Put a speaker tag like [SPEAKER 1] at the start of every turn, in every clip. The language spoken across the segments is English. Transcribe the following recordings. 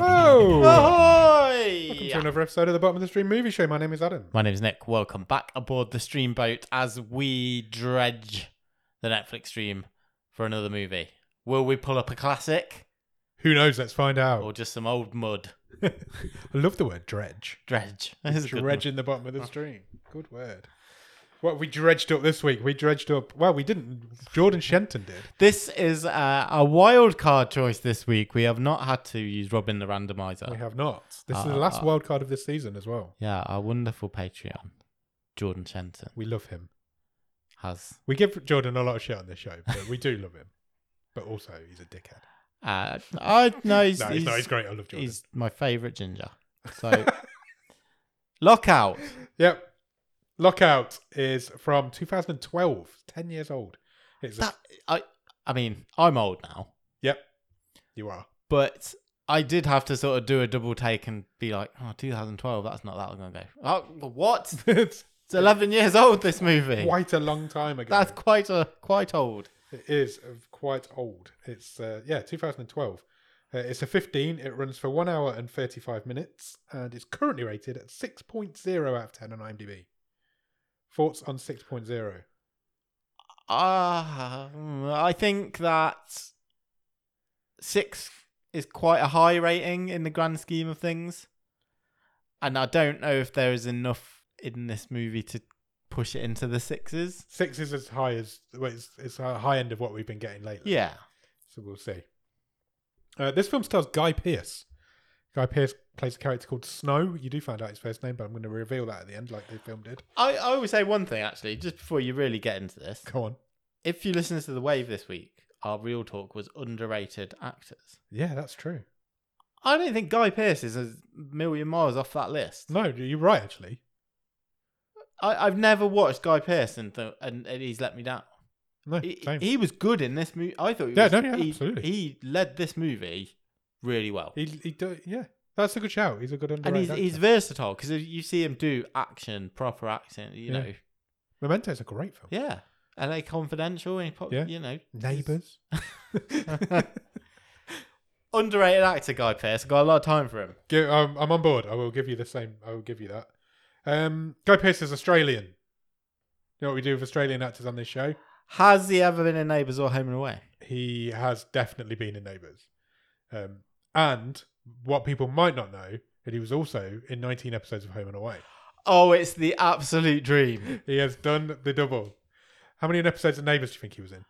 [SPEAKER 1] Oh,
[SPEAKER 2] another episode of the Bottom of the Stream Movie Show. My name is Adam.
[SPEAKER 1] My name's Nick. Welcome back aboard the stream boat as we dredge the Netflix stream for another movie. Will we pull up a classic
[SPEAKER 2] Who knows? Let's find out.
[SPEAKER 1] or just some old mud?
[SPEAKER 2] I love the word dredge.
[SPEAKER 1] Dredge. This is a good one.
[SPEAKER 2] Dredging the bottom of the stream. Good word. What we dredged up this week? We dredged up. Well, we didn't. Jordan Shenton did.
[SPEAKER 1] This is uh, a wild card choice this week. We have not had to use Robin the Randomizer.
[SPEAKER 2] We have not. This is the
[SPEAKER 1] Ah.
[SPEAKER 2] last wild card of this season as well.
[SPEAKER 1] Yeah, our wonderful Patreon, Jordan Shenton,
[SPEAKER 2] We love him.
[SPEAKER 1] has
[SPEAKER 2] We give Jordan a lot of shit on this show, but we do love him. But also, he's a dickhead.
[SPEAKER 1] Uh, I no, he's,
[SPEAKER 2] no, he's,
[SPEAKER 1] he's,
[SPEAKER 2] not. He's great. I love Jordan.
[SPEAKER 1] he's my favourite ginger. So, lockout.
[SPEAKER 2] Yep. Lockout is from 2012. 10 years old. It's a-
[SPEAKER 1] That, I, I mean, I'm old now,
[SPEAKER 2] yep. You are.
[SPEAKER 1] but I did have to sort of do a double take and be like, oh, 2012. That's not that long ago. Oh, what?
[SPEAKER 2] it's
[SPEAKER 1] It's 11 years old. This movie.
[SPEAKER 2] quite a long time ago.
[SPEAKER 1] That's quite a quite old.
[SPEAKER 2] It is uh, quite old. It's uh, yeah, 2012. Uh, it's a 15. It runs for one hour and 35 minutes, and it's currently rated at 6.0 out of 10 on IMDb. Thoughts on 6.0?
[SPEAKER 1] Ah, mm, I think that six is quite a high rating in the grand scheme of things, and I don't know if there is enough in this movie to push it into the sixes.
[SPEAKER 2] Six is as high as well, it's it's a high end of what we've been getting lately.
[SPEAKER 1] Yeah,
[SPEAKER 2] So we'll see. Uh, this film stars Guy Pearce. Guy Pearce plays a character called Snow. You do find out his first name, but I'm going to reveal that at the end, like the film did.
[SPEAKER 1] I I always say one thing actually, just before you really get into this.
[SPEAKER 2] Go on.
[SPEAKER 1] If you listen to the Wave this week, our real talk was underrated actors.
[SPEAKER 2] Yeah, that's true.
[SPEAKER 1] I don't think Guy Pearce is a million miles off that list.
[SPEAKER 2] No, you're right. Actually,
[SPEAKER 1] I, I've never watched Guy Pearce and, th- and and he's let me down.
[SPEAKER 2] no.
[SPEAKER 1] He,
[SPEAKER 2] same.
[SPEAKER 1] he was good in this movie. I thought. He
[SPEAKER 2] Yeah,
[SPEAKER 1] was,
[SPEAKER 2] no, yeah,
[SPEAKER 1] he,
[SPEAKER 2] absolutely.
[SPEAKER 1] He led this movie really well,
[SPEAKER 2] He, he do, yeah, that's a good shout. He's a good
[SPEAKER 1] and
[SPEAKER 2] underrated.
[SPEAKER 1] he's he's
[SPEAKER 2] actor.
[SPEAKER 1] versatile because you see him do action, proper acting. You
[SPEAKER 2] Yeah.
[SPEAKER 1] know,
[SPEAKER 2] Memento's a great film.
[SPEAKER 1] yeah. L.A. Confidential, and he pop,
[SPEAKER 2] Yeah.
[SPEAKER 1] you know,
[SPEAKER 2] Neighbours.
[SPEAKER 1] underrated actor Guy Pearce. Got a lot of time for him.
[SPEAKER 2] Give, um, I'm on board. I will give you the same. I will give you that. Um, Guy Pearce is Australian. You know what we do with Australian actors on this show?
[SPEAKER 1] Has he ever been in Neighbours or Home and Away?
[SPEAKER 2] He has definitely been in Neighbours. Um, and what people might not know that he was also in 19 episodes of Home and Away.
[SPEAKER 1] Oh, it's the absolute dream.
[SPEAKER 2] He has done the double. How many episodes of Neighbours do you think he was in?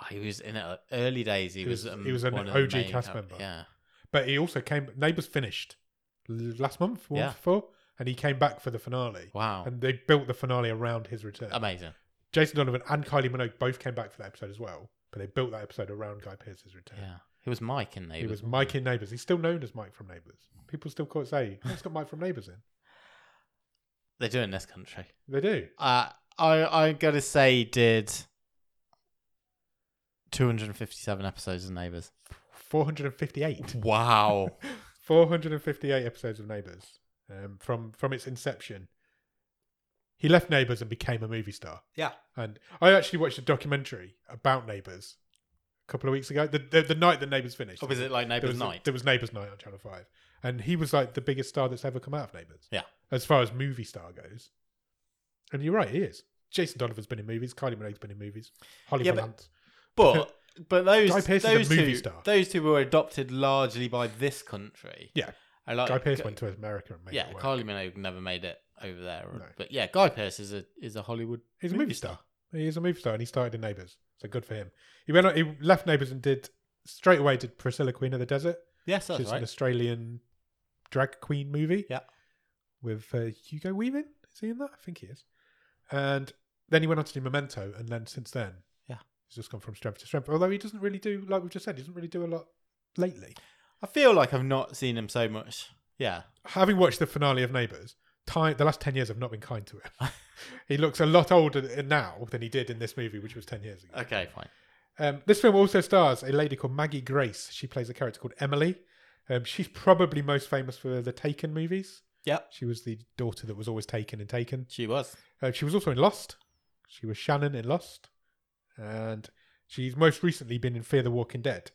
[SPEAKER 1] Oh, he was in it early days. He,
[SPEAKER 2] He
[SPEAKER 1] was,
[SPEAKER 2] was-
[SPEAKER 1] um,
[SPEAKER 2] he was an
[SPEAKER 1] one of the
[SPEAKER 2] OG
[SPEAKER 1] main
[SPEAKER 2] cast
[SPEAKER 1] char-
[SPEAKER 2] member.
[SPEAKER 1] Yeah,
[SPEAKER 2] But he also came. Neighbours finished l- last month, or
[SPEAKER 1] Yeah.
[SPEAKER 2] month before, and he came back for the finale.
[SPEAKER 1] wow,
[SPEAKER 2] And they built the finale around his return.
[SPEAKER 1] amazing.
[SPEAKER 2] Jason Donovan and Kylie Minogue both came back for that episode as well, but they built that episode around Guy Pearce's return.
[SPEAKER 1] Yeah, he was Mike in Neighbours.
[SPEAKER 2] He was Mike in Neighbours. He's still known as Mike from Neighbours. People still call it say, "Oh, it's got Mike from Neighbours in."
[SPEAKER 1] They do in this country.
[SPEAKER 2] They do.
[SPEAKER 1] Uh, I I gotta say, did 257 episodes of Neighbours.
[SPEAKER 2] 458.
[SPEAKER 1] Wow,
[SPEAKER 2] 458 episodes of Neighbours um, from from its inception. He left Neighbours and became a movie star.
[SPEAKER 1] Yeah.
[SPEAKER 2] And I actually watched a documentary about Neighbours a couple of weeks ago. The the, the night that Neighbours finished.
[SPEAKER 1] Oh, was it like
[SPEAKER 2] there
[SPEAKER 1] Neighbours
[SPEAKER 2] was
[SPEAKER 1] Night?
[SPEAKER 2] There was Neighbours Night on Channel Five, and he was like the biggest star that's ever come out of Neighbours.
[SPEAKER 1] Yeah.
[SPEAKER 2] as far as movie star goes. And you're right, he is. Jason Donovan's been in movies. Kylie Minogue's been in movies. Holly
[SPEAKER 1] Yeah,
[SPEAKER 2] yeah,
[SPEAKER 1] but- but but
[SPEAKER 2] Guy
[SPEAKER 1] those
[SPEAKER 2] Pearce is a
[SPEAKER 1] those
[SPEAKER 2] movie
[SPEAKER 1] two
[SPEAKER 2] star.
[SPEAKER 1] those two were adopted largely by this country.
[SPEAKER 2] Yeah.
[SPEAKER 1] I like
[SPEAKER 2] Guy Pearce
[SPEAKER 1] uh, Gu-
[SPEAKER 2] went to America and made
[SPEAKER 1] Yeah,
[SPEAKER 2] it work.
[SPEAKER 1] Carly Minogue never made it over there.
[SPEAKER 2] No.
[SPEAKER 1] But yeah, Guy Pearce is a is a Hollywood.
[SPEAKER 2] He's a
[SPEAKER 1] movie
[SPEAKER 2] movie star. He is a movie star, and he started in Neighbours. So good for him. He went. On, he left Neighbours and did straight away did Priscilla, Queen of the Desert,
[SPEAKER 1] Yes,
[SPEAKER 2] which
[SPEAKER 1] that's
[SPEAKER 2] is an
[SPEAKER 1] right.
[SPEAKER 2] Australian drag queen movie.
[SPEAKER 1] Yeah.
[SPEAKER 2] with uh, Hugo Weaving. Is he in that? I think he is. And then he went on to do Memento, and then since then,
[SPEAKER 1] Yeah.
[SPEAKER 2] he's just gone from strength to strength. Although he doesn't really do, like we've just said, he doesn't really do a lot lately.
[SPEAKER 1] I feel like I've not seen him so much. Yeah,
[SPEAKER 2] having watched the finale of Neighbours, time, the last 10 years have not been kind to him. he looks a lot older now than he did in this movie, which was 10 years ago.
[SPEAKER 1] okay, fine.
[SPEAKER 2] Um, this film also stars a lady called Maggie Grace. She plays a character called Emily. Um, she's probably most famous for the Taken movies.
[SPEAKER 1] Yep,
[SPEAKER 2] She was the daughter that was always taken and taken.
[SPEAKER 1] she was.
[SPEAKER 2] Uh, she was also in Lost. She was Shannon in Lost. And she's most recently been in Fear the Walking Dead.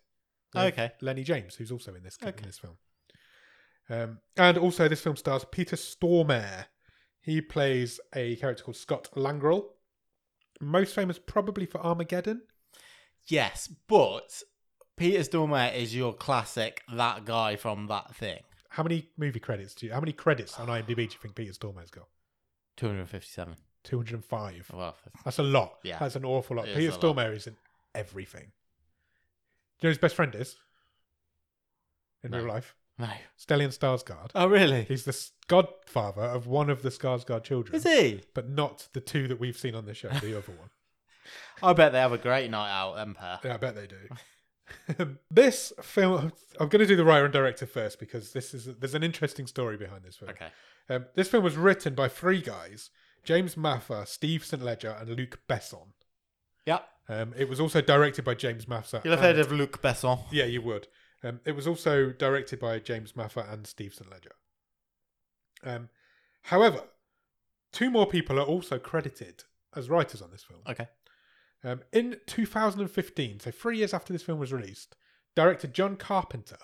[SPEAKER 2] with
[SPEAKER 1] Okay.
[SPEAKER 2] Lenny James, who's also in this, in
[SPEAKER 1] Okay.
[SPEAKER 2] this film. Um, and also, this film stars Peter Stormare. He plays a character called Scott Langrell, most famous probably for Armageddon.
[SPEAKER 1] Yes, but Peter Stormare is your classic that guy from that thing.
[SPEAKER 2] How many movie credits do you? How many credits on IMDb do you think Peter Stormare's got?
[SPEAKER 1] 257.
[SPEAKER 2] Two hundred and five.
[SPEAKER 1] Well,
[SPEAKER 2] That's a lot.
[SPEAKER 1] Oh. Yeah.
[SPEAKER 2] That's an awful lot.
[SPEAKER 1] It is
[SPEAKER 2] Peter
[SPEAKER 1] a lot.
[SPEAKER 2] Stormare is in everything. Do you know who his best friend is? In
[SPEAKER 1] No.
[SPEAKER 2] real life?
[SPEAKER 1] no.
[SPEAKER 2] Stellan Skarsgård.
[SPEAKER 1] Oh, really?
[SPEAKER 2] He's the s- godfather of one of the Skarsgård children.
[SPEAKER 1] Is he?
[SPEAKER 2] But not the two that we've seen on the show, the other one.
[SPEAKER 1] I bet they have a great night out, then, pair.
[SPEAKER 2] Yeah, I bet they do. this film, I'm going to do the writer and director first because this is there's an interesting story behind this film.
[SPEAKER 1] Okay.
[SPEAKER 2] Um, this film was written by three guys: James Maffa, Steve St. Ledger, and Luc Besson.
[SPEAKER 1] Yeah.
[SPEAKER 2] Um, it was also directed by James Maffa.
[SPEAKER 1] You'll have
[SPEAKER 2] and-
[SPEAKER 1] heard of Luc Besson.
[SPEAKER 2] Yeah, you would. Um, it was also directed by James Maffa and Steve St. Ledger. Um, however, two more people are also credited as writers on this film.
[SPEAKER 1] Okay.
[SPEAKER 2] Um, in 2015, so three years after this film was released, director John Carpenter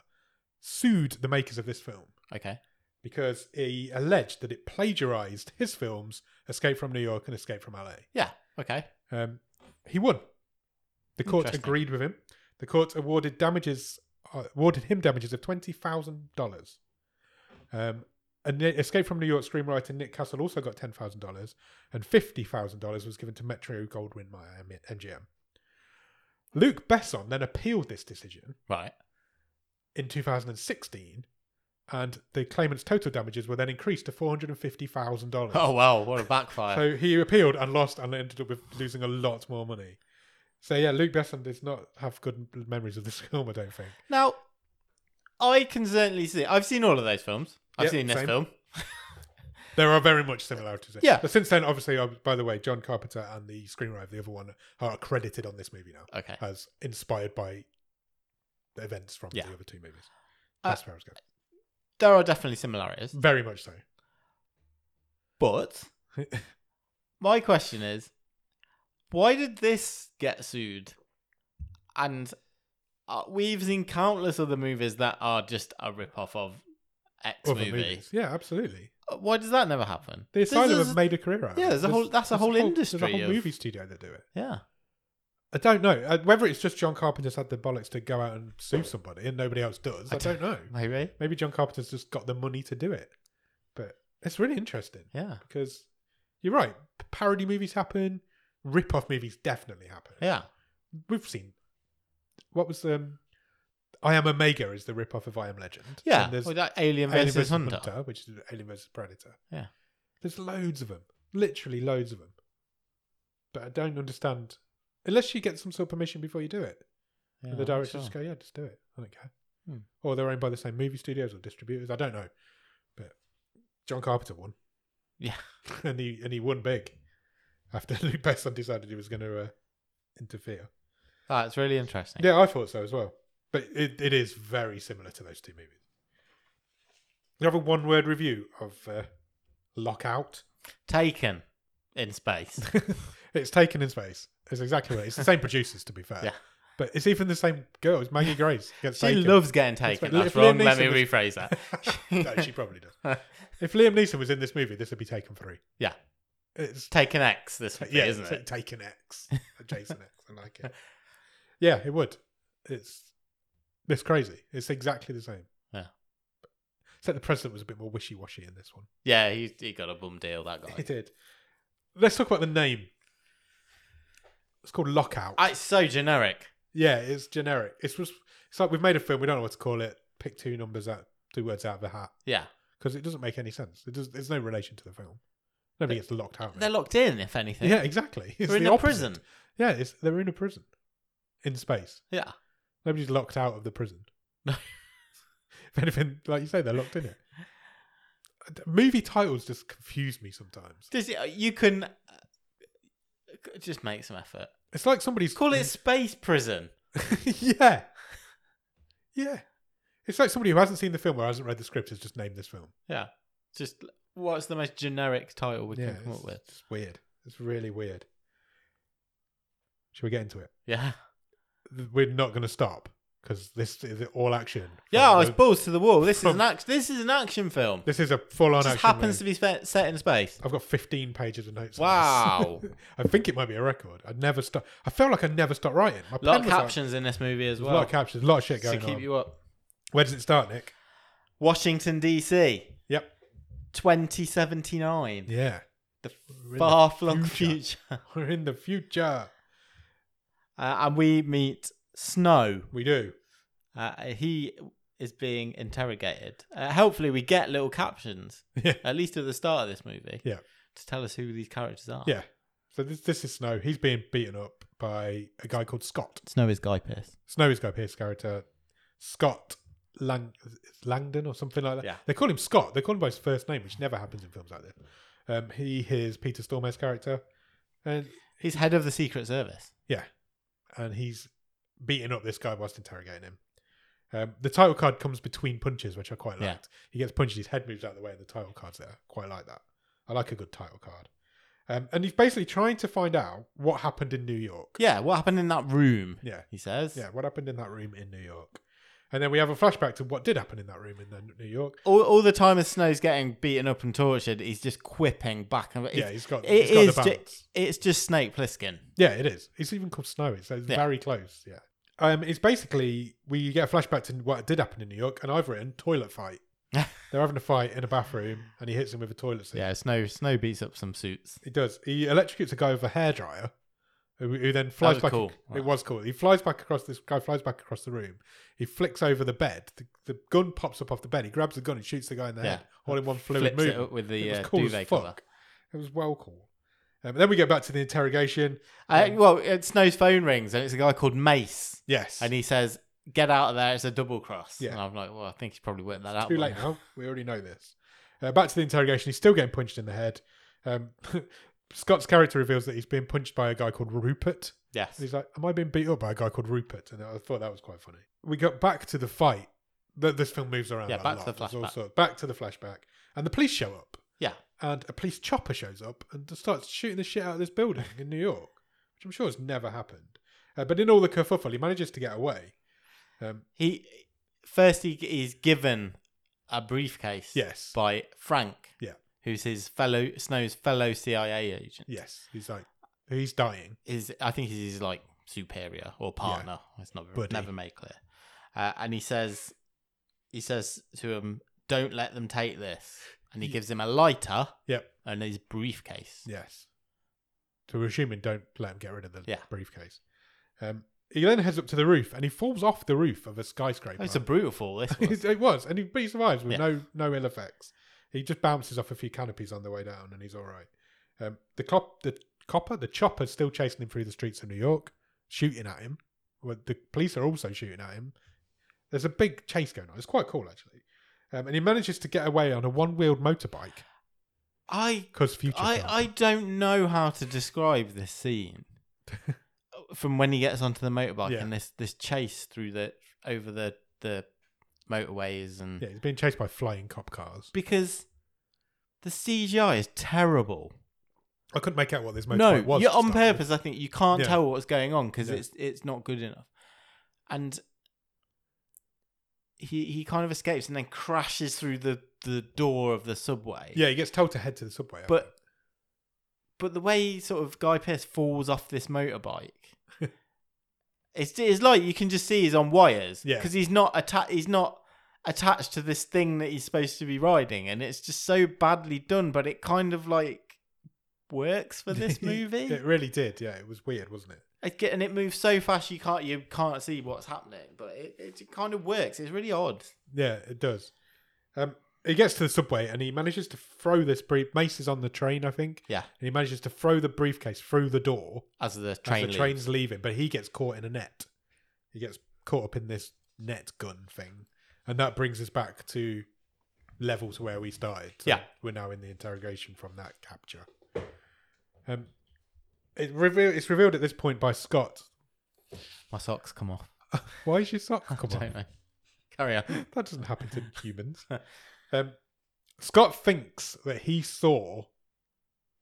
[SPEAKER 2] sued the makers of this film
[SPEAKER 1] Okay.
[SPEAKER 2] because he alleged that it plagiarized his films Escape from New York and Escape from LA.
[SPEAKER 1] Yeah. Okay.
[SPEAKER 2] Um, he won. The court
[SPEAKER 1] Interesting.
[SPEAKER 2] agreed with him. The court awarded damages, uh, awarded him damages of twenty thousand dollars. Um, and the Escape from New York screenwriter Nick Castle also got ten thousand dollars, and fifty thousand dollars was given to Metro Goldwyn Mayer M- MGM. Luke Besson then appealed this decision
[SPEAKER 1] Right.
[SPEAKER 2] in 2016, and the claimant's total damages were then increased to four hundred and fifty thousand dollars.
[SPEAKER 1] Oh, wow. What a backfire.
[SPEAKER 2] So he appealed and lost and ended up with losing a lot more money. So yeah, Luke Besson does not have good m- memories of this film, I don't think.
[SPEAKER 1] now, I can certainly see. I've seen all of those films. I've
[SPEAKER 2] Yep,
[SPEAKER 1] seen this
[SPEAKER 2] same.
[SPEAKER 1] film.
[SPEAKER 2] There are very much similarities. there.
[SPEAKER 1] Yeah.
[SPEAKER 2] But since then, obviously, uh, by the way, John Carpenter and the screenwriter of the other one are credited on this movie now
[SPEAKER 1] Okay.
[SPEAKER 2] as inspired by the events from
[SPEAKER 1] Yeah.
[SPEAKER 2] the other two movies.
[SPEAKER 1] Uh,
[SPEAKER 2] That's where I was going.
[SPEAKER 1] There are definitely similarities.
[SPEAKER 2] Very much so.
[SPEAKER 1] But my question is, why did this get sued? And uh, we've seen countless other movies that are just a rip-off of X
[SPEAKER 2] Other
[SPEAKER 1] movie.
[SPEAKER 2] movies. Yeah, absolutely.
[SPEAKER 1] Uh, Why does that never happen?
[SPEAKER 2] The
[SPEAKER 1] This
[SPEAKER 2] Asylum
[SPEAKER 1] is-
[SPEAKER 2] have made a career out of
[SPEAKER 1] Yeah,
[SPEAKER 2] it.
[SPEAKER 1] there's a whole- that's a whole industry
[SPEAKER 2] There's a whole
[SPEAKER 1] of-
[SPEAKER 2] movie studio that do it.
[SPEAKER 1] Yeah.
[SPEAKER 2] I don't know Uh, whether it's just John Carpenter's had the bollocks to go out and sue somebody and nobody else does. I,
[SPEAKER 1] I
[SPEAKER 2] don't know.
[SPEAKER 1] Maybe.
[SPEAKER 2] Maybe John Carpenter's just got the money to do it. But it's really interesting
[SPEAKER 1] Yeah.
[SPEAKER 2] because you're right. p- Parody movies happen. Rip-off movies definitely happen.
[SPEAKER 1] Yeah.
[SPEAKER 2] We've seen what was um, I Am Omega is the rip-off of I Am Legend.
[SPEAKER 1] Yeah.
[SPEAKER 2] And there's
[SPEAKER 1] Well, that Alien
[SPEAKER 2] Alien
[SPEAKER 1] versus,
[SPEAKER 2] versus
[SPEAKER 1] Hunter.
[SPEAKER 2] Hunter. which is Alien versus Predator.
[SPEAKER 1] Yeah.
[SPEAKER 2] There's loads of them. Literally loads of them. But I don't understand. Unless you get some sort of permission before you do it.
[SPEAKER 1] Yeah,
[SPEAKER 2] And the
[SPEAKER 1] I'm
[SPEAKER 2] directors
[SPEAKER 1] sure.
[SPEAKER 2] just go, yeah, just do it. I don't care.
[SPEAKER 1] Hmm.
[SPEAKER 2] Or they're owned by the same movie studios or distributors. I don't know. But John Carpenter won.
[SPEAKER 1] Yeah.
[SPEAKER 2] and he and he won big after Luke Besson decided he was going to uh, interfere.
[SPEAKER 1] That's Ah, really interesting.
[SPEAKER 2] Yeah, I thought so as well. But it, it is very similar to those two movies. You have a one word review of uh, Lockout.
[SPEAKER 1] Taken in space.
[SPEAKER 2] it's taken in space. It's exactly what it is. It's the same producers, to be fair.
[SPEAKER 1] Yeah.
[SPEAKER 2] But it's even the same girl. It's Maggie Grace. Gets
[SPEAKER 1] she
[SPEAKER 2] taken.
[SPEAKER 1] loves getting taken.
[SPEAKER 2] It's like-
[SPEAKER 1] That's
[SPEAKER 2] if Liam
[SPEAKER 1] wrong. Let me
[SPEAKER 2] Neeson was-
[SPEAKER 1] rephrase that.
[SPEAKER 2] no, she probably does. If Liam Neeson was in this movie, this would be Taken Three.
[SPEAKER 1] Yeah.
[SPEAKER 2] it's
[SPEAKER 1] Taken X. This movie,
[SPEAKER 2] yeah,
[SPEAKER 1] isn't
[SPEAKER 2] it's
[SPEAKER 1] it?
[SPEAKER 2] Taken X, Jason X. I like it. Yeah, it would. It's it's crazy. It's exactly the same.
[SPEAKER 1] Yeah.
[SPEAKER 2] Except the president was a bit more wishy washy in this one.
[SPEAKER 1] Yeah, he he got a bum deal. That guy.
[SPEAKER 2] He did. Let's talk about the name. It's called Lockout.
[SPEAKER 1] Ah, It's so generic.
[SPEAKER 2] yeah, it's generic. It's just it's like we've made a film. We don't know what to call it. Pick two numbers out, two words out of the hat.
[SPEAKER 1] Yeah,
[SPEAKER 2] because it doesn't make any sense. It does, there's no relation to the film. Nobody gets locked out. of it.
[SPEAKER 1] they're locked in. If anything,
[SPEAKER 2] yeah, exactly. It's
[SPEAKER 1] they're in
[SPEAKER 2] the
[SPEAKER 1] a
[SPEAKER 2] opposite.
[SPEAKER 1] prison.
[SPEAKER 2] Yeah, it's, they're in a prison in space.
[SPEAKER 1] Yeah,
[SPEAKER 2] Nobody's locked out of the prison.
[SPEAKER 1] No.
[SPEAKER 2] if anything, like you say, they're locked in it. Movie titles just confuse me sometimes.
[SPEAKER 1] Does it- you can uh, just make some effort.
[SPEAKER 2] It's like somebody's
[SPEAKER 1] Call it space prison.
[SPEAKER 2] yeah, yeah. It's like somebody who hasn't seen the film or hasn't read the script has just named this film.
[SPEAKER 1] Yeah, just what's the most generic title we
[SPEAKER 2] yeah,
[SPEAKER 1] can come
[SPEAKER 2] it's,
[SPEAKER 1] up with?
[SPEAKER 2] it's weird. It's really weird. Shall we get into it?
[SPEAKER 1] Yeah,
[SPEAKER 2] We're not going to stop. because this is all action. from
[SPEAKER 1] Yeah, I
[SPEAKER 2] the-
[SPEAKER 1] was balls to the wall. This is
[SPEAKER 2] from-
[SPEAKER 1] an act. This is an action film.
[SPEAKER 2] this is a full on action.
[SPEAKER 1] It just happens
[SPEAKER 2] movie.
[SPEAKER 1] to be spe- set in space.
[SPEAKER 2] I've got 15 pages of notes. on
[SPEAKER 1] Wow.
[SPEAKER 2] this. I think it might be a record. I never stop. I felt like I never stopped writing. My
[SPEAKER 1] A lot
[SPEAKER 2] pen
[SPEAKER 1] of
[SPEAKER 2] was out-
[SPEAKER 1] captions in this movie as
[SPEAKER 2] There's
[SPEAKER 1] well.
[SPEAKER 2] a lot of captions. A lot of shit
[SPEAKER 1] to
[SPEAKER 2] going
[SPEAKER 1] keep
[SPEAKER 2] on.
[SPEAKER 1] you up.
[SPEAKER 2] Where does it start, Nick?
[SPEAKER 1] Washington D.C.
[SPEAKER 2] Yep.
[SPEAKER 1] 2079.
[SPEAKER 2] Yeah,
[SPEAKER 1] The
[SPEAKER 2] We're in the-
[SPEAKER 1] far flung
[SPEAKER 2] future.
[SPEAKER 1] future.
[SPEAKER 2] we're in the future.
[SPEAKER 1] Uh, and we meet Snow.
[SPEAKER 2] We do.
[SPEAKER 1] Uh, he is being interrogated. Uh, hopefully, we get little captions,
[SPEAKER 2] Yeah.
[SPEAKER 1] at least at the start of this movie,
[SPEAKER 2] Yeah.
[SPEAKER 1] to tell us who these characters are.
[SPEAKER 2] Yeah. So this this is Snow. He's being beaten up by a guy called Scott.
[SPEAKER 1] Snow is Guy Pearce.
[SPEAKER 2] Snow is Guy Pearce's character. Scott Lang- Langdon or something like that.
[SPEAKER 1] Yeah.
[SPEAKER 2] They call him Scott. They call him by his first name, which never happens in films like this. Um, he is Peter Stormare's character, and
[SPEAKER 1] He's head of the Secret Service.
[SPEAKER 2] and he's beating up this guy whilst interrogating him. Um, the title card comes between punches, which I quite
[SPEAKER 1] Yeah.
[SPEAKER 2] liked. He gets punched, his head moves out of the way, and the title card's there. Quite like that. I like a good title card. Um, and he's basically trying to find out what happened in New York.
[SPEAKER 1] Yeah, what happened in that room?
[SPEAKER 2] Yeah.
[SPEAKER 1] He says.
[SPEAKER 2] Yeah, what happened in that room in New York? And then we have a flashback to what did happen in that room in the- New York.
[SPEAKER 1] All, all the time as Snow's getting beaten up and tortured, he's just quipping back and
[SPEAKER 2] Yeah, he's got,
[SPEAKER 1] it
[SPEAKER 2] he's got
[SPEAKER 1] is
[SPEAKER 2] the
[SPEAKER 1] ju-
[SPEAKER 2] balance.
[SPEAKER 1] It's just Snake Plissken.
[SPEAKER 2] Yeah, it is. It's even called Snow. It's, it's
[SPEAKER 1] Yeah.
[SPEAKER 2] very close. Yeah. Um, it's basically we get a flashback to what did happen in New York, and I've written toilet fight. They're having a fight in a bathroom, and he hits him with a toilet seat.
[SPEAKER 1] Yeah, Snow Snow beats up some suits.
[SPEAKER 2] He does. He electrocutes a guy with a hairdryer, who, who then flies
[SPEAKER 1] was
[SPEAKER 2] back.
[SPEAKER 1] cool.
[SPEAKER 2] It was cool. He flies back across this guy. Flies back across the room. He flicks over the bed. The, the gun pops up off the bed. He grabs the gun and shoots the guy in the
[SPEAKER 1] Yeah.
[SPEAKER 2] head, all in one fluid
[SPEAKER 1] Flips it
[SPEAKER 2] movement.
[SPEAKER 1] up with the
[SPEAKER 2] It was
[SPEAKER 1] uh,
[SPEAKER 2] cool as
[SPEAKER 1] duvet
[SPEAKER 2] fuck.
[SPEAKER 1] cover.
[SPEAKER 2] It was well cool. Um, then we go back to the interrogation.
[SPEAKER 1] Uh, well, it, Snow's phone rings and it's a guy called Mace,
[SPEAKER 2] Yes,
[SPEAKER 1] and he says, "Get out of there! It's a double cross."
[SPEAKER 2] Yeah.
[SPEAKER 1] And I'm like, well, I think he's probably worked that out.
[SPEAKER 2] Too
[SPEAKER 1] by
[SPEAKER 2] late
[SPEAKER 1] now.
[SPEAKER 2] now. We already know this. Uh, back to the interrogation. He's still getting punched in the head. Um, Scott's character reveals that he's being punched by a guy called Rupert.
[SPEAKER 1] Yes.
[SPEAKER 2] And he's like, "Am I being beat up by a guy called Rupert?" And I thought that was quite funny. We got back to the fight. Th- This film moves around.
[SPEAKER 1] Yeah,
[SPEAKER 2] a
[SPEAKER 1] back to
[SPEAKER 2] lot.
[SPEAKER 1] the
[SPEAKER 2] There's all
[SPEAKER 1] flashback.
[SPEAKER 2] sorts- back to the flashback, and the police show up.
[SPEAKER 1] Yeah.
[SPEAKER 2] And a police chopper shows up and just starts shooting the shit out of this building in New York, which I'm sure has never happened. Uh, but in all the kerfuffle, he manages to get away. Um,
[SPEAKER 1] He first he is given a briefcase.
[SPEAKER 2] yes.
[SPEAKER 1] By Frank.
[SPEAKER 2] Yeah.
[SPEAKER 1] Who's his fellow Snow's fellow CIA agent?
[SPEAKER 2] Yes. He's like, he's dying.
[SPEAKER 1] Is I think he's his like superior or partner. It's not
[SPEAKER 2] Buddy.
[SPEAKER 1] never made clear. Uh, and he says, he says to him, "Don't let them take this." And he
[SPEAKER 2] Ye-
[SPEAKER 1] gives him a lighter.
[SPEAKER 2] Yep.
[SPEAKER 1] And his briefcase.
[SPEAKER 2] Yes. So we're assuming don't let him get rid of the
[SPEAKER 1] Yeah.
[SPEAKER 2] briefcase. Um, he then heads up to the roof and he falls off the roof of a skyscraper.
[SPEAKER 1] Oh, It's a brutal fall. This was.
[SPEAKER 2] it was, and he, but he survives with
[SPEAKER 1] Yeah.
[SPEAKER 2] no no ill effects. He just bounces off a few canopies on the way down, and he's all right. Um, the cop, the copper, the chopper's still chasing him through the streets of New York, shooting at him. Well, the police are also shooting at him. There's a big chase going on. It's quite cool actually, um, and he manages to get away on a one-wheeled motorbike
[SPEAKER 1] I
[SPEAKER 2] because future.
[SPEAKER 1] I,
[SPEAKER 2] film.
[SPEAKER 1] I don't know how to describe this scene from when he gets onto the motorbike
[SPEAKER 2] Yeah.
[SPEAKER 1] and this this chase through the over the the motorways and
[SPEAKER 2] yeah, he's being chased by flying cop cars.
[SPEAKER 1] because the CGI is terrible.
[SPEAKER 2] I couldn't make out what this motorbike
[SPEAKER 1] No,
[SPEAKER 2] was.
[SPEAKER 1] you're
[SPEAKER 2] to
[SPEAKER 1] on
[SPEAKER 2] start with.
[SPEAKER 1] purpose. I think you can't
[SPEAKER 2] Yeah.
[SPEAKER 1] tell what's going on because
[SPEAKER 2] Yeah.
[SPEAKER 1] it's it's not good enough. And he he kind of escapes and then crashes through the the door of the subway.
[SPEAKER 2] Yeah, he gets told to head to the subway.
[SPEAKER 1] But- but the way sort of Guy Pearce falls off this motorbike, it's it's like you can just see he's on wires.
[SPEAKER 2] Yeah.
[SPEAKER 1] because he's not atta- he's not attached to this thing that he's supposed to be riding, and it's just so badly done. But it kind of like works for this movie.
[SPEAKER 2] it really did. Yeah, it was weird, wasn't it?
[SPEAKER 1] It get- and it moves so fast you can't you can't see what's happening, but it, it, kind of works. It's really odd.
[SPEAKER 2] Yeah, it does. Um, he gets to the subway and he manages to throw this brief. Mace is on the train, I think.
[SPEAKER 1] Yeah.
[SPEAKER 2] And he manages to throw the briefcase through the door
[SPEAKER 1] As the train,
[SPEAKER 2] as the
[SPEAKER 1] leaves.
[SPEAKER 2] train's leaving, but he gets caught in a net. He gets caught up in this net gun thing, and that brings us back to level to where we started. So
[SPEAKER 1] Yeah.
[SPEAKER 2] we're now in the interrogation from that capture. Um, it reveal it's revealed at this point by Scott.
[SPEAKER 1] my socks come off.
[SPEAKER 2] Why is your sock come
[SPEAKER 1] I
[SPEAKER 2] on?
[SPEAKER 1] don't know. Carry on.
[SPEAKER 2] That doesn't happen to humans. Um, Scott thinks that he saw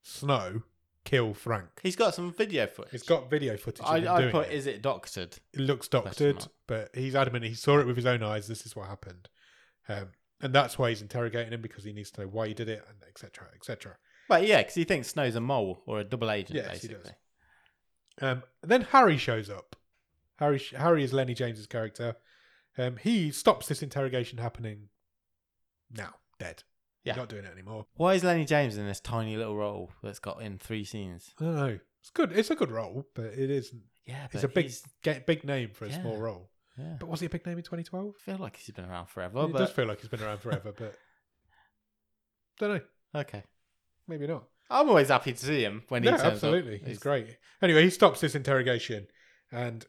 [SPEAKER 2] Snow kill Frank.
[SPEAKER 1] He's got some video footage.
[SPEAKER 2] It's got video footage. Of him
[SPEAKER 1] I, I
[SPEAKER 2] doing
[SPEAKER 1] put,
[SPEAKER 2] it.
[SPEAKER 1] is it doctored?
[SPEAKER 2] it looks
[SPEAKER 1] Question
[SPEAKER 2] doctored,
[SPEAKER 1] mark.
[SPEAKER 2] but he's adamant he saw it with his own eyes. This is what happened, um, and that's why he's interrogating him because he needs to know why he did it, and etc. etc.
[SPEAKER 1] Well, yeah, because he thinks Snow's a mole or a double agent,
[SPEAKER 2] Yes, he does.
[SPEAKER 1] basically.
[SPEAKER 2] Um, then Harry shows up. Harry sh- Harry is Lenny James's character. Um, he stops this interrogation happening now. Dead.
[SPEAKER 1] Yeah.
[SPEAKER 2] He's not doing it anymore.
[SPEAKER 1] Why is Lenny James in this tiny little role that's got in three scenes?
[SPEAKER 2] I don't know. It's good. It's a good role, but it is.
[SPEAKER 1] Yeah,
[SPEAKER 2] It's
[SPEAKER 1] but
[SPEAKER 2] a big
[SPEAKER 1] he's-
[SPEAKER 2] ga- big name for a small
[SPEAKER 1] Yeah.
[SPEAKER 2] role.
[SPEAKER 1] yeah.
[SPEAKER 2] But was he a big name in 2012?
[SPEAKER 1] I feel like he's been around forever,
[SPEAKER 2] it
[SPEAKER 1] but
[SPEAKER 2] does feel like he's been around forever, but don't know.
[SPEAKER 1] okay.
[SPEAKER 2] Maybe not.
[SPEAKER 1] I'm always happy to see him when he
[SPEAKER 2] No,
[SPEAKER 1] turns up.
[SPEAKER 2] absolutely. He's, great. Anyway, he stops this interrogation, and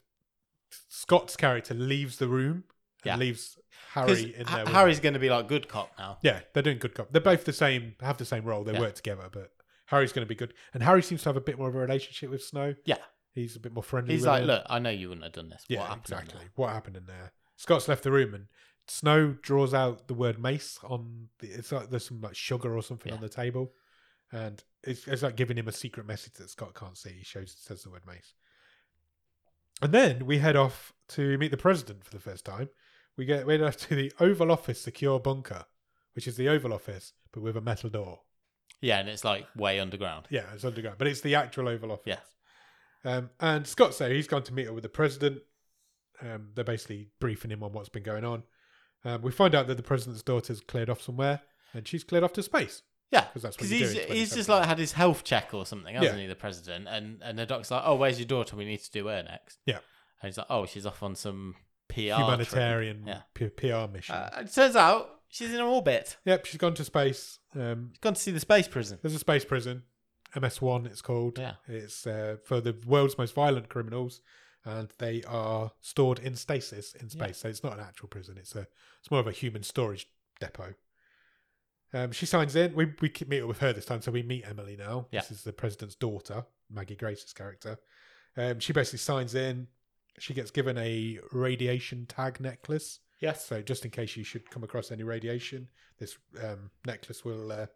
[SPEAKER 2] Scott's character leaves the room and
[SPEAKER 1] Yeah.
[SPEAKER 2] leaves
[SPEAKER 1] 'Cause
[SPEAKER 2] Harry in
[SPEAKER 1] Ha-
[SPEAKER 2] there. with-
[SPEAKER 1] Harry's going to be like good cop now.
[SPEAKER 2] Yeah, they're doing good cop. They're both the same, have the same role. They
[SPEAKER 1] Yeah.
[SPEAKER 2] work together, but Harry's going to be good. And Harry seems to have a bit more of a relationship with Snow.
[SPEAKER 1] Yeah.
[SPEAKER 2] He's a bit more friendly.
[SPEAKER 1] He's
[SPEAKER 2] with
[SPEAKER 1] like,
[SPEAKER 2] her.
[SPEAKER 1] look, I know you wouldn't have done this.
[SPEAKER 2] Yeah,
[SPEAKER 1] what happened in
[SPEAKER 2] exactly. What happened in there? Scott's left the room, and Snow draws out the word mace on. The, it's like there's some like sugar or something
[SPEAKER 1] Yeah.
[SPEAKER 2] on the table, and it's, it's like giving him a secret message that Scott can't see. He shows says the word mace, and then we head off to meet the president for the first time. We get we head off to the Oval Office secure bunker, which is the Oval Office but with a metal door.
[SPEAKER 1] that? Yeah, and it's like way underground.
[SPEAKER 2] Yeah, it's underground, but it's the actual Oval Office.
[SPEAKER 1] Yeah.
[SPEAKER 2] Um, and Scott's there. He's gone to meet up with the president. Um, they're basically briefing him on what's been going on. Um, we find out that the president's daughter's cleared off somewhere, and she's cleared off to space
[SPEAKER 1] Yeah,
[SPEAKER 2] because that's what
[SPEAKER 1] because
[SPEAKER 2] you
[SPEAKER 1] he's
[SPEAKER 2] do in
[SPEAKER 1] he's just
[SPEAKER 2] 2017.
[SPEAKER 1] like had his health check or something, hasn't
[SPEAKER 2] Yeah.
[SPEAKER 1] he? The president and and the doc's like, oh, where's your daughter? We need to do her next.
[SPEAKER 2] Yeah.
[SPEAKER 1] and he's like, oh, she's off on some PR trip."
[SPEAKER 2] humanitarian
[SPEAKER 1] Yeah.
[SPEAKER 2] P- PR mission.
[SPEAKER 1] Uh, it turns out she's in orbit.
[SPEAKER 2] yep, she's gone to space. Um,
[SPEAKER 1] She's gone to see the space prison.
[SPEAKER 2] there's a space prison, MS One. It's called.
[SPEAKER 1] Yeah.
[SPEAKER 2] It's uh, for the world's most violent criminals, and they are stored in stasis in
[SPEAKER 1] Yeah.
[SPEAKER 2] space. So it's not an actual prison. It's a it's more of a human storage depot. Um, she signs in. We we keep- meet up with her this time, so we meet Emily now.
[SPEAKER 1] Yeah.
[SPEAKER 2] This is the president's daughter, Maggie Grace's character. Um, she basically signs in. She gets given a radiation tag necklace.
[SPEAKER 1] Yes.
[SPEAKER 2] So just in case you should come across any radiation, this um, necklace will uh,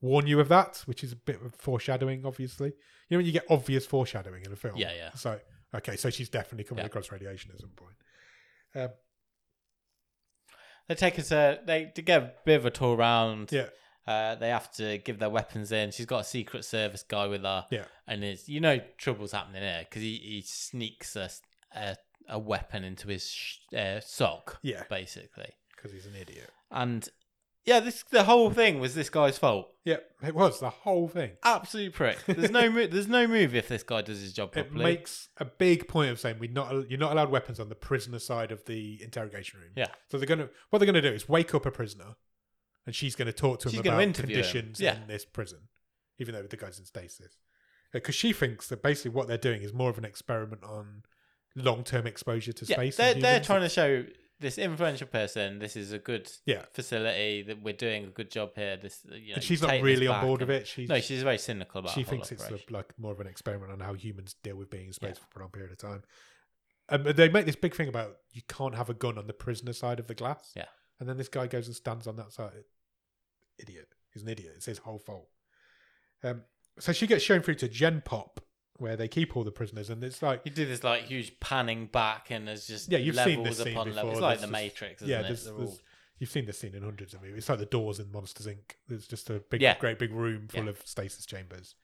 [SPEAKER 2] warn you of that, which is a bit of foreshadowing, obviously. You know when you get obvious foreshadowing in a film.
[SPEAKER 1] Yeah, yeah.
[SPEAKER 2] So okay, so she's definitely coming
[SPEAKER 1] Yeah.
[SPEAKER 2] across radiation at some point.
[SPEAKER 1] They take her to they to get a bit of a tour around.
[SPEAKER 2] Yeah.
[SPEAKER 1] Uh, they have to give their weapons in. She's got a secret service guy with her.
[SPEAKER 2] Yeah.
[SPEAKER 1] and it's you know trouble's happening here because he, he sneaks a, a a weapon into his sh- uh, sock
[SPEAKER 2] Yeah,
[SPEAKER 1] basically,
[SPEAKER 2] because he's an idiot.
[SPEAKER 1] and yeah, this the whole thing was this guy's fault.
[SPEAKER 2] Yeah, it was the whole thing.
[SPEAKER 1] Absolute prick. There's no mo- there's no move if this guy does his job
[SPEAKER 2] It
[SPEAKER 1] properly.
[SPEAKER 2] makes a big point of saying we not you're not allowed weapons on the prisoner side of the interrogation room.
[SPEAKER 1] Yeah.
[SPEAKER 2] So they're gonna what they're gonna do is wake up a prisoner, and she's gonna talk to him
[SPEAKER 1] She's gonna
[SPEAKER 2] about
[SPEAKER 1] interview him.
[SPEAKER 2] conditions
[SPEAKER 1] Yeah.
[SPEAKER 2] in this prison, even though the guy's in stasis, because she thinks that basically what they're doing is more of an experiment on long term exposure to
[SPEAKER 1] yeah,
[SPEAKER 2] space.
[SPEAKER 1] they're
[SPEAKER 2] and
[SPEAKER 1] they're
[SPEAKER 2] humans.
[SPEAKER 1] trying to show this influential person this is a good
[SPEAKER 2] Yeah.
[SPEAKER 1] facility that we're doing a good job here. This you know,
[SPEAKER 2] and she's
[SPEAKER 1] take
[SPEAKER 2] not
[SPEAKER 1] this
[SPEAKER 2] really on
[SPEAKER 1] back
[SPEAKER 2] board with
[SPEAKER 1] and-
[SPEAKER 2] it. She's
[SPEAKER 1] No, she's very cynical about.
[SPEAKER 2] she
[SPEAKER 1] the whole
[SPEAKER 2] thinks it's a,
[SPEAKER 1] operation.
[SPEAKER 2] like more of an experiment on how humans deal with being in space
[SPEAKER 1] Yeah.
[SPEAKER 2] for a prolonged period of time. Um, but they make this big thing about you can't have a gun on the prisoner side of the glass.
[SPEAKER 1] Yeah.
[SPEAKER 2] and then this guy goes and stands on that side. Idiot. He's an idiot. It's his whole fault. Um, so she gets shown through to Gen Pop, where they keep all the prisoners, and it's like
[SPEAKER 1] You do this like huge panning back, and there's just
[SPEAKER 2] Yeah, you've
[SPEAKER 1] levels
[SPEAKER 2] seen this scene
[SPEAKER 1] upon
[SPEAKER 2] before.
[SPEAKER 1] levels. It's like
[SPEAKER 2] There's
[SPEAKER 1] the
[SPEAKER 2] just-
[SPEAKER 1] Matrix, isn't
[SPEAKER 2] yeah,
[SPEAKER 1] it?
[SPEAKER 2] there's,
[SPEAKER 1] They're
[SPEAKER 2] there's,
[SPEAKER 1] all-
[SPEAKER 2] you've seen this scene in hundreds of movies. It's like the doors in Monsters Inc. There's just a big,
[SPEAKER 1] Yeah.
[SPEAKER 2] great big room full
[SPEAKER 1] Yeah.
[SPEAKER 2] of stasis chambers.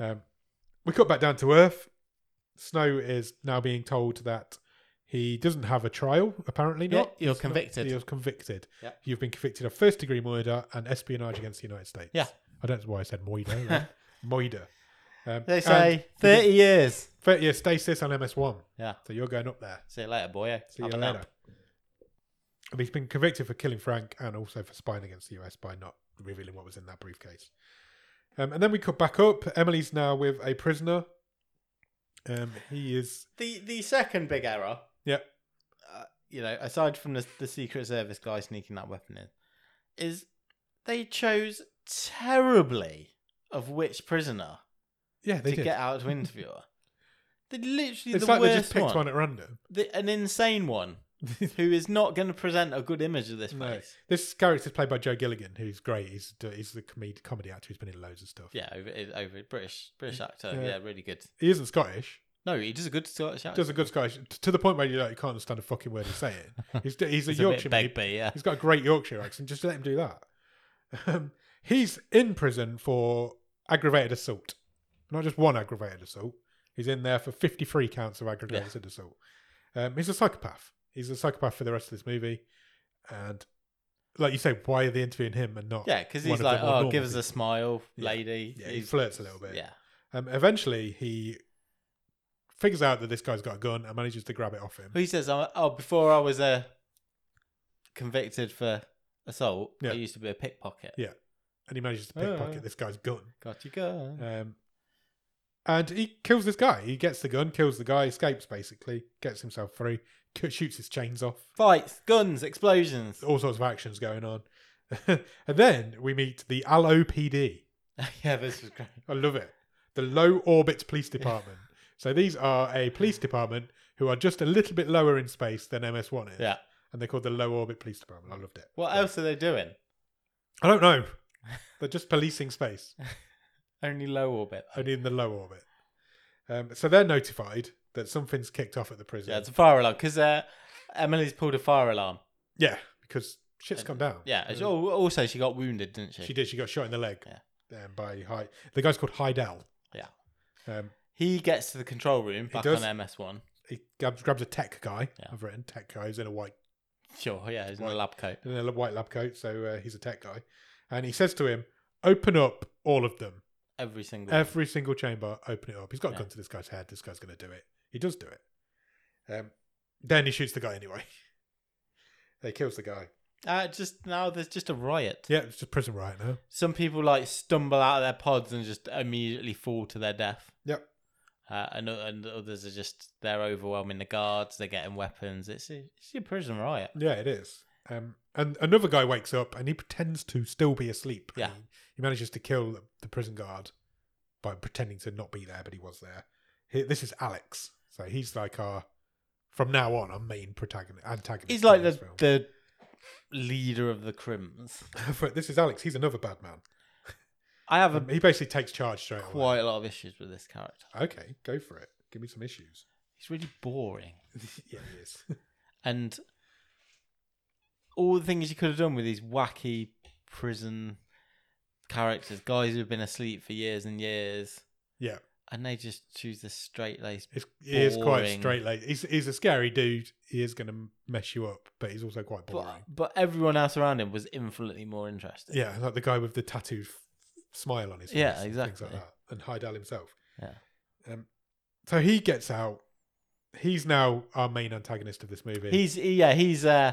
[SPEAKER 2] Um, we cut back down to Earth. Snow is now being told that he doesn't have a trial. Apparently
[SPEAKER 1] Yeah,
[SPEAKER 2] not.
[SPEAKER 1] you're
[SPEAKER 2] He's not-
[SPEAKER 1] convicted.
[SPEAKER 2] You're convicted.
[SPEAKER 1] Yeah.
[SPEAKER 2] You've been convicted of first degree murder and espionage against the United States.
[SPEAKER 1] Yeah.
[SPEAKER 2] I don't know why I said moida. right? moida. Um,
[SPEAKER 1] They
[SPEAKER 2] and
[SPEAKER 1] say thirty years.
[SPEAKER 2] 30 years stasis on MS1.
[SPEAKER 1] Yeah.
[SPEAKER 2] So you're going up there.
[SPEAKER 1] See you later, boy.
[SPEAKER 2] See
[SPEAKER 1] Have
[SPEAKER 2] you
[SPEAKER 1] a
[SPEAKER 2] later.
[SPEAKER 1] nap.
[SPEAKER 2] And he's been convicted for killing Frank and also for spying against the US by not revealing what was in that briefcase. Um, and then we cut back up. Emily's now with a prisoner. Um, he is.
[SPEAKER 1] The the second big error,
[SPEAKER 2] Yep.
[SPEAKER 1] uh, you know, aside from the the Secret Service guy sneaking that weapon in, is they chose terribly of which prisoner
[SPEAKER 2] Yeah, they
[SPEAKER 1] to
[SPEAKER 2] did.
[SPEAKER 1] get out to interview her. They literally
[SPEAKER 2] it's
[SPEAKER 1] the
[SPEAKER 2] like they
[SPEAKER 1] worst
[SPEAKER 2] just picked one.
[SPEAKER 1] one,
[SPEAKER 2] at random.
[SPEAKER 1] The, an insane one. who is not going to present a good image of this
[SPEAKER 2] No.
[SPEAKER 1] place.
[SPEAKER 2] This character's played by Joe Gilligan, who's great. He's he's the comedy comedy actor who's been in loads of stuff.
[SPEAKER 1] Yeah, over, over British British actor.
[SPEAKER 2] Yeah.
[SPEAKER 1] Yeah. really good.
[SPEAKER 2] He isn't Scottish.
[SPEAKER 1] No, he does a good Scottish accent.
[SPEAKER 2] Does a good Scottish t- to the point where you like, you can't understand a fucking word he's saying. He's he's a
[SPEAKER 1] He's
[SPEAKER 2] Yorkshireman.
[SPEAKER 1] bit
[SPEAKER 2] He-
[SPEAKER 1] Begbie, yeah.
[SPEAKER 2] He's got a great Yorkshire accent. Just let him do that. Um, he's in prison for aggravated assault. Not just one aggravated assault. He's in there for 53 counts of aggravated assault. Um, he's a psychopath. He's a psychopath for the rest of this movie. And like you say, why are they interviewing him and not?
[SPEAKER 1] Yeah, because
[SPEAKER 2] one of
[SPEAKER 1] he's
[SPEAKER 2] the
[SPEAKER 1] like,
[SPEAKER 2] more
[SPEAKER 1] oh,
[SPEAKER 2] normal
[SPEAKER 1] give us
[SPEAKER 2] people."
[SPEAKER 1] a smile,
[SPEAKER 2] Yeah.
[SPEAKER 1] lady.
[SPEAKER 2] Yeah, he
[SPEAKER 1] He's-
[SPEAKER 2] flirts a little bit.
[SPEAKER 1] Yeah.
[SPEAKER 2] Um, eventually, he figures out that this guy's got a gun and manages to grab it off him.
[SPEAKER 1] Well, he says, oh, oh, before I was uh, convicted for assault,
[SPEAKER 2] Yeah.
[SPEAKER 1] I used to be a pickpocket.
[SPEAKER 2] Yeah. And he manages to
[SPEAKER 1] Oh.
[SPEAKER 2] pickpocket this guy's gun.
[SPEAKER 1] Got your gun.
[SPEAKER 2] Um, and he kills this guy. He gets the gun, kills the guy, escapes basically, gets himself free, c- shoots his chains off.
[SPEAKER 1] Fights, guns, explosions.
[SPEAKER 2] All sorts of actions going on. and then we meet the LOPD.
[SPEAKER 1] yeah, this was great.
[SPEAKER 2] I love it. The Low Orbit Police Department. so these are a police department who are just a little bit lower in space than MS1 is.
[SPEAKER 1] Yeah.
[SPEAKER 2] And they're called the Low Orbit Police Department. I loved it.
[SPEAKER 1] What else are they doing?
[SPEAKER 2] I don't know. They're just policing space.
[SPEAKER 1] Only low orbit.
[SPEAKER 2] only in the low orbit. Um, so they're notified that something's kicked off at the prison.
[SPEAKER 1] Yeah, it's a fire alarm because uh, Emily's pulled a fire alarm.
[SPEAKER 2] Yeah, because shit's gone down.
[SPEAKER 1] Yeah.
[SPEAKER 2] Uh,
[SPEAKER 1] it's- oh, also, she got wounded, didn't she?
[SPEAKER 2] she did. She got shot in the leg.
[SPEAKER 1] Yeah.
[SPEAKER 2] Um, by Hy- the guy's called Hydel.
[SPEAKER 1] Yeah.
[SPEAKER 2] Um,
[SPEAKER 1] He gets to the control room back on
[SPEAKER 2] does.
[SPEAKER 1] MS1.
[SPEAKER 2] he grabs, grabs a tech guy.
[SPEAKER 1] Yeah.
[SPEAKER 2] I've written tech guy. He's in a white
[SPEAKER 1] Sure, yeah, he's in a
[SPEAKER 2] Right.
[SPEAKER 1] lab coat.
[SPEAKER 2] in a white lab coat, so uh, he's a tech guy. And he says to him, "Open up all of them.
[SPEAKER 1] Every single.
[SPEAKER 2] Every single chamber. Open it up." He's got a
[SPEAKER 1] Yeah.
[SPEAKER 2] gun to this guy's head. This guy's going to do it. He does do it. Um, then he shoots the guy anyway. he kills the guy.
[SPEAKER 1] uh, just now, there's just a riot.
[SPEAKER 2] Yeah, it's just prison riot now.
[SPEAKER 1] Some people like stumble out of their pods and just immediately fall to their death.
[SPEAKER 2] Yep.
[SPEAKER 1] Uh, and, o- and others are just they're overwhelming the guards. They're getting weapons. It's a, it's a prison riot.
[SPEAKER 2] Yeah, it is. Um, and another guy wakes up and he pretends to still be asleep.
[SPEAKER 1] Yeah.
[SPEAKER 2] He, he manages to kill the, the prison guard by pretending to not be there, but he was there. He, this is Alex. So he's like our, from now on, our main protagonist. antagonist
[SPEAKER 1] He's
[SPEAKER 2] in
[SPEAKER 1] like
[SPEAKER 2] this
[SPEAKER 1] the
[SPEAKER 2] film.
[SPEAKER 1] the leader of the crims.
[SPEAKER 2] But this is Alex. He's another bad man.
[SPEAKER 1] I have a,
[SPEAKER 2] Um, he basically takes charge straight away.
[SPEAKER 1] quite a lot of issues with this character.
[SPEAKER 2] Okay, go for it. Give me some issues.
[SPEAKER 1] He's really boring,
[SPEAKER 2] yeah, he is.
[SPEAKER 1] and all the things you could have done with these wacky prison characters, guys who've been asleep for years and years,
[SPEAKER 2] yeah,
[SPEAKER 1] and they just choose this straight laced
[SPEAKER 2] it's, he is quite
[SPEAKER 1] Boring.
[SPEAKER 2] straight. Like he's, he's a scary dude. He is going to mess you up, but he's also quite boring.
[SPEAKER 1] But, but everyone else around him was infinitely more interesting.
[SPEAKER 2] Yeah, like the guy with the tattooed f- smile on his face.
[SPEAKER 1] Yeah,
[SPEAKER 2] and Things
[SPEAKER 1] exactly.
[SPEAKER 2] like that. And Heidel himself.
[SPEAKER 1] Yeah.
[SPEAKER 2] Um, so he gets out. He's now our main antagonist of this movie.
[SPEAKER 1] He's yeah, he's uh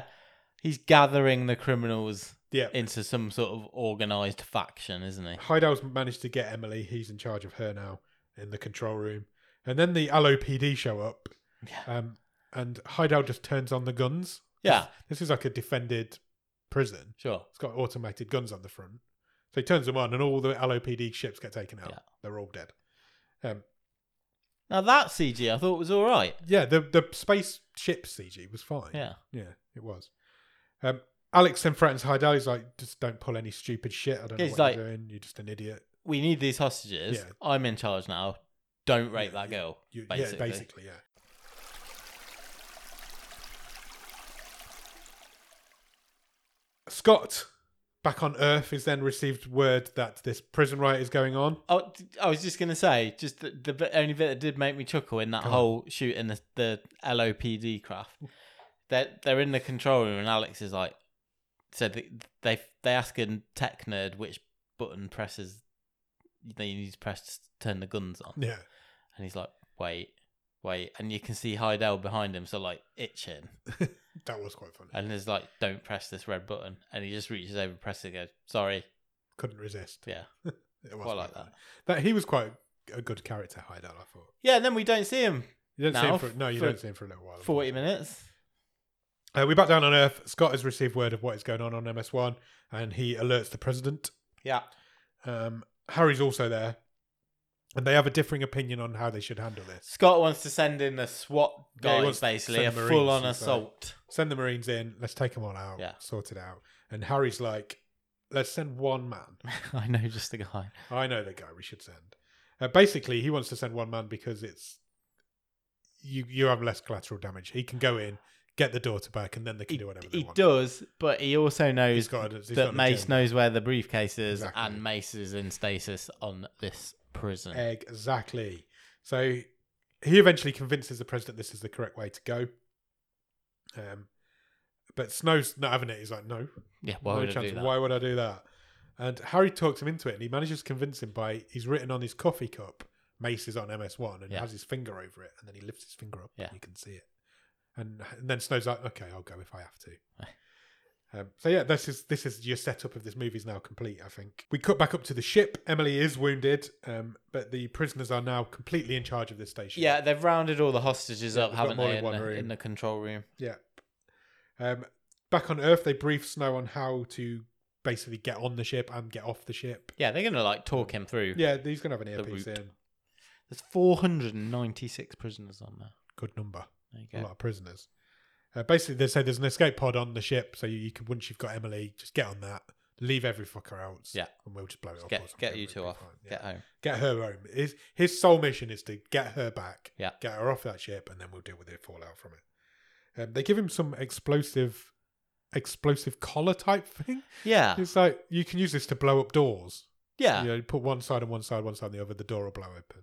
[SPEAKER 1] he's gathering the criminals
[SPEAKER 2] yeah.
[SPEAKER 1] into some sort of organized faction, isn't he?
[SPEAKER 2] Heidel's managed to get Emily. He's in charge of her now in the control room. And then the LOPD show up.
[SPEAKER 1] Yeah.
[SPEAKER 2] Um, and Heidel just turns on the guns.
[SPEAKER 1] Yeah,
[SPEAKER 2] This is like a defended prison.
[SPEAKER 1] sure.
[SPEAKER 2] It's got automated guns on the front. So he turns them on, and all the LOPD ships get taken out.
[SPEAKER 1] Yeah.
[SPEAKER 2] They're all dead. Um,
[SPEAKER 1] Now that CG I thought was all right.
[SPEAKER 2] Yeah, the the space ship CG was fine.
[SPEAKER 1] Yeah.
[SPEAKER 2] yeah, it was. Um, Alex then threatens Heidel. He's like, "Just don't pull any stupid shit. I don't know
[SPEAKER 1] He's
[SPEAKER 2] what
[SPEAKER 1] like-
[SPEAKER 2] you're doing. You're just an idiot."
[SPEAKER 1] We need these hostages.
[SPEAKER 2] Yeah.
[SPEAKER 1] I'm in charge now. Don't rape
[SPEAKER 2] Yeah,
[SPEAKER 1] that girl.
[SPEAKER 2] You,
[SPEAKER 1] basically.
[SPEAKER 2] Yeah, basically, yeah. Scott, back on Earth, is then received word that this prison riot is going on.
[SPEAKER 1] Oh, d- I was just gonna say, just the, the bit- only bit that did make me chuckle in that
[SPEAKER 2] Go on.
[SPEAKER 1] whole shooting the, the LOPD craft. That they're, in the control room and Alex is like, said that they they ask a tech nerd which button presses they need to press to turn the guns on,
[SPEAKER 2] Yeah,
[SPEAKER 1] and he's like, wait, wait, and you can see Heidel behind him, so like itching,
[SPEAKER 2] that was quite funny.
[SPEAKER 1] and he's like, don't press this red button, and he just reaches over, presses, it, goes, sorry,
[SPEAKER 2] Couldn't resist.
[SPEAKER 1] yeah,
[SPEAKER 2] It was
[SPEAKER 1] quite like
[SPEAKER 2] funny.
[SPEAKER 1] that.
[SPEAKER 2] That he was quite a good character, Heidel. I thought.
[SPEAKER 1] Yeah, and then we don't see him
[SPEAKER 2] You don't see
[SPEAKER 1] now
[SPEAKER 2] him for no, you
[SPEAKER 1] for
[SPEAKER 2] don't see him for a little while.
[SPEAKER 1] forty minutes.
[SPEAKER 2] Uh, we're back down on Earth. Scott has received word of what is going on on MS1, and he alerts the president.
[SPEAKER 1] Yeah.
[SPEAKER 2] Um, Harry's also there, and they have a differing opinion on how they should handle this.
[SPEAKER 1] Scott wants to send in a SWAT
[SPEAKER 2] Yeah, he
[SPEAKER 1] guy,
[SPEAKER 2] wants to
[SPEAKER 1] basically a
[SPEAKER 2] send Marines
[SPEAKER 1] full-on
[SPEAKER 2] and stuff.
[SPEAKER 1] assault.
[SPEAKER 2] Send the Marines in. Let's take them all out.
[SPEAKER 1] Yeah.
[SPEAKER 2] Sort it out. And Harry's like, let's send one man.
[SPEAKER 1] I know, just a guy.
[SPEAKER 2] I know the guy we should send. Uh, basically, he wants to send one man because it's you. You have less collateral damage. He can go in, get the daughter back, and then they can
[SPEAKER 1] He,
[SPEAKER 2] do whatever they
[SPEAKER 1] he
[SPEAKER 2] want.
[SPEAKER 1] does, but he also knows
[SPEAKER 2] He's got a, he's got
[SPEAKER 1] that
[SPEAKER 2] an
[SPEAKER 1] Mace
[SPEAKER 2] agenda.
[SPEAKER 1] knows where the briefcase is,
[SPEAKER 2] Exactly.
[SPEAKER 1] and Mace is in stasis on this prison.
[SPEAKER 2] Exactly. So he eventually convinces the president this is the correct way to go. Um, but Snow's not having it. He's like, no,
[SPEAKER 1] yeah, why
[SPEAKER 2] no
[SPEAKER 1] would I
[SPEAKER 2] chance.
[SPEAKER 1] do that?
[SPEAKER 2] Why would I do that? And Harry talks him into it, and he manages to convince him by he's written on his coffee cup, Mace is on MS One, and
[SPEAKER 1] Yeah.
[SPEAKER 2] has his finger over it, and then he lifts his finger up,
[SPEAKER 1] Yeah.
[SPEAKER 2] and you can see it. And, and then Snow's like, okay, I'll go if I have to. um, so yeah, this is this is your setup of this movie is now complete. I think we cut back up to the ship. Emily is wounded, um, but the prisoners are now completely in charge of this station.
[SPEAKER 1] Yeah, they've rounded all the hostages
[SPEAKER 2] Yeah,
[SPEAKER 1] up,
[SPEAKER 2] we've got
[SPEAKER 1] haven't
[SPEAKER 2] more
[SPEAKER 1] they?
[SPEAKER 2] in
[SPEAKER 1] In,
[SPEAKER 2] one
[SPEAKER 1] the,
[SPEAKER 2] room.
[SPEAKER 1] in the control room.
[SPEAKER 2] Yeah. Um, back on Earth, they brief Snow on how to basically get on the ship and get off the ship.
[SPEAKER 1] Yeah, they're gonna like talk him through.
[SPEAKER 2] Yeah, he's gonna have an
[SPEAKER 1] The
[SPEAKER 2] earpiece
[SPEAKER 1] route.
[SPEAKER 2] in.
[SPEAKER 1] There's 496 prisoners on there.
[SPEAKER 2] Good number.
[SPEAKER 1] There you
[SPEAKER 2] A
[SPEAKER 1] go.
[SPEAKER 2] lot of prisoners. Uh, basically, they say there's an escape pod on the ship, so you, you can once you've got Emily, just get on that, leave every fucker else.
[SPEAKER 1] Yeah.
[SPEAKER 2] and we'll just blow it up. or
[SPEAKER 1] Get
[SPEAKER 2] something,
[SPEAKER 1] get you
[SPEAKER 2] we'll
[SPEAKER 1] two
[SPEAKER 2] be
[SPEAKER 1] off.
[SPEAKER 2] fine. Yeah.
[SPEAKER 1] Get home.
[SPEAKER 2] Get her home. His his sole mission is to get her back.
[SPEAKER 1] Yeah.
[SPEAKER 2] Get her off that ship, and then we'll deal with the fallout from it. Um, they give him some explosive, explosive collar type thing.
[SPEAKER 1] Yeah,
[SPEAKER 2] It's like you can use this to blow up doors.
[SPEAKER 1] yeah.
[SPEAKER 2] You know, put one side on one side, one side on the other, the door will blow open.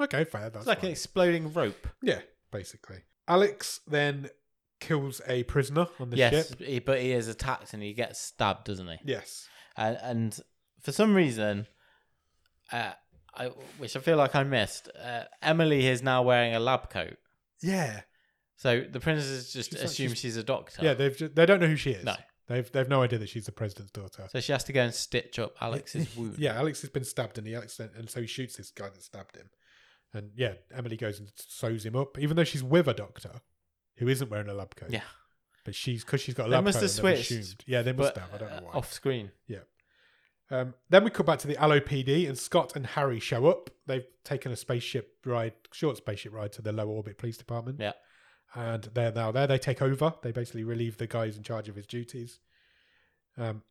[SPEAKER 2] Okay, fair. That's
[SPEAKER 1] it's like an
[SPEAKER 2] fine.
[SPEAKER 1] exploding rope.
[SPEAKER 2] Yeah, basically. Alex then kills a prisoner on the
[SPEAKER 1] Yes,
[SPEAKER 2] ship.
[SPEAKER 1] he, but he is attacked and he gets stabbed, doesn't he?
[SPEAKER 2] Yes.
[SPEAKER 1] and and for some reason, uh, I which I feel like I missed. Uh, Emily is now wearing a lab coat,
[SPEAKER 2] Yeah.
[SPEAKER 1] so the princess just
[SPEAKER 2] She's like-
[SPEAKER 1] assumes
[SPEAKER 2] she's-
[SPEAKER 1] she's a doctor.
[SPEAKER 2] Yeah, they've just, they don't know who she is.
[SPEAKER 1] No.
[SPEAKER 2] They've they've no idea that she's the president's daughter.
[SPEAKER 1] so she has to go and stitch up Alex's wound.
[SPEAKER 2] Yeah, Alex has been stabbed in the accident and so he shoots this guy that stabbed him. And yeah, Emily goes and sews him up, even though she's with a doctor who isn't wearing a lab coat.
[SPEAKER 1] Yeah.
[SPEAKER 2] But she's because she's got a
[SPEAKER 1] They
[SPEAKER 2] lab
[SPEAKER 1] must
[SPEAKER 2] coat.
[SPEAKER 1] have
[SPEAKER 2] and they've
[SPEAKER 1] switched,
[SPEAKER 2] assumed- Yeah, they must
[SPEAKER 1] but
[SPEAKER 2] have. I don't know
[SPEAKER 1] uh,
[SPEAKER 2] why.
[SPEAKER 1] off screen.
[SPEAKER 2] Um, then we come back to the LOPD, and Scott and Harry show up. They've taken a spaceship ride, short spaceship ride to the low orbit police department.
[SPEAKER 1] Yeah.
[SPEAKER 2] And they're now there. They take over. They basically relieve the guy who's in charge of his duties. Um,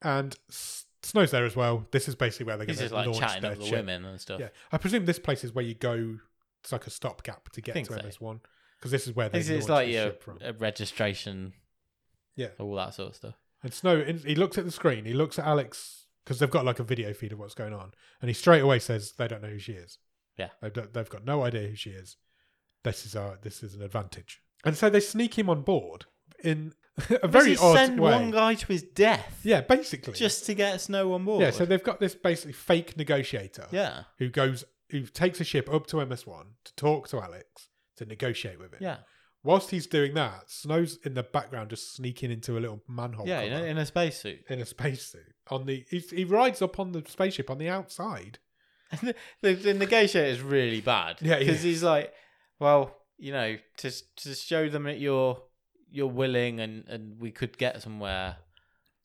[SPEAKER 2] and S- Snow's there as well. This is basically where they're going
[SPEAKER 1] He's
[SPEAKER 2] to
[SPEAKER 1] just like
[SPEAKER 2] launch
[SPEAKER 1] chatting
[SPEAKER 2] their
[SPEAKER 1] up the
[SPEAKER 2] ship.
[SPEAKER 1] women and stuff.
[SPEAKER 2] Yeah, I presume this place is where you go. It's like a stopgap to get
[SPEAKER 1] Think
[SPEAKER 2] to
[SPEAKER 1] so.
[SPEAKER 2] MS One because this is where they
[SPEAKER 1] It's, it's
[SPEAKER 2] launch
[SPEAKER 1] like
[SPEAKER 2] the
[SPEAKER 1] your
[SPEAKER 2] ship from.
[SPEAKER 1] a registration,
[SPEAKER 2] Yeah.
[SPEAKER 1] all that sort of stuff.
[SPEAKER 2] And Snow, he looks at the screen. He looks at Alex because they've got like a video feed of what's going on, and he straight away says they don't know who she is.
[SPEAKER 1] Yeah.
[SPEAKER 2] they don't, they've got no idea who she is. This is our this is an advantage, and so they sneak him on board in a
[SPEAKER 1] Does
[SPEAKER 2] very
[SPEAKER 1] he
[SPEAKER 2] odd
[SPEAKER 1] send
[SPEAKER 2] way.
[SPEAKER 1] one guy to his death
[SPEAKER 2] yeah, basically.
[SPEAKER 1] just to get Snow on board.
[SPEAKER 2] yeah. So they've got this basically fake negotiator
[SPEAKER 1] yeah,
[SPEAKER 2] who goes who takes a ship up to MS One to talk to Alex to negotiate with him.
[SPEAKER 1] yeah,
[SPEAKER 2] Whilst he's doing that, Snow's in the background just sneaking into a little manhole.
[SPEAKER 1] yeah. In a,
[SPEAKER 2] cover
[SPEAKER 1] in a spacesuit.
[SPEAKER 2] in a spacesuit on the he, he rides up on the spaceship on the outside.
[SPEAKER 1] the, the negotiator is really bad.
[SPEAKER 2] Yeah, he
[SPEAKER 1] because
[SPEAKER 2] is.
[SPEAKER 1] he's like, well, you know, to to show them that you're you're willing and and we could get somewhere,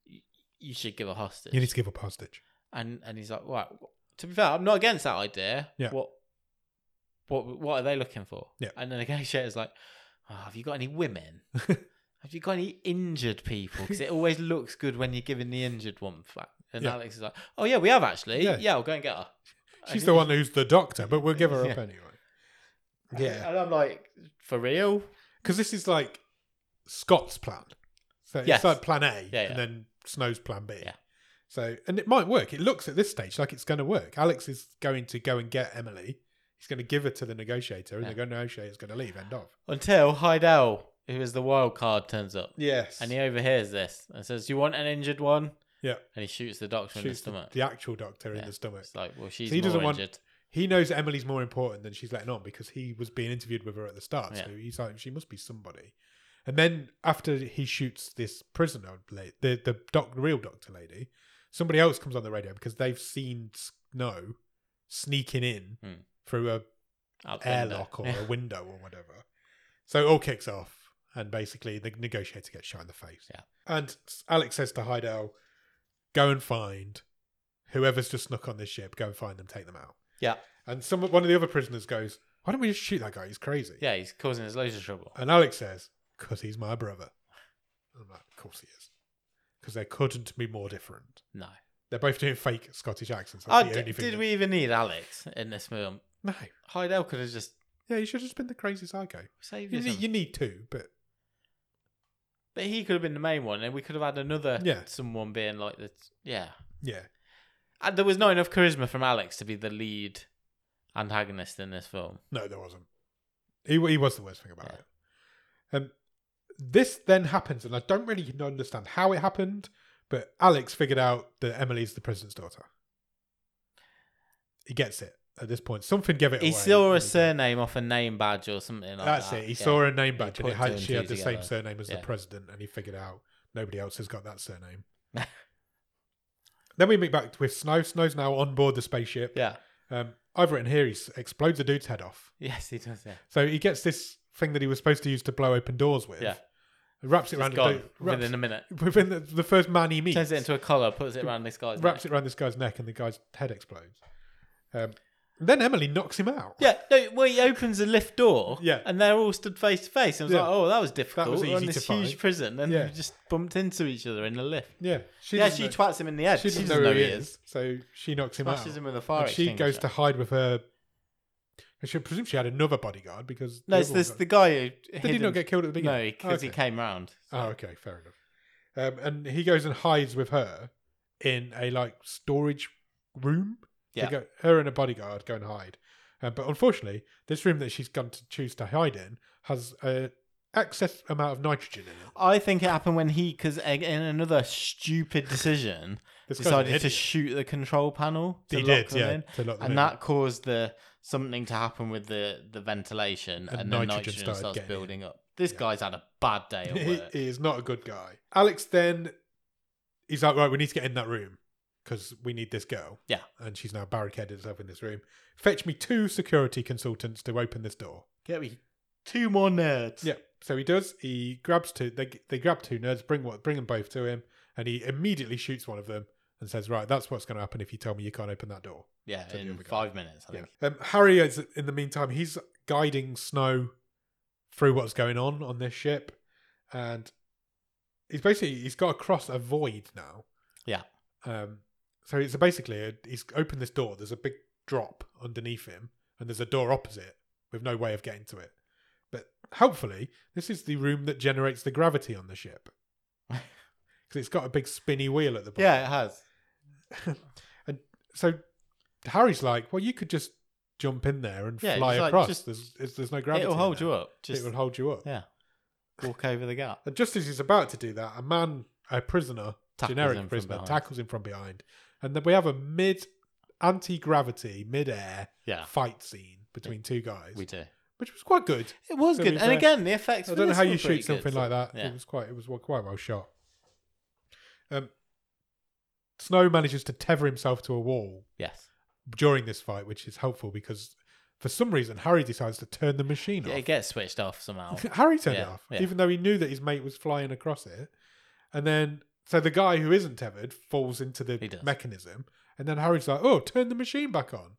[SPEAKER 1] y- you should give a hostage.
[SPEAKER 2] You need to give up hostage.
[SPEAKER 1] and and he's like, right. To be fair, I'm not against that idea.
[SPEAKER 2] Yeah.
[SPEAKER 1] What what what are they looking for?
[SPEAKER 2] Yeah.
[SPEAKER 1] And the negotiator's like, oh, have you got any women? Have you got any injured people? Because it always looks good when you're giving the injured one back. And
[SPEAKER 2] Yeah.
[SPEAKER 1] Alex is like, "Oh yeah, we have actually.
[SPEAKER 2] Yeah.
[SPEAKER 1] Yeah, I'll go and get her."
[SPEAKER 2] She's the one who's the doctor, but we'll give her up
[SPEAKER 1] Yeah.
[SPEAKER 2] anyway. Yeah,
[SPEAKER 1] And I'm like, for real?
[SPEAKER 2] because this is like Scott's plan. So it's
[SPEAKER 1] Yes.
[SPEAKER 2] like plan A,
[SPEAKER 1] Yeah, yeah.
[SPEAKER 2] and then Snow's plan B.
[SPEAKER 1] Yeah.
[SPEAKER 2] So and it might work. It looks at this stage like it's going to work. Alex is going to go and get Emily. He's going to give her to the negotiator, and
[SPEAKER 1] Yeah.
[SPEAKER 2] the negotiator's going to leave. End of.
[SPEAKER 1] Until Heidel, who is the wild card, turns up.
[SPEAKER 2] Yes.
[SPEAKER 1] And he overhears this and says, Do you want an injured one?
[SPEAKER 2] Yeah.
[SPEAKER 1] And he shoots the doctor in the
[SPEAKER 2] shoots the,
[SPEAKER 1] stomach.
[SPEAKER 2] the actual doctor in
[SPEAKER 1] Yeah.
[SPEAKER 2] the stomach.
[SPEAKER 1] It's like, well, she's
[SPEAKER 2] So he doesn't
[SPEAKER 1] more
[SPEAKER 2] want-
[SPEAKER 1] injured.
[SPEAKER 2] he knows Emily's more important than she's letting on because he was being interviewed with her at the start. So
[SPEAKER 1] Yeah.
[SPEAKER 2] he's like, she must be somebody. And then after he shoots this prisoner, la- the the doc, real doctor lady, somebody else comes on the radio because they've seen Snow sneaking in
[SPEAKER 1] Hmm.
[SPEAKER 2] through a
[SPEAKER 1] Out the window.
[SPEAKER 2] airlock or
[SPEAKER 1] Yeah.
[SPEAKER 2] a window or whatever. So it all kicks off, and basically the negotiator gets shot in the face.
[SPEAKER 1] Yeah.
[SPEAKER 2] And Alex says to Heidel, "Go and find whoever's just snuck on this ship. Go and find them. Take them out."
[SPEAKER 1] Yeah.
[SPEAKER 2] And some one of the other prisoners goes, "Why don't we just shoot that guy? He's crazy."
[SPEAKER 1] Yeah, he's causing us loads of trouble.
[SPEAKER 2] And Alex says, "Cause he's my brother." And I'm like, "Of course he is," because they couldn't be more different.
[SPEAKER 1] No.
[SPEAKER 2] They're both doing fake Scottish accents.
[SPEAKER 1] Oh,
[SPEAKER 2] That's the
[SPEAKER 1] d-
[SPEAKER 2] only thing.
[SPEAKER 1] did
[SPEAKER 2] that-
[SPEAKER 1] we even need Alex in this film?
[SPEAKER 2] No.
[SPEAKER 1] Heidel could have just
[SPEAKER 2] Yeah, you should have just been the crazy psycho.
[SPEAKER 1] saved
[SPEAKER 2] You
[SPEAKER 1] us.
[SPEAKER 2] need, you need two, but
[SPEAKER 1] But he could have been the main one, and we could have had another
[SPEAKER 2] Yeah.
[SPEAKER 1] someone being like the yeah.
[SPEAKER 2] yeah,
[SPEAKER 1] And there was not enough charisma from Alex to be the lead antagonist in this film.
[SPEAKER 2] no, there wasn't. He he was the worst thing about
[SPEAKER 1] Yeah.
[SPEAKER 2] it. Um, this then happens, and I don't really understand how it happened, but Alex figured out that Emily's the president's daughter. He gets it at this point. Something gave it away.
[SPEAKER 1] He saw
[SPEAKER 2] There
[SPEAKER 1] a
[SPEAKER 2] we go.
[SPEAKER 1] surname off a name badge or something like
[SPEAKER 2] That's
[SPEAKER 1] that.
[SPEAKER 2] it. He
[SPEAKER 1] Yeah.
[SPEAKER 2] saw a name badge
[SPEAKER 1] He
[SPEAKER 2] and it
[SPEAKER 1] put two
[SPEAKER 2] had
[SPEAKER 1] and
[SPEAKER 2] she
[SPEAKER 1] two
[SPEAKER 2] had the same
[SPEAKER 1] together.
[SPEAKER 2] surname as the
[SPEAKER 1] Yeah.
[SPEAKER 2] president, and he figured out nobody else has got that surname. then we meet back with Snow. Snow's now on board the spaceship.
[SPEAKER 1] Yeah.
[SPEAKER 2] Um, I've written here he s- explodes a dude's head off.
[SPEAKER 1] Yes, he does. Yeah.
[SPEAKER 2] So he gets this thing that he was supposed to use to blow open doors with.
[SPEAKER 1] Yeah.
[SPEAKER 2] Wraps it
[SPEAKER 1] It's
[SPEAKER 2] around
[SPEAKER 1] gone
[SPEAKER 2] the, wraps,
[SPEAKER 1] within a minute.
[SPEAKER 2] within the, the first man he meets.
[SPEAKER 1] Turns it into a collar, puts it around this guy's
[SPEAKER 2] wraps
[SPEAKER 1] neck.
[SPEAKER 2] it around this guy's neck, and the guy's head explodes. Um, then Emily knocks him out.
[SPEAKER 1] Yeah, no, well, he opens the lift door,
[SPEAKER 2] Yeah.
[SPEAKER 1] and they're all stood face to face. I was
[SPEAKER 2] Yeah.
[SPEAKER 1] like, oh, that was difficult.
[SPEAKER 2] was
[SPEAKER 1] We're in
[SPEAKER 2] easy to
[SPEAKER 1] this huge
[SPEAKER 2] find.
[SPEAKER 1] prison, and
[SPEAKER 2] Yeah.
[SPEAKER 1] we just bumped into each other in the lift.
[SPEAKER 2] Yeah. She
[SPEAKER 1] yeah,
[SPEAKER 2] doesn't
[SPEAKER 1] she
[SPEAKER 2] know-
[SPEAKER 1] twats him in the head.
[SPEAKER 2] she doesn't know who he is, so she knocks him out.
[SPEAKER 1] Smashes him with a fire
[SPEAKER 2] and she goes
[SPEAKER 1] extinguisher.
[SPEAKER 2] to hide with her. I should presume she had another bodyguard because
[SPEAKER 1] No,
[SPEAKER 2] the
[SPEAKER 1] it's
[SPEAKER 2] other one
[SPEAKER 1] this
[SPEAKER 2] got-
[SPEAKER 1] the guy who
[SPEAKER 2] Did he
[SPEAKER 1] hidden-
[SPEAKER 2] not get killed at the
[SPEAKER 1] No,
[SPEAKER 2] beginning?
[SPEAKER 1] because he
[SPEAKER 2] Okay.
[SPEAKER 1] came round.
[SPEAKER 2] Oh, okay, fair enough. Um, and he goes and hides with her in a like storage room. They
[SPEAKER 1] Yeah.
[SPEAKER 2] go, her and a bodyguard go and hide. Uh, but unfortunately, this room that she's gone to choose to hide in has a excess amount of nitrogen in it.
[SPEAKER 1] I think it happened when he, because in another stupid decision,
[SPEAKER 2] This guy's an
[SPEAKER 1] decided to
[SPEAKER 2] idiot.
[SPEAKER 1] shoot the control panel. To
[SPEAKER 2] He
[SPEAKER 1] lock
[SPEAKER 2] did,
[SPEAKER 1] them
[SPEAKER 2] yeah,
[SPEAKER 1] in,
[SPEAKER 2] to lock them
[SPEAKER 1] and
[SPEAKER 2] in.
[SPEAKER 1] that caused the something to happen with the the ventilation,
[SPEAKER 2] And
[SPEAKER 1] and, the
[SPEAKER 2] nitrogen
[SPEAKER 1] nitrogen,
[SPEAKER 2] started
[SPEAKER 1] starts
[SPEAKER 2] getting in.
[SPEAKER 1] building up. This guy's had a bad day at
[SPEAKER 2] he,
[SPEAKER 1] work.
[SPEAKER 2] he is not a good guy. Alex then he's like, right, we need to get in that room because we need this girl.
[SPEAKER 1] Yeah.
[SPEAKER 2] And she's now barricaded herself in this room. Fetch me two security consultants to open this door.
[SPEAKER 1] Get me two more nerds.
[SPEAKER 2] Yeah. So he does. He grabs two. They they grab two nerds. Bring what? Bring them both to him, and he immediately shoots one of them and says, "Right, that's what's going to happen if you tell me you can't open that door."
[SPEAKER 1] yeah,
[SPEAKER 2] So the
[SPEAKER 1] in
[SPEAKER 2] other guy.
[SPEAKER 1] five minutes, I
[SPEAKER 2] Yeah.
[SPEAKER 1] think.
[SPEAKER 2] Um, Harry is in the meantime. He's guiding Snow through what's going on on this ship, and he's basically he's got to cross a void now.
[SPEAKER 1] Yeah.
[SPEAKER 2] Um. So it's basically a, he's opened this door. There's a big drop underneath him, and there's a door opposite with no way of getting to it. But hopefully, this is the room that generates the gravity on the ship. Because it's got a big spinny wheel at the bottom.
[SPEAKER 1] Yeah, it has.
[SPEAKER 2] So Harry's like, well, you could just jump in there and
[SPEAKER 1] Yeah,
[SPEAKER 2] fly
[SPEAKER 1] he's like,
[SPEAKER 2] across.
[SPEAKER 1] just-
[SPEAKER 2] there's, it's- there's no gravity.
[SPEAKER 1] It'll
[SPEAKER 2] in
[SPEAKER 1] hold
[SPEAKER 2] there.
[SPEAKER 1] you up. Just
[SPEAKER 2] it will hold you up.
[SPEAKER 1] yeah, walk over the gap.
[SPEAKER 2] And just as he's about to do that, a man, a prisoner,
[SPEAKER 1] Tackles him
[SPEAKER 2] generic
[SPEAKER 1] from
[SPEAKER 2] prisoner,
[SPEAKER 1] behind.
[SPEAKER 2] tackles him from behind. And then we have a mid anti gravity, mid air
[SPEAKER 1] Yeah,
[SPEAKER 2] fight scene between two guys,
[SPEAKER 1] we do.
[SPEAKER 2] which was quite good.
[SPEAKER 1] It was
[SPEAKER 2] To
[SPEAKER 1] good,
[SPEAKER 2] be
[SPEAKER 1] and
[SPEAKER 2] fair-
[SPEAKER 1] again, the effects.
[SPEAKER 2] I
[SPEAKER 1] for
[SPEAKER 2] don't know
[SPEAKER 1] this
[SPEAKER 2] how
[SPEAKER 1] were
[SPEAKER 2] you
[SPEAKER 1] pretty
[SPEAKER 2] shoot
[SPEAKER 1] good,
[SPEAKER 2] something
[SPEAKER 1] so-
[SPEAKER 2] like that.
[SPEAKER 1] yeah.
[SPEAKER 2] It was quite it was quite well shot. Um, Snow manages to tether himself to a wall
[SPEAKER 1] Yes.
[SPEAKER 2] during this fight, which is helpful because for some reason Harry decides to turn the machine
[SPEAKER 1] Yeah, it gets switched off somehow.
[SPEAKER 2] off. Harry turned it
[SPEAKER 1] Yeah,
[SPEAKER 2] off,
[SPEAKER 1] yeah.
[SPEAKER 2] even though he knew that his mate was flying across it. And then, so the guy who isn't tethered falls into
[SPEAKER 1] He
[SPEAKER 2] the
[SPEAKER 1] does.
[SPEAKER 2] mechanism. And then Harry's like, oh, turn the machine back on.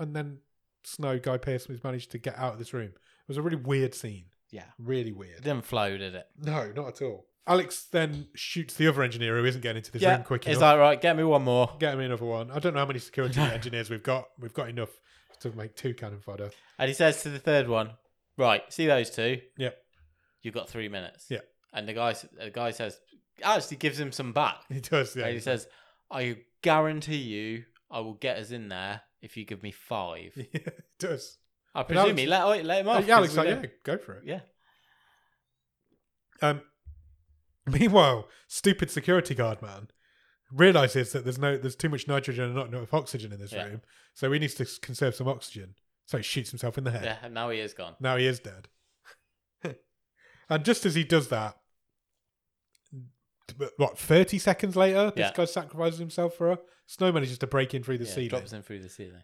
[SPEAKER 2] And then Snow Guy Pearson has managed to get out of this room. It was a really weird scene.
[SPEAKER 1] yeah.
[SPEAKER 2] Really
[SPEAKER 1] It
[SPEAKER 2] weird.
[SPEAKER 1] didn't flow, did it?
[SPEAKER 2] No, not at all. Alex then shoots the other engineer who isn't getting into this room quick
[SPEAKER 1] It's
[SPEAKER 2] enough.
[SPEAKER 1] like, right, get me one more.
[SPEAKER 2] Get him another one. I don't know how many security engineers we've got. We've got enough to make two cannon fodder.
[SPEAKER 1] And he says to the third one, right, see those two?
[SPEAKER 2] Yep.
[SPEAKER 1] You've got three minutes.
[SPEAKER 2] Yeah.
[SPEAKER 1] And the guy, s- the guy says, actually gives him some back.
[SPEAKER 2] He does, yeah.
[SPEAKER 1] And he says, I guarantee you I will get us in there if you give me five.
[SPEAKER 2] Yeah, it does.
[SPEAKER 1] I presume
[SPEAKER 2] Alex-
[SPEAKER 1] he let, let him
[SPEAKER 2] Oh,
[SPEAKER 1] off.
[SPEAKER 2] yeah, Alex,
[SPEAKER 1] 'cause
[SPEAKER 2] like,
[SPEAKER 1] we
[SPEAKER 2] yeah,
[SPEAKER 1] don't-
[SPEAKER 2] go for it.
[SPEAKER 1] yeah.
[SPEAKER 2] Um, meanwhile, stupid security guard man realizes that there's no, there's too much nitrogen and not enough oxygen in this
[SPEAKER 1] Yeah.
[SPEAKER 2] room, so he needs to s- conserve some oxygen. So he shoots himself in the head.
[SPEAKER 1] Yeah, and now he is gone.
[SPEAKER 2] Now he is dead. and just as he does that, what thirty seconds later, this
[SPEAKER 1] Yeah.
[SPEAKER 2] guy sacrifices himself for her. Snow manages to break in through the
[SPEAKER 1] Yeah,
[SPEAKER 2] ceiling
[SPEAKER 1] drops him through the ceiling.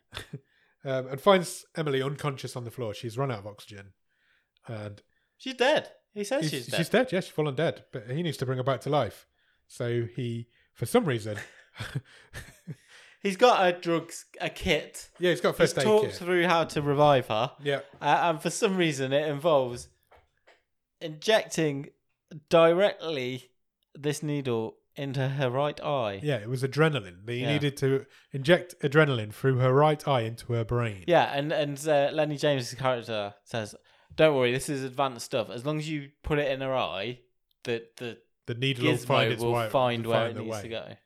[SPEAKER 2] um, and finds Emily unconscious on the floor. She's run out of oxygen, and
[SPEAKER 1] She's dead. He
[SPEAKER 2] he's-
[SPEAKER 1] says she's, dead.
[SPEAKER 2] she's dead. Yes, she's fallen dead. But he needs to bring her back to life. So he, for some reason,
[SPEAKER 1] He's got a drugs a kit.
[SPEAKER 2] Yeah, it's got
[SPEAKER 1] He's
[SPEAKER 2] first aid
[SPEAKER 1] talked
[SPEAKER 2] kit.
[SPEAKER 1] through how to revive her,
[SPEAKER 2] Yeah,
[SPEAKER 1] uh, and for some reason, it involves injecting directly this needle into her right eye.
[SPEAKER 2] yeah, it was adrenaline. They
[SPEAKER 1] Yeah.
[SPEAKER 2] needed to inject adrenaline through her right eye into her brain.
[SPEAKER 1] Yeah, and and uh, Lenny James' character says, "Don't worry, this is advanced stuff. As long as you put it in her eye, the the
[SPEAKER 2] the needle will find
[SPEAKER 1] gizmo
[SPEAKER 2] its
[SPEAKER 1] will
[SPEAKER 2] way,
[SPEAKER 1] find
[SPEAKER 2] to
[SPEAKER 1] where
[SPEAKER 2] find
[SPEAKER 1] it
[SPEAKER 2] the
[SPEAKER 1] needs
[SPEAKER 2] way.
[SPEAKER 1] to go."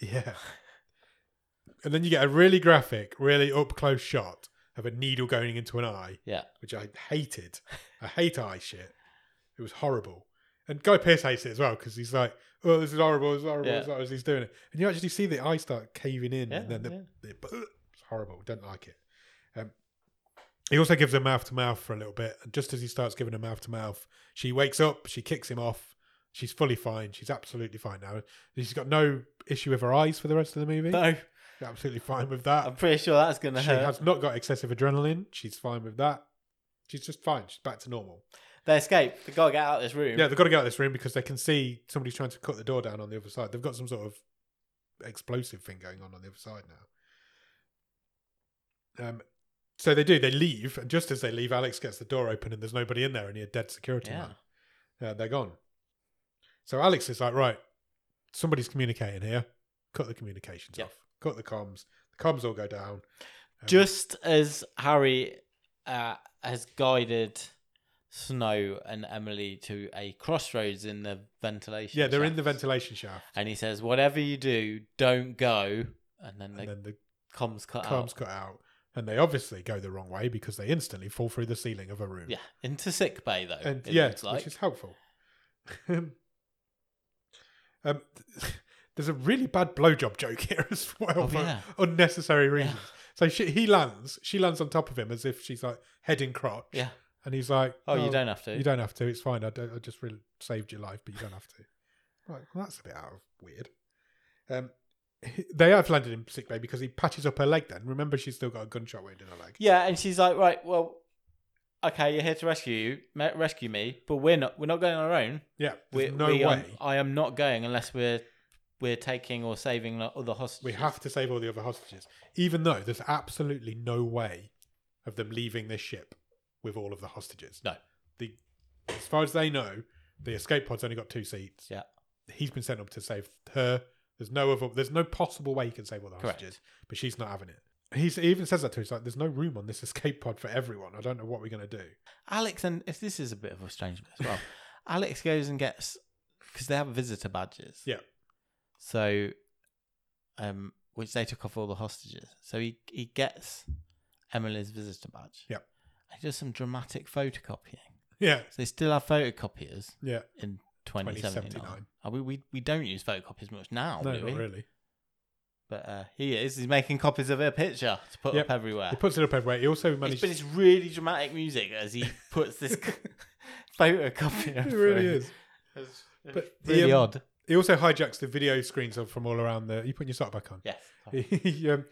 [SPEAKER 2] Yeah. And then you get a really graphic, really up close shot of a needle going into an eye.
[SPEAKER 1] Yeah.
[SPEAKER 2] Which I hated. I hate eye shit. It was horrible. And Guy Pearce hates it as well because he's like, oh, this is horrible, this is horrible, this is
[SPEAKER 1] Yeah.
[SPEAKER 2] horrible," as he's doing it. And you actually see the eye start caving in
[SPEAKER 1] Yeah,
[SPEAKER 2] and then the,
[SPEAKER 1] yeah.
[SPEAKER 2] the- it's horrible. Don't like it. Um, he also gives her mouth to mouth for a little bit. And just as he starts giving her mouth to mouth, she wakes up, she kicks him off. She's fully fine. She's absolutely fine now. She's got no issue with her eyes for the rest of the movie.
[SPEAKER 1] No,
[SPEAKER 2] Absolutely fine with that.
[SPEAKER 1] I'm pretty sure that's gonna
[SPEAKER 2] she
[SPEAKER 1] hurt.
[SPEAKER 2] has not got excessive adrenaline. She's fine with that. She's just fine. She's back to normal.
[SPEAKER 1] They escape. They gotta get out of this room.
[SPEAKER 2] Yeah, they've got to get out of this room because they can see somebody's trying to cut the door down on the other side. They've got some sort of explosive thing going on on the other side now. Um, so they do. They leave, and just as they leave, Alex gets the door open, and there's nobody in there, and he a dead security
[SPEAKER 1] Yeah.
[SPEAKER 2] man. Uh, they're gone. So Alex is like, right, somebody's communicating here. Cut the communications
[SPEAKER 1] Yeah.
[SPEAKER 2] off. Cut the comms. The comms all go down. Um,
[SPEAKER 1] Just as Harry uh, has guided Snow and Emily to a crossroads in the ventilation.
[SPEAKER 2] yeah, they're in the
[SPEAKER 1] shaft.
[SPEAKER 2] ventilation shaft,
[SPEAKER 1] And he says, "Whatever you do, don't go." And then
[SPEAKER 2] and
[SPEAKER 1] the
[SPEAKER 2] then the
[SPEAKER 1] comms cut
[SPEAKER 2] Combs
[SPEAKER 1] out.
[SPEAKER 2] cut out, and they obviously go the wrong way because they instantly fall through the ceiling of a room.
[SPEAKER 1] Yeah, into sick bay though.
[SPEAKER 2] and
[SPEAKER 1] it
[SPEAKER 2] yeah,
[SPEAKER 1] looks like.
[SPEAKER 2] which is helpful. um, um, there's a really bad blowjob joke here as well
[SPEAKER 1] Oh,
[SPEAKER 2] for
[SPEAKER 1] yeah.
[SPEAKER 2] unnecessary
[SPEAKER 1] Yeah.
[SPEAKER 2] reasons. So she, he lands, she lands on top of him as if she's like head in crotch,
[SPEAKER 1] Yeah.
[SPEAKER 2] and he's like,
[SPEAKER 1] Oh, you don't have to.
[SPEAKER 2] you don't have to. It's fine. I, don't, I just really saved your life, but you don't have to. Right. Well, that's a bit out of weird. Um, they have landed in sick bay because he patches up her leg. Then remember, she's still got a gunshot wound in her leg.
[SPEAKER 1] Yeah, and she's like, "Right, well, okay, you're here to rescue you, me- rescue me, but we're not. We're not going on our own.
[SPEAKER 2] Yeah.
[SPEAKER 1] We,
[SPEAKER 2] There's no
[SPEAKER 1] we um,
[SPEAKER 2] way.
[SPEAKER 1] are- I am not going unless we're we're taking or saving the other hostages.
[SPEAKER 2] we have to save all the other hostages, even though there's absolutely no way of them leaving this ship with all of the hostages.
[SPEAKER 1] No.
[SPEAKER 2] The as far as they know, the escape pod's only got two seats.
[SPEAKER 1] Yeah.
[SPEAKER 2] He's been sent up to save her. There's no other. There's no possible way he can save all the
[SPEAKER 1] Correct.
[SPEAKER 2] hostages, but she's not having it. He's, he even says that to her. He's like, "There's no room on this escape pod for everyone. I don't know what we're gonna do."
[SPEAKER 1] Alex and if this is a bit of a strange one as well, Alex goes and gets because they have visitor badges.
[SPEAKER 2] Yeah.
[SPEAKER 1] So, um, which they took off all the hostages. So he he gets Emily's visitor badge.
[SPEAKER 2] Yeah.
[SPEAKER 1] He does some dramatic photocopying.
[SPEAKER 2] Yeah,
[SPEAKER 1] So they still have photocopiers
[SPEAKER 2] yeah.
[SPEAKER 1] in 2079.
[SPEAKER 2] 2079.
[SPEAKER 1] Are we, we we don't use photocopiers much now,
[SPEAKER 2] no,
[SPEAKER 1] do we?
[SPEAKER 2] not really.
[SPEAKER 1] But uh, he is. He's making copies of her picture to put
[SPEAKER 2] Yep.
[SPEAKER 1] up everywhere.
[SPEAKER 2] He puts it up everywhere. He also
[SPEAKER 1] Ah. It's-
[SPEAKER 2] manages.
[SPEAKER 1] but it's really dramatic music as he puts this photocopier.
[SPEAKER 2] it really
[SPEAKER 1] through.
[SPEAKER 2] is.
[SPEAKER 1] It's
[SPEAKER 2] But
[SPEAKER 1] really
[SPEAKER 2] the, um,
[SPEAKER 1] odd.
[SPEAKER 2] He also hijacks the video screens of- from all around the. You putting your sock back on?
[SPEAKER 1] Yes. oh,
[SPEAKER 2] he, um,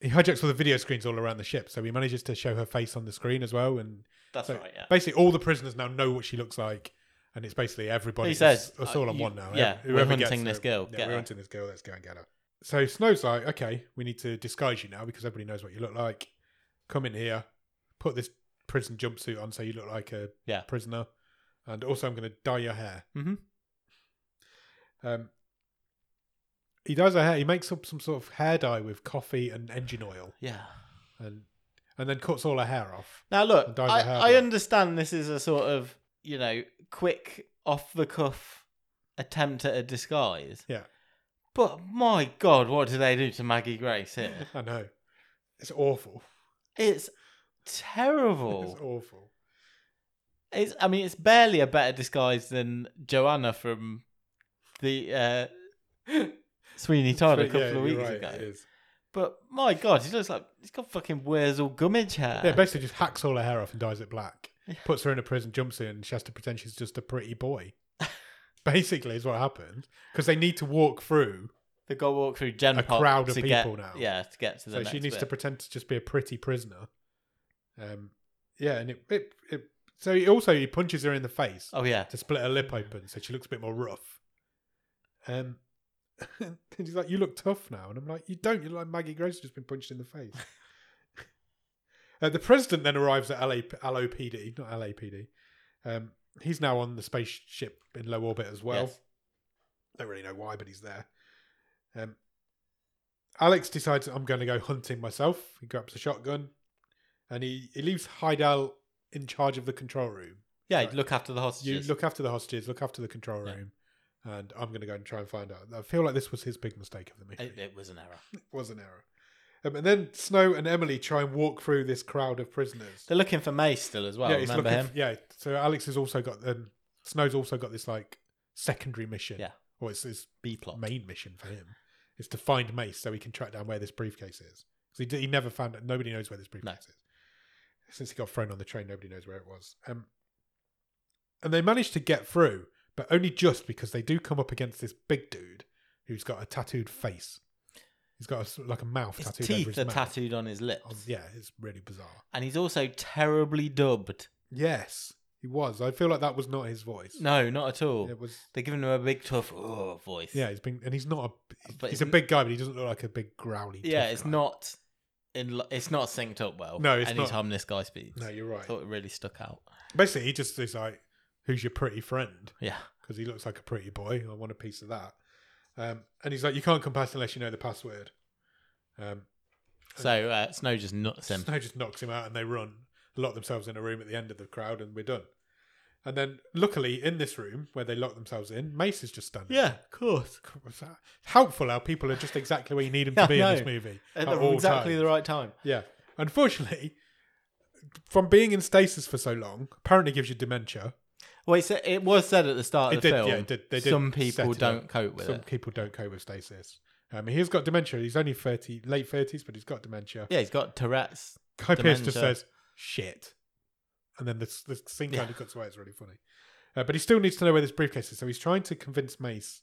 [SPEAKER 2] he hijacks all the video screens all around the ship, so he manages to show her face on the screen as well. And
[SPEAKER 1] That's
[SPEAKER 2] so
[SPEAKER 1] right. Yeah.
[SPEAKER 2] basically, all the prisoners now know what she looks like, and it's basically everybody.
[SPEAKER 1] He
[SPEAKER 2] us-
[SPEAKER 1] says,
[SPEAKER 2] us
[SPEAKER 1] uh,
[SPEAKER 2] all on
[SPEAKER 1] you-
[SPEAKER 2] one now.
[SPEAKER 1] yeah,
[SPEAKER 2] Whoever
[SPEAKER 1] we're
[SPEAKER 2] gets
[SPEAKER 1] hunting
[SPEAKER 2] her-
[SPEAKER 1] this girl,
[SPEAKER 2] Yeah,
[SPEAKER 1] get
[SPEAKER 2] we're
[SPEAKER 1] her."
[SPEAKER 2] hunting this girl. Let's go and get her. So Snow's like, okay, we need to disguise you now because everybody knows what you look like. Come in here, put this prison jumpsuit on so you look like a
[SPEAKER 1] Yeah.
[SPEAKER 2] prisoner, and also I'm going to dye your hair.
[SPEAKER 1] Mhm.
[SPEAKER 2] Um, he does her hair. He makes up some sort of hair dye with coffee and engine oil,
[SPEAKER 1] Yeah.
[SPEAKER 2] and and then cuts all her hair off.
[SPEAKER 1] Now
[SPEAKER 2] And
[SPEAKER 1] look,
[SPEAKER 2] dies
[SPEAKER 1] I,
[SPEAKER 2] of
[SPEAKER 1] I
[SPEAKER 2] Herbert.
[SPEAKER 1] understand this is a sort of you know quick off the cuff attempt at a disguise.
[SPEAKER 2] Yeah.
[SPEAKER 1] But my God, what do they do to Maggie Grace here?
[SPEAKER 2] I know, it's awful.
[SPEAKER 1] It's terrible.
[SPEAKER 2] It's awful.
[SPEAKER 1] It's I mean it's barely a better disguise than Joanna from the uh, Sweeney Todd a
[SPEAKER 2] But
[SPEAKER 1] couple
[SPEAKER 2] yeah,
[SPEAKER 1] of
[SPEAKER 2] you're
[SPEAKER 1] weeks
[SPEAKER 2] right,
[SPEAKER 1] ago.
[SPEAKER 2] it is.
[SPEAKER 1] But my God, he looks like he's got fucking Wurzel Gummidge hair.
[SPEAKER 2] Yeah, basically just hacks all her hair off and dyes it black.
[SPEAKER 1] Uh, Yeah.
[SPEAKER 2] Puts her in a prison jumpsuit, and she has to pretend she's just a pretty boy. basically, is what happened because they need to walk through.
[SPEAKER 1] They got to walk through Gen
[SPEAKER 2] A
[SPEAKER 1] Pop
[SPEAKER 2] crowd of
[SPEAKER 1] to
[SPEAKER 2] people
[SPEAKER 1] get,
[SPEAKER 2] now.
[SPEAKER 1] Yeah, to get to the
[SPEAKER 2] So
[SPEAKER 1] next
[SPEAKER 2] she needs
[SPEAKER 1] bit.
[SPEAKER 2] to pretend to just be a pretty prisoner. Um, yeah, and it, it, it so he also he punches her in the face.
[SPEAKER 1] Oh yeah,
[SPEAKER 2] to split her lip open so she looks a bit more rough. Um, and he's like, "You look tough now," and I'm like, "You don't. You're like Maggie Gross just been punched in the face." uh, the president then arrives at LA, LOPD, not LAPD. Um, he's now on the spaceship in low orbit as well.
[SPEAKER 1] Yes.
[SPEAKER 2] Don't really know why, but he's there. Um, Alex decides I'm going to go hunting myself. He grabs a shotgun, and he he leaves Heidel in charge of the control room
[SPEAKER 1] Yeah, you'd look after the
[SPEAKER 2] you
[SPEAKER 1] hostages.
[SPEAKER 2] look after the hostages, look after the control
[SPEAKER 1] Yeah.
[SPEAKER 2] room, and I'm going to go and try and find out. I feel like this was his big mistake of the movie.
[SPEAKER 1] it, it was an error.
[SPEAKER 2] It was an error. Um, and then Snow and Emily try and walk through this crowd of prisoners.
[SPEAKER 1] They're looking for May still as well.
[SPEAKER 2] yeah, he's
[SPEAKER 1] Remember
[SPEAKER 2] looking
[SPEAKER 1] him?
[SPEAKER 2] f- yeah, so Alex has also got, um, Snow's also got this like secondary mission.
[SPEAKER 1] Yeah.
[SPEAKER 2] Or it's his
[SPEAKER 1] B plot.
[SPEAKER 2] main mission for him is to find Mace so he can track down where this briefcase is. Because he, d- he never found it. Nobody knows where this briefcase is. Since he got thrown on the train, nobody knows where it was. Um, and they managed to get through, but only just because they do come up against this big dude who's got a tattooed face. He's got a s like a mouth
[SPEAKER 1] His
[SPEAKER 2] tattooed over
[SPEAKER 1] teeth
[SPEAKER 2] his
[SPEAKER 1] are
[SPEAKER 2] mouth.
[SPEAKER 1] tattooed on his lips.
[SPEAKER 2] On- yeah, it's really bizarre.
[SPEAKER 1] And he's also terribly dubbed.
[SPEAKER 2] Yes, he was. I feel like that was not his voice.
[SPEAKER 1] No, not at all.
[SPEAKER 2] It was.
[SPEAKER 1] They're giving him a big tough oh, voice.
[SPEAKER 2] Yeah, he's been, and he's not a.
[SPEAKER 1] But
[SPEAKER 2] he's
[SPEAKER 1] it's
[SPEAKER 2] a big guy, but he doesn't look like a big growly.
[SPEAKER 1] yeah.
[SPEAKER 2] tough
[SPEAKER 1] It's
[SPEAKER 2] guy.
[SPEAKER 1] not in. li- It's not synced up well.
[SPEAKER 2] No, it's
[SPEAKER 1] and
[SPEAKER 2] not.
[SPEAKER 1] he's harmless guy speeds.
[SPEAKER 2] No, you're
[SPEAKER 1] I
[SPEAKER 2] right.
[SPEAKER 1] thought it really stuck out.
[SPEAKER 2] Basically, he just is like, "Who's your pretty friend?"
[SPEAKER 1] Yeah,
[SPEAKER 2] Because he looks like a pretty boy. I want a piece of that. Um, and he's like, "You can't come past unless you know the password." Um,
[SPEAKER 1] so uh, Snow just nuts him.
[SPEAKER 2] Snow just knocks him out, and they run, lock themselves in a room at the end of the crowd, and we're done. And then, luckily, in this room where they lock themselves in, Mace is just standing.
[SPEAKER 1] Yeah, of course.
[SPEAKER 2] Was that- Helpful how people are just exactly where you need them
[SPEAKER 1] Yeah,
[SPEAKER 2] to
[SPEAKER 1] I
[SPEAKER 2] be in this
[SPEAKER 1] know.
[SPEAKER 2] movie.
[SPEAKER 1] At
[SPEAKER 2] at
[SPEAKER 1] the-
[SPEAKER 2] all
[SPEAKER 1] exactly
[SPEAKER 2] times.
[SPEAKER 1] the right time.
[SPEAKER 2] Yeah. Unfortunately, from being in stasis for so long, apparently gives you dementia.
[SPEAKER 1] Well, it, sa- it was said at the start
[SPEAKER 2] It
[SPEAKER 1] of the
[SPEAKER 2] did,
[SPEAKER 1] film.
[SPEAKER 2] yeah, it did- they did
[SPEAKER 1] some
[SPEAKER 2] set
[SPEAKER 1] people
[SPEAKER 2] it up.
[SPEAKER 1] don't cope with
[SPEAKER 2] Some
[SPEAKER 1] it.
[SPEAKER 2] people don't cope with stasis. Um, he's got dementia. He's only thirty, late thirties, but he's got dementia.
[SPEAKER 1] Yeah, he's got Tourette's.
[SPEAKER 2] Guy Pearce just
[SPEAKER 1] dementia.
[SPEAKER 2] says shit, and then the s- the scene
[SPEAKER 1] Yeah.
[SPEAKER 2] kind of cuts away. It's really funny, uh, but he still needs to know where this briefcase is. So he's trying to convince Mace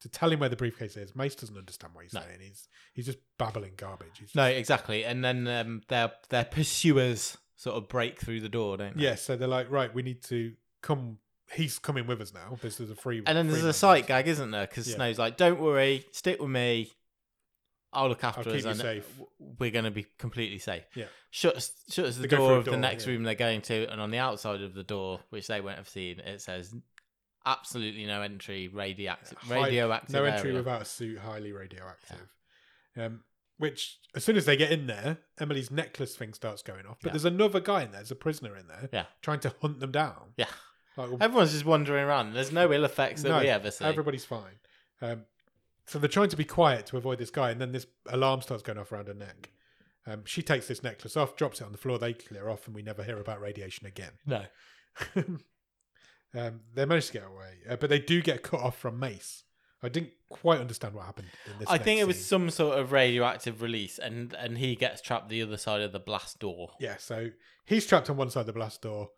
[SPEAKER 2] to tell him where the briefcase is. Mace doesn't understand what he's
[SPEAKER 1] No.
[SPEAKER 2] saying. He's he's just babbling garbage. He's
[SPEAKER 1] No,
[SPEAKER 2] just-
[SPEAKER 1] exactly. And then um, their their pursuers sort of break through the door, don't they?
[SPEAKER 2] yeah. So they're like, right, we need to come. He's coming with us now. This is a free.
[SPEAKER 1] And then
[SPEAKER 2] free
[SPEAKER 1] there's a
[SPEAKER 2] run.
[SPEAKER 1] sight gag, isn't there? Because
[SPEAKER 2] Yeah.
[SPEAKER 1] Snow's like, "Don't worry, stick with me. I'll look after
[SPEAKER 2] keep
[SPEAKER 1] us,
[SPEAKER 2] you
[SPEAKER 1] and
[SPEAKER 2] safe."
[SPEAKER 1] w- we're going to be completely safe."
[SPEAKER 2] Yeah.
[SPEAKER 1] Shuts shuts the
[SPEAKER 2] They go
[SPEAKER 1] door
[SPEAKER 2] through a
[SPEAKER 1] of the
[SPEAKER 2] door,
[SPEAKER 1] next
[SPEAKER 2] yeah.
[SPEAKER 1] room they're going to, and on the outside of the door, which they won't have seen, it says, "Absolutely no entry. Radioactive.
[SPEAKER 2] High-
[SPEAKER 1] Radioactive.
[SPEAKER 2] no entry
[SPEAKER 1] area."
[SPEAKER 2] without a suit, highly radioactive. Um, which, as soon as they get in there, Emily's necklace thing starts going off. But
[SPEAKER 1] Yeah.
[SPEAKER 2] there's another guy in there, there's a prisoner in there,
[SPEAKER 1] Yeah.
[SPEAKER 2] trying to hunt them down.
[SPEAKER 1] Yeah.
[SPEAKER 2] Like, well,
[SPEAKER 1] Everyone's just wandering around. There's no ill effects that
[SPEAKER 2] no,
[SPEAKER 1] we ever see.
[SPEAKER 2] everybody's fine. Um, so they're trying to be quiet to avoid this guy, and then this alarm starts going off around her neck. Um, she takes this necklace off, drops it on the floor, they clear off, and we never hear about radiation again.
[SPEAKER 1] No.
[SPEAKER 2] um, they manage to get away, uh, but they do get cut off from Mace. I didn't quite understand what happened in this.
[SPEAKER 1] I think
[SPEAKER 2] next
[SPEAKER 1] it was
[SPEAKER 2] scene.
[SPEAKER 1] some sort of radioactive release, and and he gets trapped the other side of the blast door.
[SPEAKER 2] Yeah, so he's trapped on one side of the blast door.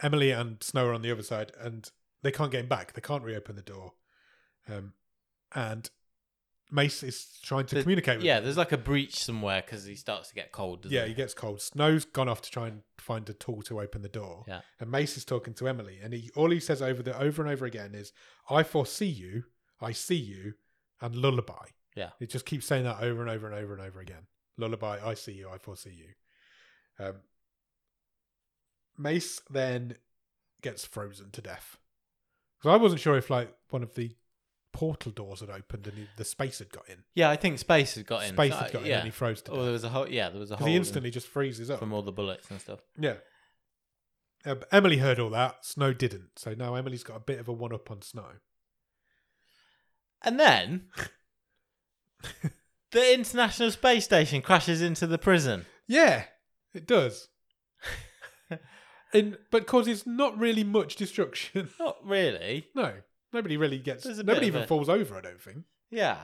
[SPEAKER 2] Emily and Snow are on the other side, and they can't get him back. They can't reopen the door. Um, and Mace is trying to
[SPEAKER 1] The-
[SPEAKER 2] communicate with
[SPEAKER 1] Yeah,
[SPEAKER 2] him.
[SPEAKER 1] there's like a breach somewhere because he starts to get cold. Doesn't
[SPEAKER 2] Yeah,
[SPEAKER 1] he?
[SPEAKER 2] he gets cold. Snow's gone off to try and find a tool to open the door.
[SPEAKER 1] Yeah.
[SPEAKER 2] And Mace is talking to Emily, and he all he says over the over and over again is, "I foresee you, I see you, and lullaby."
[SPEAKER 1] Yeah.
[SPEAKER 2] It just keeps saying that over and over and over and over again. Lullaby, I see you, I foresee you. Um, Mace then gets frozen to death. Because I wasn't sure if like one of the portal doors had opened and he, the space had got in.
[SPEAKER 1] Yeah, I think space had got in.
[SPEAKER 2] Space
[SPEAKER 1] So,
[SPEAKER 2] had got in,
[SPEAKER 1] yeah.
[SPEAKER 2] and he froze to
[SPEAKER 1] Oh,
[SPEAKER 2] death.
[SPEAKER 1] there was a hole. Yeah, there was a
[SPEAKER 2] Because
[SPEAKER 1] hole
[SPEAKER 2] he
[SPEAKER 1] in-
[SPEAKER 2] instantly just freezes up.
[SPEAKER 1] from all the bullets and stuff.
[SPEAKER 2] Yeah. Uh, but Emily heard all that. Snow didn't. So now Emily's got a bit of a one up on Snow.
[SPEAKER 1] And then the International Space Station crashes into the prison.
[SPEAKER 2] Yeah, it does. In, but causes not really much destruction.
[SPEAKER 1] Not really.
[SPEAKER 2] No, nobody really gets.
[SPEAKER 1] There's a bit
[SPEAKER 2] Nobody
[SPEAKER 1] of
[SPEAKER 2] even
[SPEAKER 1] a-
[SPEAKER 2] falls over. I don't think.
[SPEAKER 1] Yeah,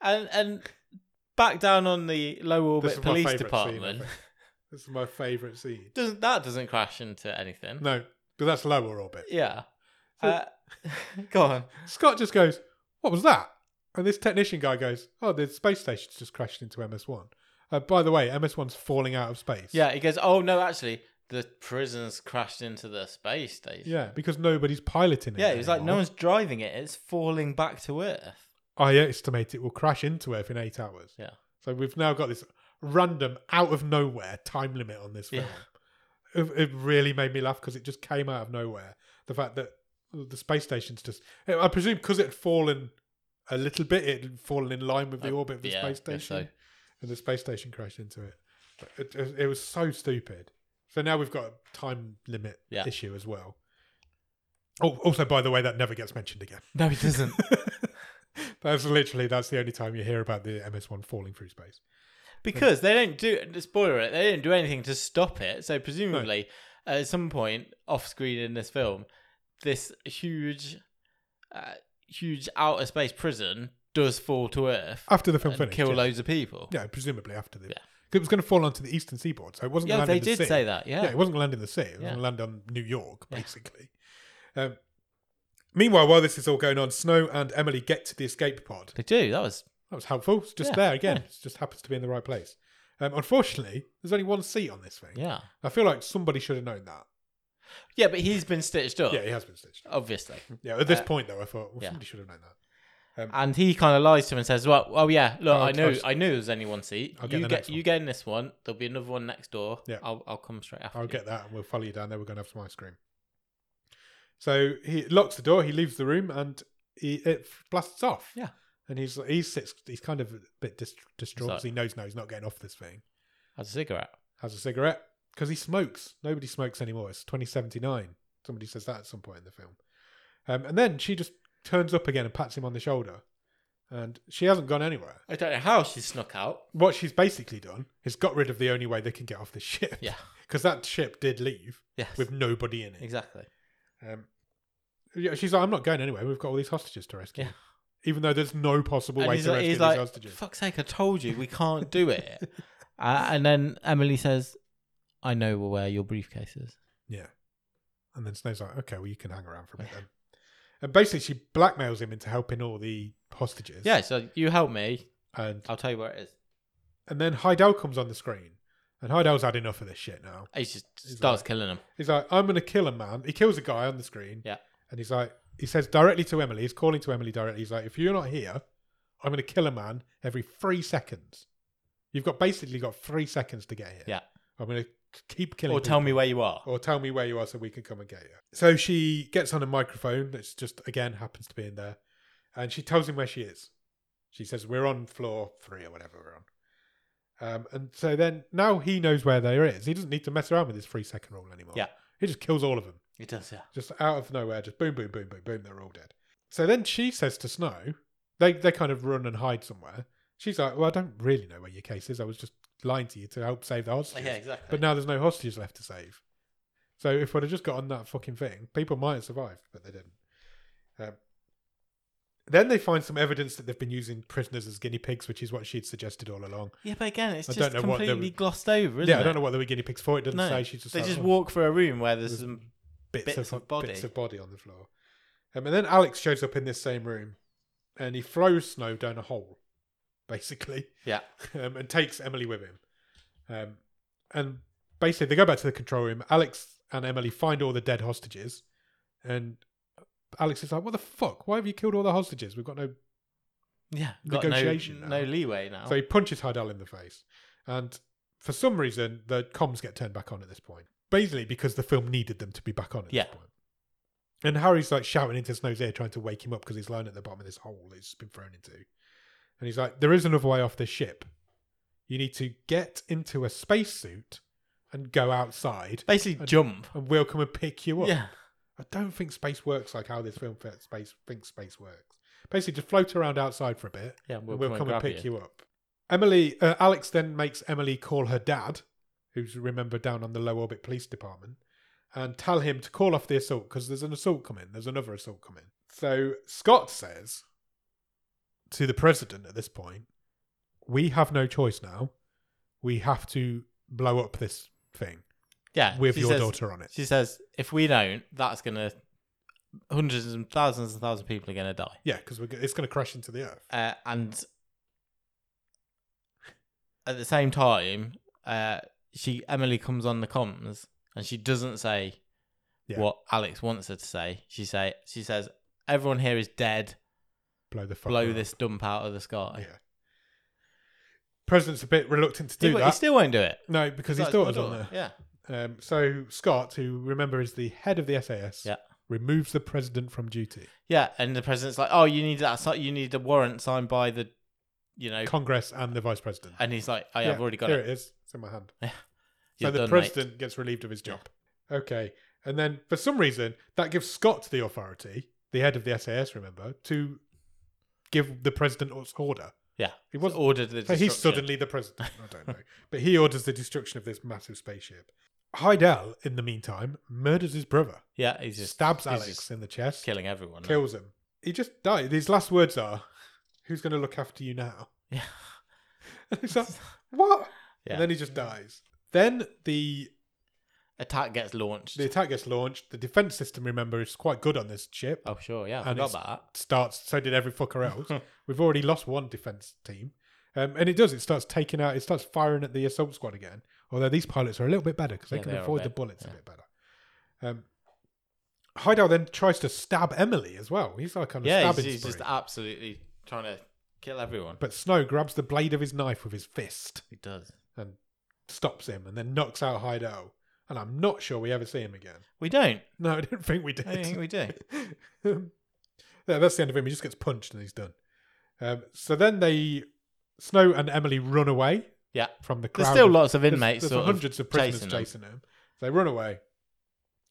[SPEAKER 1] and and back down on the low
[SPEAKER 2] This
[SPEAKER 1] orbit
[SPEAKER 2] is my
[SPEAKER 1] police
[SPEAKER 2] favourite scene, I
[SPEAKER 1] department.
[SPEAKER 2] think. This is my favourite scene.
[SPEAKER 1] Doesn't that doesn't crash into anything?
[SPEAKER 2] No, but that's lower orbit.
[SPEAKER 1] Yeah.
[SPEAKER 2] So-
[SPEAKER 1] Uh, go on.
[SPEAKER 2] Scott just goes, "What was that?" And this technician guy goes, "Oh, the space station's just crashed into MS One. Uh, by the way, MS One's falling out of space."
[SPEAKER 1] Yeah, he goes, oh no, actually, the prison's crashed into the space station.
[SPEAKER 2] Yeah, because nobody's piloting it.
[SPEAKER 1] Yeah, he was like, no
[SPEAKER 2] anymore.
[SPEAKER 1] one's driving it. It's falling back to Earth.
[SPEAKER 2] I estimate it will crash into Earth in eight hours.
[SPEAKER 3] Yeah.
[SPEAKER 2] So we've now got this random, out of nowhere time limit on this film. It, it really made me laugh because it just came out of nowhere. The fact that the space station's just, I presume, because it had fallen a little bit, it had fallen in line with the
[SPEAKER 1] Uh,
[SPEAKER 2] orbit of the
[SPEAKER 1] yeah,
[SPEAKER 2] space
[SPEAKER 1] I guess so.
[SPEAKER 2] station, and the space station crashed into it. But It, it, it was so stupid. So now we've got a time limit
[SPEAKER 1] Yeah.
[SPEAKER 2] issue as well. Oh, also, by the way, that never gets mentioned again.
[SPEAKER 3] No, it doesn't.
[SPEAKER 2] that's literally that's the only time you hear about the MS1 falling through space.
[SPEAKER 1] because they don't do spoiler it. They didn't do anything to stop it. So presumably, uh, at some point off screen in this film, this huge, uh, huge outer space prison does fall to Earth
[SPEAKER 2] After the film
[SPEAKER 1] and
[SPEAKER 2] Oh, finished,
[SPEAKER 1] kill
[SPEAKER 2] yeah.
[SPEAKER 1] loads of people.
[SPEAKER 2] yeah, presumably after the.
[SPEAKER 1] Yeah.
[SPEAKER 2] 'cause It was going to fall onto the eastern seaboard, so it wasn't.
[SPEAKER 1] Yeah,
[SPEAKER 2] gonna land
[SPEAKER 1] they
[SPEAKER 2] in the
[SPEAKER 1] did
[SPEAKER 2] sea.
[SPEAKER 1] say that. Yeah,
[SPEAKER 2] Yeah, it wasn't going to land in the sea. It was
[SPEAKER 1] Yeah.
[SPEAKER 2] going to land on New York,
[SPEAKER 1] Yeah.
[SPEAKER 2] basically. Um, meanwhile, while this is all going on, Snow and Emily get to the escape pod.
[SPEAKER 1] they do. That was
[SPEAKER 2] That was helpful. It's just
[SPEAKER 1] Yeah,
[SPEAKER 2] there again.
[SPEAKER 1] yeah.
[SPEAKER 2] It just happens to be in the right place. Um, unfortunately, there's only one seat on this thing.
[SPEAKER 1] yeah,
[SPEAKER 2] I feel like somebody should have known that.
[SPEAKER 1] yeah. But he's been stitched up,
[SPEAKER 2] Yeah, he has been stitched.
[SPEAKER 1] obviously,
[SPEAKER 2] Yeah, at this
[SPEAKER 1] Uh,
[SPEAKER 2] point though, I thought well,
[SPEAKER 1] yeah.
[SPEAKER 2] somebody should have known that.
[SPEAKER 1] and he kind of lies to him and says, "Well, well, yeah. Look,
[SPEAKER 2] I'll-
[SPEAKER 1] I knew,
[SPEAKER 2] I'll-
[SPEAKER 1] I knew there was only one seat.
[SPEAKER 2] Oh, I'll get
[SPEAKER 1] you
[SPEAKER 2] the
[SPEAKER 1] get,
[SPEAKER 2] next one."
[SPEAKER 1] you get in this one. There'll be another one next door.
[SPEAKER 2] Yeah.
[SPEAKER 1] I'll, I'll come straight after.
[SPEAKER 2] I'll
[SPEAKER 1] you."
[SPEAKER 2] get that and we'll follow you down there. We're going to have some ice cream. So he locks the door, he leaves the room, and he, it blasts off.
[SPEAKER 1] Yeah.
[SPEAKER 2] And he's he sits, he's kind of a bit dis- distraught
[SPEAKER 1] like-
[SPEAKER 2] 'cause he knows now he's not getting off this thing.
[SPEAKER 1] Has a cigarette.
[SPEAKER 2] Has a cigarette because he smokes. Nobody smokes anymore. It's 2079. Somebody says that at some point in the film. Um, and then she just turns up again and pats him on the shoulder. And she hasn't gone anywhere.
[SPEAKER 1] I don't know how she snuck out.
[SPEAKER 2] What she's basically done is got rid of the only way they can get off the ship.
[SPEAKER 1] Yeah.
[SPEAKER 2] Because that ship did leave
[SPEAKER 1] Yes.
[SPEAKER 2] with nobody in it.
[SPEAKER 1] exactly.
[SPEAKER 2] Um, yeah, she's like, I'm not going anywhere. We've got all these hostages to rescue.
[SPEAKER 1] Yeah.
[SPEAKER 2] Even though there's no possible
[SPEAKER 1] And
[SPEAKER 2] way
[SPEAKER 1] he's
[SPEAKER 2] to
[SPEAKER 1] like,
[SPEAKER 2] rescue
[SPEAKER 1] he's
[SPEAKER 2] these
[SPEAKER 1] like,
[SPEAKER 2] hostages.
[SPEAKER 1] fuck's sake, I told you we can't do it. uh, and then Emily says, I know where your briefcase is.
[SPEAKER 2] Yeah. And then Snow's like, okay, well, you can hang around for a bit then. And basically, she blackmails him into helping all the hostages.
[SPEAKER 1] Yeah, so you help me.
[SPEAKER 2] And,
[SPEAKER 1] I'll tell you where it is.
[SPEAKER 2] and then Heidel comes on the screen. And Heidel's had enough of this shit now.
[SPEAKER 1] He just
[SPEAKER 2] He's
[SPEAKER 1] starts
[SPEAKER 2] like-
[SPEAKER 1] killing him.
[SPEAKER 2] He's like, I'm going to kill a man. He kills a guy on the screen.
[SPEAKER 1] Yeah.
[SPEAKER 2] And he's like, he says directly to Emily, he's calling to Emily directly. He's like, if you're not here, I'm going to kill a man every three seconds. You've got basically got three seconds to get here.
[SPEAKER 1] Yeah.
[SPEAKER 2] I'm going to keep killing
[SPEAKER 1] Or tell
[SPEAKER 2] people.
[SPEAKER 1] me where you are.
[SPEAKER 2] Or tell me where you are so we can come and get you. So she gets on a microphone that's just, again, happens to be in there. And she tells him where she is. She says, We're on floor three or whatever we're on. Um, and so then now he knows where they is. He doesn't need to mess around with his three second rule anymore.
[SPEAKER 1] Yeah.
[SPEAKER 2] He just kills all of them.
[SPEAKER 1] It does, yeah.
[SPEAKER 2] Just out of nowhere, just boom, boom, boom, boom, boom, they're all dead. So then she says to Snow, they, they kind of run and hide somewhere. She's like, Well, I don't really know where your case is. I was just lying to you to help save the hostages.
[SPEAKER 1] Yeah, exactly.
[SPEAKER 2] But now there's no hostages left to save. So if we'd have just got on that fucking thing, people might have survived, but they didn't. Um, then they find some evidence that they've been using prisoners as guinea pigs, which is what she'd suggested all along.
[SPEAKER 1] yeah, but again, it's
[SPEAKER 2] I
[SPEAKER 1] just
[SPEAKER 2] don't know what they
[SPEAKER 1] completely
[SPEAKER 2] were-
[SPEAKER 1] glossed over, isn't
[SPEAKER 2] yeah,
[SPEAKER 1] it?
[SPEAKER 2] I don't know what they were guinea pigs for. It doesn't
[SPEAKER 1] No,
[SPEAKER 2] say. She's just
[SPEAKER 1] they
[SPEAKER 2] like,
[SPEAKER 1] just
[SPEAKER 2] "Oh,
[SPEAKER 1] walk through a room where there's some.
[SPEAKER 2] bits,
[SPEAKER 1] bits
[SPEAKER 2] of,
[SPEAKER 1] of body.
[SPEAKER 2] bits of body on the floor. Um, and then Alex shows up in this same room, and he throws Snow down a hole, basically,
[SPEAKER 1] Yeah.
[SPEAKER 2] um, and takes Emily with him. Um, and basically, they go back to the control room. Alex and Emily find all the dead hostages, and Alex is like, "What the fuck? Why have you killed all the hostages? We've got no
[SPEAKER 1] Yeah. Got
[SPEAKER 2] Negotiation
[SPEAKER 1] Negotiation.
[SPEAKER 2] now.
[SPEAKER 1] No, no leeway now.
[SPEAKER 2] So he punches Heidel in the face. And for some reason, the comms get turned back on at this point. Basically, because the film needed them to be back on at
[SPEAKER 1] Yeah.
[SPEAKER 2] this point. And Harry's like shouting into Snow's ear, trying to wake him up because he's lying at the bottom of this hole that he's been thrown into. And he's like, There is another way off this ship. You need to get into a spacesuit and go outside,
[SPEAKER 1] Basically,
[SPEAKER 2] And-
[SPEAKER 1] jump.
[SPEAKER 2] and we'll come and pick you up.
[SPEAKER 1] Yeah.
[SPEAKER 2] I don't think space works like how this film fit- space thinks space works. Basically, just float around outside for a bit,
[SPEAKER 1] Yeah,
[SPEAKER 2] we'll, come, and, pick you. up. Emily, uh, Alex then makes Emily call her dad, who's remember down on the low orbit police department, and tell him to call off the assault because there's an assault coming. There's another assault coming. So Scott says to the president at this point, "We have no choice now. We have to blow up this thing
[SPEAKER 1] Yeah,
[SPEAKER 2] with
[SPEAKER 1] she
[SPEAKER 2] your
[SPEAKER 1] says-
[SPEAKER 2] daughter on it."
[SPEAKER 1] She says, "If we don't, that's gonna hundreds and thousands and thousands of people are gonna die."
[SPEAKER 2] Yeah, because it's going to crash into the earth.
[SPEAKER 1] Uh, and at the same time, uh, she Emily comes on the comms and she doesn't say
[SPEAKER 2] Yeah.
[SPEAKER 1] what Alex wants her to say. She say she says, "Everyone here is dead.
[SPEAKER 2] blow the fuck
[SPEAKER 1] blow
[SPEAKER 2] up.
[SPEAKER 1] this dump out of the sky.
[SPEAKER 2] Yeah. President's a bit reluctant to do
[SPEAKER 1] he, w- he
[SPEAKER 2] that.
[SPEAKER 1] still won't do it
[SPEAKER 2] no, because his
[SPEAKER 1] like
[SPEAKER 2] daughter's on
[SPEAKER 1] Dumbledore,
[SPEAKER 2] there.
[SPEAKER 1] Yeah,
[SPEAKER 2] Um, so Scott, who remember is the head of the SAS,
[SPEAKER 1] Yeah.
[SPEAKER 2] removes the president from duty.
[SPEAKER 1] yeah, and the president's like, "Oh, you need that. si- You need a warrant signed by the, you know."
[SPEAKER 2] Congress and the vice president.
[SPEAKER 1] and he's like, oh, yeah, "I've already got
[SPEAKER 2] here
[SPEAKER 1] it."
[SPEAKER 2] it is. It's in my hand.
[SPEAKER 1] You're
[SPEAKER 2] so the
[SPEAKER 1] done, mate."
[SPEAKER 2] president gets relieved of his job. Okay. And then for some reason, that gives Scott the authority, the head of the SAS, remember, to give the president his order.
[SPEAKER 1] Yeah,
[SPEAKER 2] He
[SPEAKER 1] was
[SPEAKER 2] wasn't.
[SPEAKER 1] ordered the
[SPEAKER 2] So he's
[SPEAKER 1] destruction.
[SPEAKER 2] suddenly the president. I don't know. But he orders the destruction of this massive spaceship. Heidel, in the meantime, murders his brother,
[SPEAKER 1] yeah, he's just
[SPEAKER 2] stabs
[SPEAKER 1] he's
[SPEAKER 2] Alex
[SPEAKER 1] just
[SPEAKER 2] in the chest,
[SPEAKER 1] killing everyone.
[SPEAKER 2] kills him. He just died. His last words are, Who's going to look after you now?
[SPEAKER 1] Yeah.
[SPEAKER 2] And he's like, What?
[SPEAKER 1] Yeah.
[SPEAKER 2] And then he just dies. Then the
[SPEAKER 1] Attack gets launched.
[SPEAKER 2] the attack gets launched. The defense system, remember, is quite good on this ship.
[SPEAKER 1] oh sure, yeah,
[SPEAKER 2] And
[SPEAKER 1] I forgot
[SPEAKER 2] it's-
[SPEAKER 1] about that.
[SPEAKER 2] Starts. So did every fucker else. We've already lost one defense team, um, and it does. It starts taking out. It starts firing at the assault squad again. Although these pilots are a little bit better because they
[SPEAKER 1] Yeah,
[SPEAKER 2] can
[SPEAKER 1] they are a
[SPEAKER 2] avoid the
[SPEAKER 1] bit,
[SPEAKER 2] bullets a
[SPEAKER 1] yeah.
[SPEAKER 2] bit better. Um, Heidel then tries to stab Emily as well. He's like on a
[SPEAKER 1] Yeah, he's,
[SPEAKER 2] stabbing
[SPEAKER 1] he's
[SPEAKER 2] spree.
[SPEAKER 1] just absolutely trying to kill everyone.
[SPEAKER 2] But Snow grabs the blade of his knife with his fist
[SPEAKER 1] he does.
[SPEAKER 2] and stops him, and then knocks out Heidel. And I'm not sure we ever see him again.
[SPEAKER 1] We don't.
[SPEAKER 2] No, I didn't think we did.
[SPEAKER 1] I don't think we do.
[SPEAKER 2] Um, yeah, that's the end of him. He just gets punched and he's done. Um, so then they, Snow and Emily run away.
[SPEAKER 1] Yeah.
[SPEAKER 2] From the crowd.
[SPEAKER 1] There's still
[SPEAKER 2] of-
[SPEAKER 1] lots of
[SPEAKER 2] there's-
[SPEAKER 1] inmates.
[SPEAKER 2] There's,
[SPEAKER 1] sort of
[SPEAKER 2] hundreds of, prisoners
[SPEAKER 1] chasing
[SPEAKER 2] chasing,
[SPEAKER 1] them.
[SPEAKER 2] them. They run away.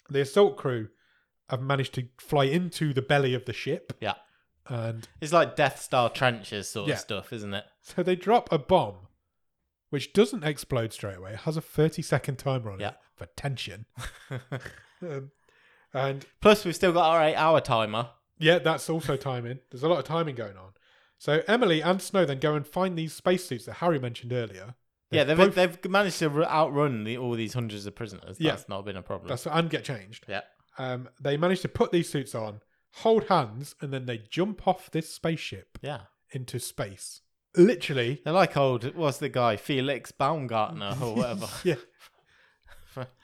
[SPEAKER 2] The assault crew have managed to fly into the belly of the ship.
[SPEAKER 1] Yeah.
[SPEAKER 2] And
[SPEAKER 1] It's like Death Star trenches sort
[SPEAKER 2] Yeah.
[SPEAKER 1] of stuff, isn't it?
[SPEAKER 2] so they drop a bomb, which doesn't explode straight away. It has a 30 second timer on
[SPEAKER 1] Yeah.
[SPEAKER 2] it for tension. Um, and
[SPEAKER 1] Plus, we've still got our eight-hour timer.
[SPEAKER 2] Yeah, that's also timing. There's a lot of timing going on. So Emily and Snow then go and find these spacesuits that Harry mentioned earlier.
[SPEAKER 1] Yeah, they've
[SPEAKER 2] both-
[SPEAKER 1] they've managed to ru- outrun the, all these hundreds of prisoners.
[SPEAKER 2] Yeah.
[SPEAKER 1] That's not been a problem.
[SPEAKER 2] that's and get changed.
[SPEAKER 1] yeah,
[SPEAKER 2] Um, they manage to put these suits on, hold hands, and then they jump off this spaceship
[SPEAKER 1] yeah.
[SPEAKER 2] into space. Literally,
[SPEAKER 1] They're like old. What's the guy? Felix Baumgartner or whatever.
[SPEAKER 2] yeah,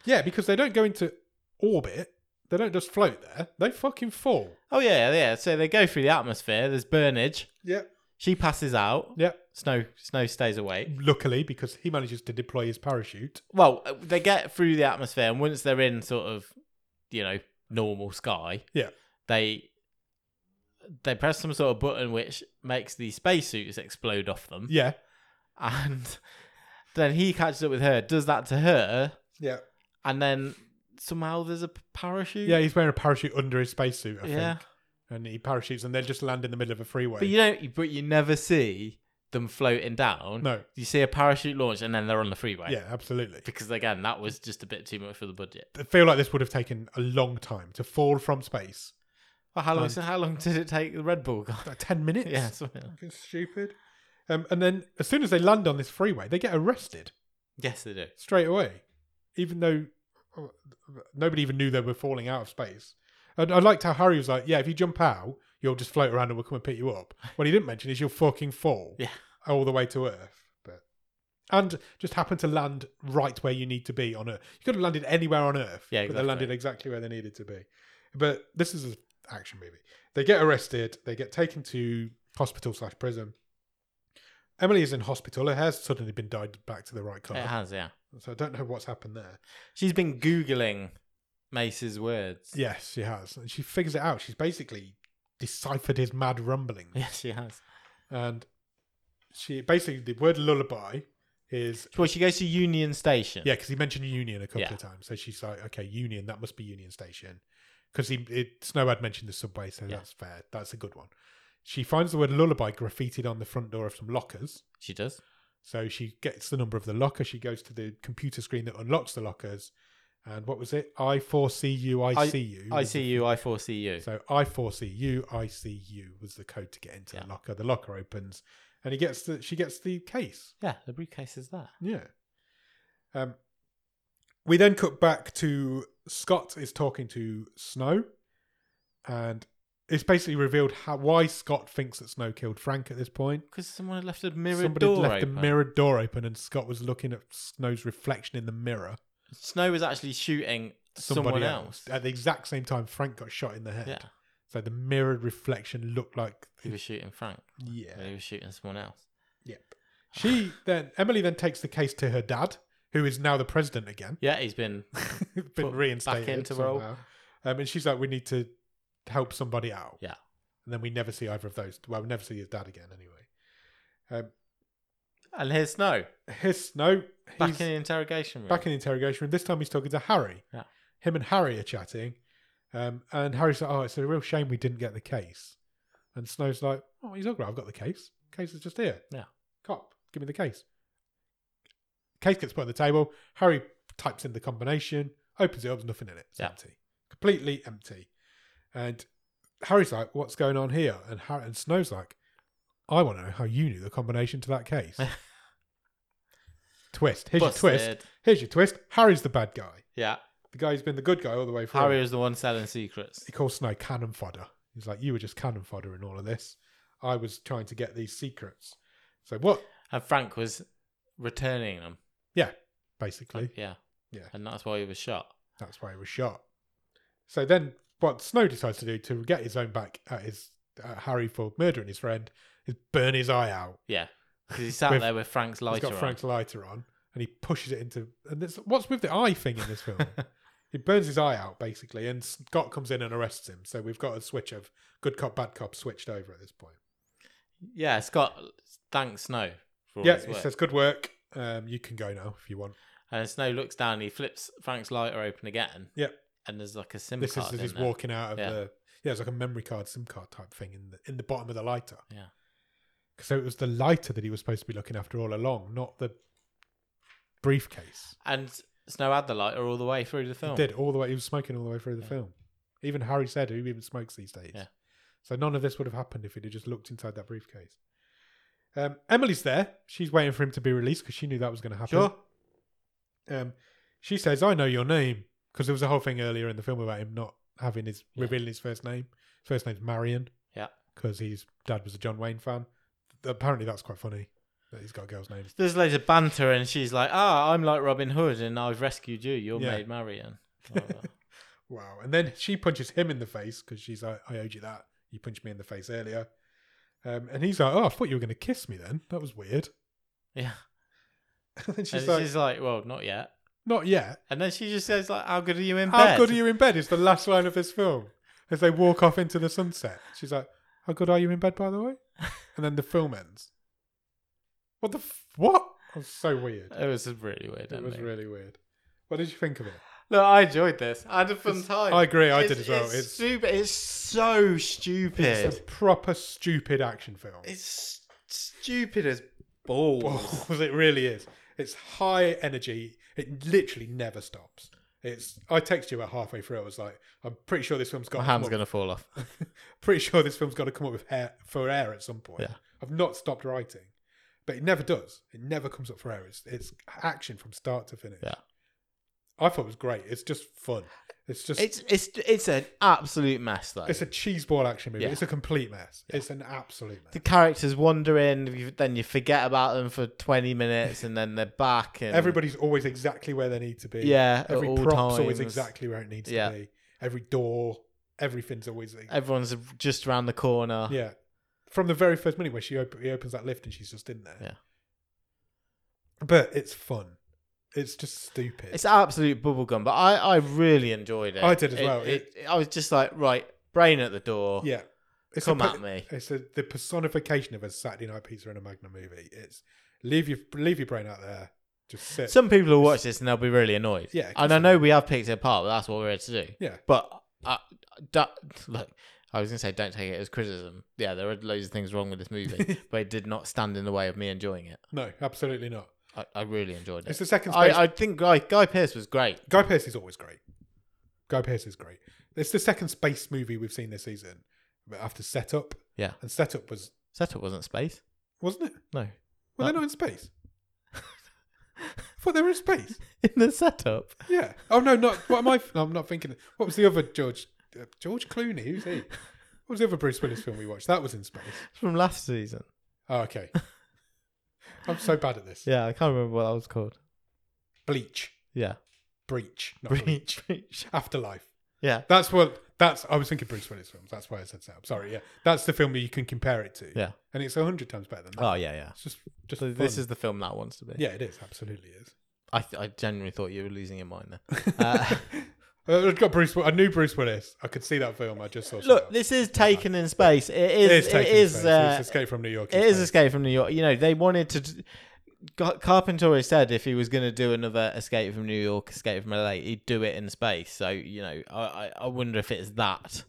[SPEAKER 2] yeah, because they don't go into orbit. They don't just float there. They fucking fall.
[SPEAKER 1] oh yeah, yeah. So they go through the atmosphere. There's burnage.
[SPEAKER 2] Yep.
[SPEAKER 1] She passes out.
[SPEAKER 2] Yep.
[SPEAKER 1] Snow Snow stays awake.
[SPEAKER 2] Luckily, because he manages to deploy his parachute.
[SPEAKER 1] well, they get through the atmosphere, and once they're in sort of, you know, normal sky,
[SPEAKER 2] Yeah.
[SPEAKER 1] they they press some sort of button which makes the spacesuits explode off them,
[SPEAKER 2] Yeah.
[SPEAKER 1] and then he catches up with her, does that to her,
[SPEAKER 2] Yeah.
[SPEAKER 1] and then somehow there's a p- parachute.
[SPEAKER 2] Yeah, he's wearing a parachute under his spacesuit, I
[SPEAKER 1] Yeah.
[SPEAKER 2] think. And he parachutes and they just land in the middle of a freeway.
[SPEAKER 1] but you don't, but you never see them floating down.
[SPEAKER 2] no.
[SPEAKER 1] you see a parachute launch, and then they're on the freeway.
[SPEAKER 2] Yeah, absolutely.
[SPEAKER 1] because again, that was just a bit too much for the budget.
[SPEAKER 2] I feel like this would have taken a long time to fall from space.
[SPEAKER 1] Well, how long?
[SPEAKER 2] Um,
[SPEAKER 1] so how long did it take the Red Bull guy?
[SPEAKER 2] Like 10 minutes?
[SPEAKER 1] Yeah, something like-
[SPEAKER 2] Fucking stupid. Um, and then as soon as they land on this freeway, they get arrested
[SPEAKER 1] yes, they do.
[SPEAKER 2] straight away, even though oh, nobody even knew they were falling out of space. And I liked how Harry was like, yeah, if you jump out, you'll just float around and we'll come and pick you up. What he didn't mention is you'll fucking fall.
[SPEAKER 1] Yeah.
[SPEAKER 2] all the way to Earth, but and just happen to land right where you need to be on Earth. You could have landed anywhere on Earth,
[SPEAKER 1] Yeah,
[SPEAKER 2] but they landed
[SPEAKER 1] exactly.
[SPEAKER 2] exactly where they needed to be. But this is an action movie. They get arrested. They get taken to hospital slash prison. Emily is in hospital. Her hair's suddenly been dyed back to the right
[SPEAKER 1] It
[SPEAKER 2] colour,
[SPEAKER 1] has, yeah.
[SPEAKER 2] so I don't know what's happened there.
[SPEAKER 1] She's been googling Mace's words.
[SPEAKER 2] Yes, she has, and she figures it out. She's basically deciphered his mad rumbling,
[SPEAKER 1] Yes, she has.
[SPEAKER 2] and she basically the word lullaby is
[SPEAKER 1] Well, she goes to Union Station.
[SPEAKER 2] Yeah, because he mentioned Union a couple
[SPEAKER 1] Yeah.
[SPEAKER 2] of times. So she's like, okay, Union, that must be Union Station. Because he, it, Snow had mentioned the subway, so
[SPEAKER 1] Yeah.
[SPEAKER 2] that's fair. That's a good one. She finds the word lullaby graffitied on the front door of some lockers.
[SPEAKER 1] She does.
[SPEAKER 2] So she gets the number of the locker. She goes to the computer screen that unlocks the lockers. And what was it? I foresee you, I,
[SPEAKER 1] I-
[SPEAKER 2] see you.
[SPEAKER 1] I
[SPEAKER 2] was
[SPEAKER 1] see you, I foresee you.
[SPEAKER 2] so I foresee you, I see you was the code to get into
[SPEAKER 1] Yeah.
[SPEAKER 2] the locker. The locker opens, and he gets the she gets the case.
[SPEAKER 1] yeah, the briefcase is there.
[SPEAKER 2] Yeah. Um, we then cut back to Scott is talking to Snow, and it's basically revealed how why Scott thinks that Snow killed Frank at this point.
[SPEAKER 1] Because someone had left a mirror
[SPEAKER 2] Somebody
[SPEAKER 1] door
[SPEAKER 2] left
[SPEAKER 1] open.
[SPEAKER 2] a mirrored door open, and Scott was looking at Snow's reflection in the mirror.
[SPEAKER 1] Snow was actually shooting someone else.
[SPEAKER 2] at the exact same time Frank got shot in the head.
[SPEAKER 1] Yeah.
[SPEAKER 2] So the mirrored reflection looked like
[SPEAKER 1] He was shooting Frank.
[SPEAKER 2] yeah.
[SPEAKER 1] He was shooting someone else.
[SPEAKER 2] Yep. She then Emily then takes the case to her dad, who is now the president again,
[SPEAKER 1] Yeah, he's been.
[SPEAKER 2] been
[SPEAKER 1] Put back
[SPEAKER 2] reinstated
[SPEAKER 1] into role.
[SPEAKER 2] somehow. Um, and she's like, "We need to help somebody out."
[SPEAKER 1] Yeah.
[SPEAKER 2] And then we never see either of those. Well, we never see his dad again, anyway.
[SPEAKER 1] And here's Snow
[SPEAKER 2] His no, he's
[SPEAKER 1] back in the interrogation room.
[SPEAKER 2] back in the interrogation room. This time he's talking to Harry.
[SPEAKER 1] Yeah.
[SPEAKER 2] Him and Harry are chatting, um, and Harry's like, "Oh, it's a real shame we didn't get the case." And Snow's like, "Oh, he's all right. I've got the case. Case is just here.
[SPEAKER 1] Yeah.
[SPEAKER 2] cop, give me the case." Case gets put on the table. Harry types in the combination, opens it up, there's nothing in it. It's
[SPEAKER 1] Yeah.
[SPEAKER 2] empty, completely empty. And Harry's like, "What's going on here?" And Harry, and Snow's like, "I want to know how you knew the combination to that case." twist. Here's your twist.
[SPEAKER 1] Busted.
[SPEAKER 2] Here's your twist. Harry's the bad guy.
[SPEAKER 1] Yeah,
[SPEAKER 2] The guy who's been the good guy all the way through.
[SPEAKER 1] Harry was the one selling secrets.
[SPEAKER 2] He calls Snow cannon fodder. He's like, you were just cannon fodder in all of this. I was trying to get these secrets. So what?
[SPEAKER 1] And Frank was returning them.
[SPEAKER 2] Yeah, basically.
[SPEAKER 1] Yeah.
[SPEAKER 2] Yeah.
[SPEAKER 1] And that's why he was shot.
[SPEAKER 2] That's why he was shot. So then what Snow decides to do to get his own back at his at Harry for murdering his friend is burn his eye out.
[SPEAKER 1] Yeah. Because he sat
[SPEAKER 2] With-
[SPEAKER 1] there with Frank's
[SPEAKER 2] He's
[SPEAKER 1] lighter
[SPEAKER 2] got Frank's lighter on and he pushes it into and it's, what's with the eye thing in this film?
[SPEAKER 1] on.
[SPEAKER 2] He burns his eye out basically, and Scott comes in and arrests him. So we've got a switch of good cop, bad cop switched over at this point.
[SPEAKER 1] yeah, Scott thanks Snow for all
[SPEAKER 2] yeah,
[SPEAKER 1] his
[SPEAKER 2] he
[SPEAKER 1] work.
[SPEAKER 2] says, "Good work. Um, you can go now if you want."
[SPEAKER 1] and Snow looks down and he flips Frank's lighter open again.
[SPEAKER 2] Yep.
[SPEAKER 1] And there's like a sim
[SPEAKER 2] this is
[SPEAKER 1] card
[SPEAKER 2] as
[SPEAKER 1] in
[SPEAKER 2] he's
[SPEAKER 1] there.
[SPEAKER 2] walking out of
[SPEAKER 1] Yeah.
[SPEAKER 2] the yeah, it's like a memory card, SIM card type thing in the in the bottom of the lighter.
[SPEAKER 1] Yeah.
[SPEAKER 2] So it was the lighter that he was supposed to be looking after all along, not the briefcase.
[SPEAKER 1] And Snow had the lighter all the way through the film.
[SPEAKER 2] He did all the way. He was smoking all the way through the
[SPEAKER 1] Yeah.
[SPEAKER 2] film. Even Harry said, "Who even smokes these days?"
[SPEAKER 1] Yeah.
[SPEAKER 2] So none of this would have happened if he'd have just looked inside that briefcase. Um, Emily's there. She's waiting for him to be released because she knew that was going to happen.
[SPEAKER 4] Sure.
[SPEAKER 2] Um, she says, "I know your name," because there was a whole thing earlier in the film about him not having his
[SPEAKER 1] Yeah.
[SPEAKER 2] revealing his first name. His first name's Marion.
[SPEAKER 1] Yeah.
[SPEAKER 2] Because his dad was a John Wayne fan. Apparently, that's quite funny that he's got a girl's name.
[SPEAKER 1] There's loads of banter and she's like, ah, I'm like Robin Hood and I've rescued you. You're
[SPEAKER 2] Yeah.
[SPEAKER 1] Maid Marian. Blah, blah.
[SPEAKER 2] Wow. And then she punches him in the face because she's like, I owed you that. You punched me in the face earlier. Um, and he's like, Oh, I thought you were going to kiss me then. That was weird.
[SPEAKER 1] yeah. Uh,
[SPEAKER 2] and then
[SPEAKER 1] She's,
[SPEAKER 2] she's
[SPEAKER 1] and
[SPEAKER 2] like,
[SPEAKER 1] she's like, well, not yet.
[SPEAKER 2] Not yet.
[SPEAKER 1] And then she just says, like, how good are you in bed?
[SPEAKER 2] How good are you in bed is the last line of this film as they walk off into the sunset. She's like, How good are you in bed, by the way? And then the film ends. What the f- What? That was so weird.
[SPEAKER 1] It was really weird.
[SPEAKER 2] It
[SPEAKER 1] ending.
[SPEAKER 2] was really weird. What did you think of it?
[SPEAKER 1] Look, I enjoyed this. I had a fun time.
[SPEAKER 2] I agree. I
[SPEAKER 1] It's-
[SPEAKER 2] did as well.
[SPEAKER 1] It's,
[SPEAKER 2] It's,
[SPEAKER 1] stupid. It's so stupid.
[SPEAKER 2] it's
[SPEAKER 1] It's,
[SPEAKER 2] a proper stupid action film.
[SPEAKER 1] stupid as balls.
[SPEAKER 2] balls. It really is. It's high energy. It literally never stops. It's. I texted you about halfway through. I was like, I'm pretty sure this film's got.
[SPEAKER 1] My hand's
[SPEAKER 2] to
[SPEAKER 1] gonna fall off.
[SPEAKER 2] Pretty sure this film's got to come up with hair for air at some point.
[SPEAKER 1] Yeah.
[SPEAKER 2] I've not stopped writing, but it never does. It never comes up for air. It's it's action from start to finish.
[SPEAKER 1] Yeah.
[SPEAKER 2] I thought it was great. It's just fun. It's just. It's-
[SPEAKER 1] It's it's it's an absolute mess though.
[SPEAKER 2] a cheeseball action movie.
[SPEAKER 1] Yeah.
[SPEAKER 2] It's a complete mess. It's an absolute mess.
[SPEAKER 4] The
[SPEAKER 1] characters wander in, you- then you forget about them for twenty minutes, and then they're back. And
[SPEAKER 2] Everybody's always exactly where they need to be.
[SPEAKER 1] yeah, at
[SPEAKER 2] Every
[SPEAKER 1] all
[SPEAKER 2] prop's always
[SPEAKER 1] times.
[SPEAKER 2] exactly where it needs
[SPEAKER 1] Yeah.
[SPEAKER 2] to be. Every door, everything's always
[SPEAKER 1] Everyone's just around the corner.
[SPEAKER 2] yeah. From the very first minute where she op- he opens that lift and she's just in there.
[SPEAKER 1] Yeah.
[SPEAKER 2] But it's fun. It's just stupid.
[SPEAKER 1] It's absolute bubblegum, but I, I really enjoyed it.
[SPEAKER 2] I did as well.
[SPEAKER 1] It, it, I was just like, right, brain at the door.
[SPEAKER 2] yeah. It's
[SPEAKER 1] come
[SPEAKER 2] a,
[SPEAKER 1] at
[SPEAKER 2] pe-
[SPEAKER 1] me.
[SPEAKER 2] It's a, the personification of a Saturday night pizza and a Magnum movie. It's leave your leave your brain out there. Just sit.
[SPEAKER 1] Some people will watch this and they'll be really annoyed.
[SPEAKER 2] Yeah,
[SPEAKER 1] and I know we have picked it apart, but that's what we're here to do.
[SPEAKER 2] Yeah.
[SPEAKER 1] But uh, don't, look, I was going to say don't take it as criticism. Yeah, there are loads of things wrong with this movie, but it did not stand in the way of me enjoying it.
[SPEAKER 2] no, absolutely not.
[SPEAKER 1] I, I really enjoyed
[SPEAKER 2] It's
[SPEAKER 1] it.
[SPEAKER 2] the second
[SPEAKER 1] I,
[SPEAKER 2] space
[SPEAKER 1] I think Guy, Guy Pearce was great.
[SPEAKER 2] Guy Pearce is always great. Guy Pearce is great. It's the second space movie we've seen this season, but after Setup.
[SPEAKER 1] Yeah.
[SPEAKER 2] And Setup was
[SPEAKER 1] Setup wasn't space.
[SPEAKER 2] wasn't it?
[SPEAKER 1] No.
[SPEAKER 2] Were
[SPEAKER 1] No.
[SPEAKER 2] they not in space? I thought they were in space.
[SPEAKER 1] In the setup.
[SPEAKER 2] Yeah. Oh no, not what am I? No, I'm not thinking. What was the other George? Uh, George Clooney? Who's he? What was the other Bruce Willis film we watched? That was in space.
[SPEAKER 1] From last season.
[SPEAKER 2] Oh, okay. I'm so bad at this.
[SPEAKER 1] Yeah, I can't remember what that was called.
[SPEAKER 2] Bleach,
[SPEAKER 1] Yeah.
[SPEAKER 2] breach, not bleach.
[SPEAKER 1] Breach.
[SPEAKER 2] Afterlife.
[SPEAKER 5] Yeah.
[SPEAKER 2] That's what that's. I was thinking Bruce Willis films. That's why I said Setup. Sorry, yeah, that's the film that you can compare it to.
[SPEAKER 5] Yeah.
[SPEAKER 2] and it's a hundred times better than that.
[SPEAKER 5] Oh yeah, yeah.
[SPEAKER 2] It's just, just
[SPEAKER 5] So this
[SPEAKER 2] fun.
[SPEAKER 5] is the film that wants to be.
[SPEAKER 2] yeah, it is absolutely is.
[SPEAKER 1] I, th- I genuinely thought you were losing your mind there. Uh,
[SPEAKER 2] Uh, I've got Bruce. Wi- I knew Bruce Willis. I could see that film. I just saw.
[SPEAKER 1] look,
[SPEAKER 2] Setup.
[SPEAKER 1] this is taken in space. It is.
[SPEAKER 2] it is.
[SPEAKER 1] It
[SPEAKER 2] taking
[SPEAKER 1] is.
[SPEAKER 2] space.
[SPEAKER 1] uh,
[SPEAKER 2] it's Escape from New York. in
[SPEAKER 5] It is
[SPEAKER 2] space.
[SPEAKER 5] Escape from New York. You know, they wanted to. Car- Carpenter always said if he was going to do another Escape from New York, Escape from LA, he'd do it in space. So you know, I I, I wonder if it's that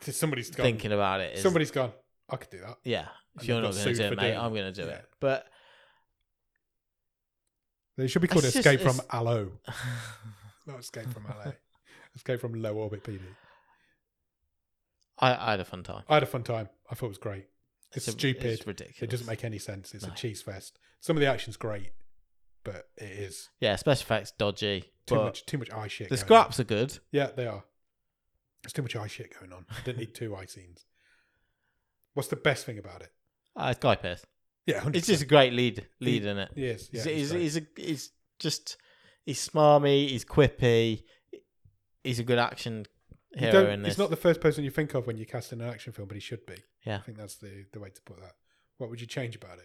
[SPEAKER 2] Somebody's gone.
[SPEAKER 1] thinking about it. Is,
[SPEAKER 2] Somebody's gone. I could do that.
[SPEAKER 1] yeah. If
[SPEAKER 2] And
[SPEAKER 1] you're
[SPEAKER 2] they've got
[SPEAKER 1] not going to
[SPEAKER 2] sued
[SPEAKER 1] do
[SPEAKER 2] for
[SPEAKER 1] it, mate,
[SPEAKER 2] doing
[SPEAKER 1] I'm
[SPEAKER 2] it.
[SPEAKER 1] going to do
[SPEAKER 2] Yeah.
[SPEAKER 1] it. But
[SPEAKER 2] They should be called
[SPEAKER 1] It's just-
[SPEAKER 2] Escape from
[SPEAKER 1] it's-
[SPEAKER 2] Aloe, not Escape from LA. Escape from Low Orbit PD.
[SPEAKER 1] I, I had a fun time.
[SPEAKER 2] I had a fun time. I thought it was great. It's,
[SPEAKER 1] a-
[SPEAKER 2] stupid.
[SPEAKER 1] It's ridiculous.
[SPEAKER 2] It doesn't make any sense. It's a
[SPEAKER 1] No.
[SPEAKER 2] cheese fest. Some of the action's great, but it is
[SPEAKER 1] Yeah, special effects dodgy.
[SPEAKER 2] too
[SPEAKER 1] but
[SPEAKER 2] much. Too much eye shit.
[SPEAKER 1] The
[SPEAKER 2] going on.
[SPEAKER 1] scraps are good.
[SPEAKER 2] Yeah, they are. There's too much eye shit going on. I didn't need two eye scenes. What's the best thing about it?
[SPEAKER 1] Uh, Guy Pearce.
[SPEAKER 2] Yeah, 100%.
[SPEAKER 1] It's just a great lead lead in it.
[SPEAKER 2] yes. Yeah, it's
[SPEAKER 1] He's, he's,
[SPEAKER 2] great.
[SPEAKER 1] he's, a, he's just he's smarmy. He's quippy. He's a good action
[SPEAKER 2] You
[SPEAKER 1] hero
[SPEAKER 2] don't-
[SPEAKER 1] in this.
[SPEAKER 2] he's not the first person you think of when you cast in an action film, but he should be.
[SPEAKER 1] Yeah.
[SPEAKER 2] I think that's the, the way to put that. What would you change about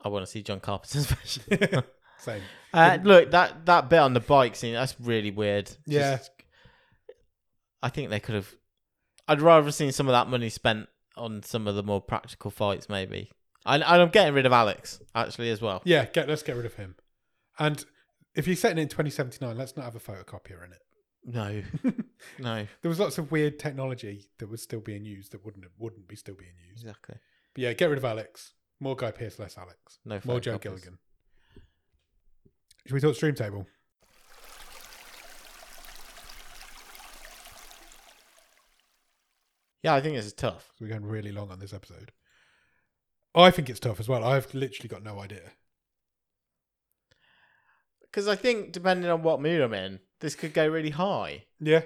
[SPEAKER 1] I want to see John Carpenter's version.
[SPEAKER 2] it? Same.
[SPEAKER 1] Uh, look that that bit on the bike scene. That's really weird.
[SPEAKER 2] Yeah.
[SPEAKER 1] Just- I think they could have. I'd rather have seen some of that money spent on some of the more practical fights, maybe. And, and I'm getting rid of Alex actually as well.
[SPEAKER 2] Yeah, get let's get rid of him. And if you're setting it in 2079, let's not have a photocopier in it.
[SPEAKER 1] No, no,
[SPEAKER 2] There was lots of weird technology that was still being used that wouldn't wouldn't be still being used.
[SPEAKER 1] exactly.
[SPEAKER 2] But yeah, get rid of Alex. More Guy Pearce, less Alex.
[SPEAKER 1] No
[SPEAKER 2] More Joe
[SPEAKER 1] photocopiers.
[SPEAKER 2] Gilligan. Should we talk stream table?
[SPEAKER 1] Yeah, I think this is tough.
[SPEAKER 2] We're going really long on this episode. I think it's tough as well. I've literally got no idea.
[SPEAKER 1] because I think depending on what mood I'm in, this could go really high.
[SPEAKER 2] Yeah.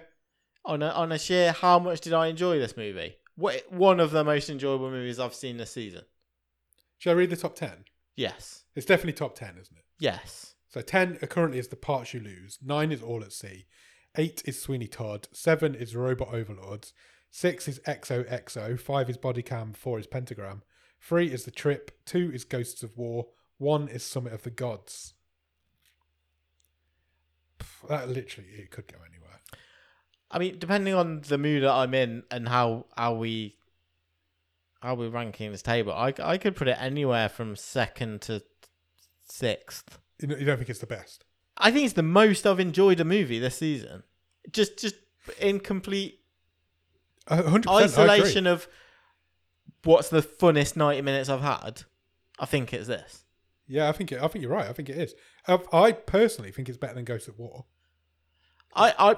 [SPEAKER 1] On a, on a sheer, how much did I enjoy this movie? What one of the most enjoyable movies I've seen this season?
[SPEAKER 2] Shall I read the top 10?
[SPEAKER 1] Yes,
[SPEAKER 2] It's definitely top 10, isn't it?
[SPEAKER 1] yes.
[SPEAKER 2] So 10 are currently is The Parts You Lose. 9 is All at Sea. 8 is Sweeney Todd. 7 is Robot Overlords. 6 is XOXO. 5 is Body Cam. 4 is Pentagram. 3 is The Trip. 2 is Ghosts of War. 1 is Summit of the Gods. Pff, That literally, it could go anywhere.
[SPEAKER 1] I mean, depending on the mood that I'm in and how how we how we're ranking this table, I I could put it anywhere from second to sixth.
[SPEAKER 2] You know- You don't think it's the best?
[SPEAKER 1] I think it's the most I've enjoyed a movie this season. Just just in complete
[SPEAKER 2] Uh, 100%. I agree.
[SPEAKER 1] isolation of what's the funnest 90 minutes I've had, I think it's this.
[SPEAKER 2] Yeah, I think it, I think you're right. I think it is. I, I personally think it's better than Ghosts of War.
[SPEAKER 1] I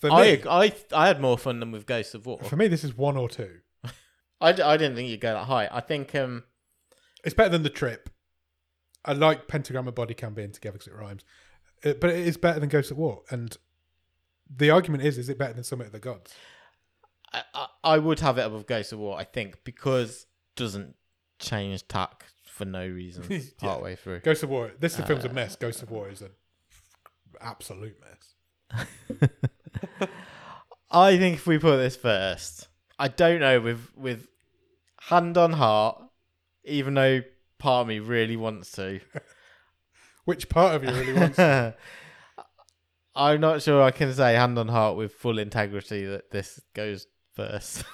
[SPEAKER 2] For
[SPEAKER 1] I, I,
[SPEAKER 2] me,
[SPEAKER 1] I I had more fun than with Ghosts of War.
[SPEAKER 2] for me, this is one or two.
[SPEAKER 1] I, d- I didn't think you'd go that high. I think um
[SPEAKER 2] It's better than the trip. I like Pentagram and Body Cam being together because it rhymes, Uh, but it is better than Ghosts at War. And the argument is, is it better than Summit of the Gods?
[SPEAKER 1] I, I, I would have it above Ghosts of War. I think because doesn't change tack for no reason
[SPEAKER 2] Yeah.
[SPEAKER 1] partway through.
[SPEAKER 2] Ghosts of War. This film's a mess. Ghosts of War is an absolute mess.
[SPEAKER 1] I think if we put this first, I don't know with with hand on heart, even though part of me really wants to.
[SPEAKER 2] Which part of you really wants?
[SPEAKER 1] I'm not sure I can say hand on heart with full integrity that this goes first.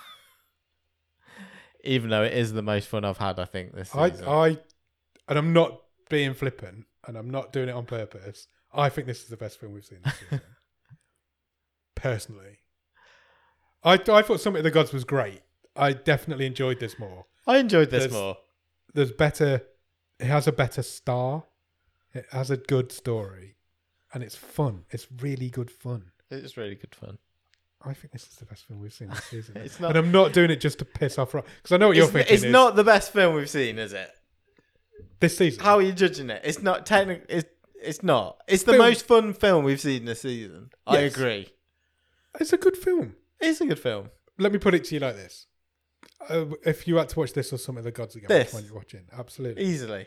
[SPEAKER 1] Even though it is the most fun I've had, I think this
[SPEAKER 2] I,
[SPEAKER 1] season.
[SPEAKER 2] I, and I'm not being flippant, and I'm not doing it on purpose. I think this is the best film we've seen this season. Personally, I, I thought Summit of the Gods was great. I definitely enjoyed this more.
[SPEAKER 1] I enjoyed this
[SPEAKER 2] There's-
[SPEAKER 1] more.
[SPEAKER 2] there's better it has a better star it has a good story and it's fun it's really good fun
[SPEAKER 1] It's really good fun.
[SPEAKER 2] i think this is the best film we've seen this season
[SPEAKER 1] It's not-
[SPEAKER 2] and i'm not doing it just to piss off because i know what you're
[SPEAKER 1] It's,
[SPEAKER 2] thinking
[SPEAKER 1] it's
[SPEAKER 2] is,
[SPEAKER 1] not the best film we've seen, is it?
[SPEAKER 2] this season
[SPEAKER 1] How are you judging it? It's not technically. It's, it's not. It's the
[SPEAKER 2] Film-
[SPEAKER 1] most fun film we've seen this season. I
[SPEAKER 2] Yes.
[SPEAKER 1] agree.
[SPEAKER 2] it's a good film
[SPEAKER 1] It's a good film.
[SPEAKER 2] let me put it to you like this uh, if you had to watch this or some of the gods again
[SPEAKER 1] This.
[SPEAKER 2] which one you're watching absolutely
[SPEAKER 1] Easily.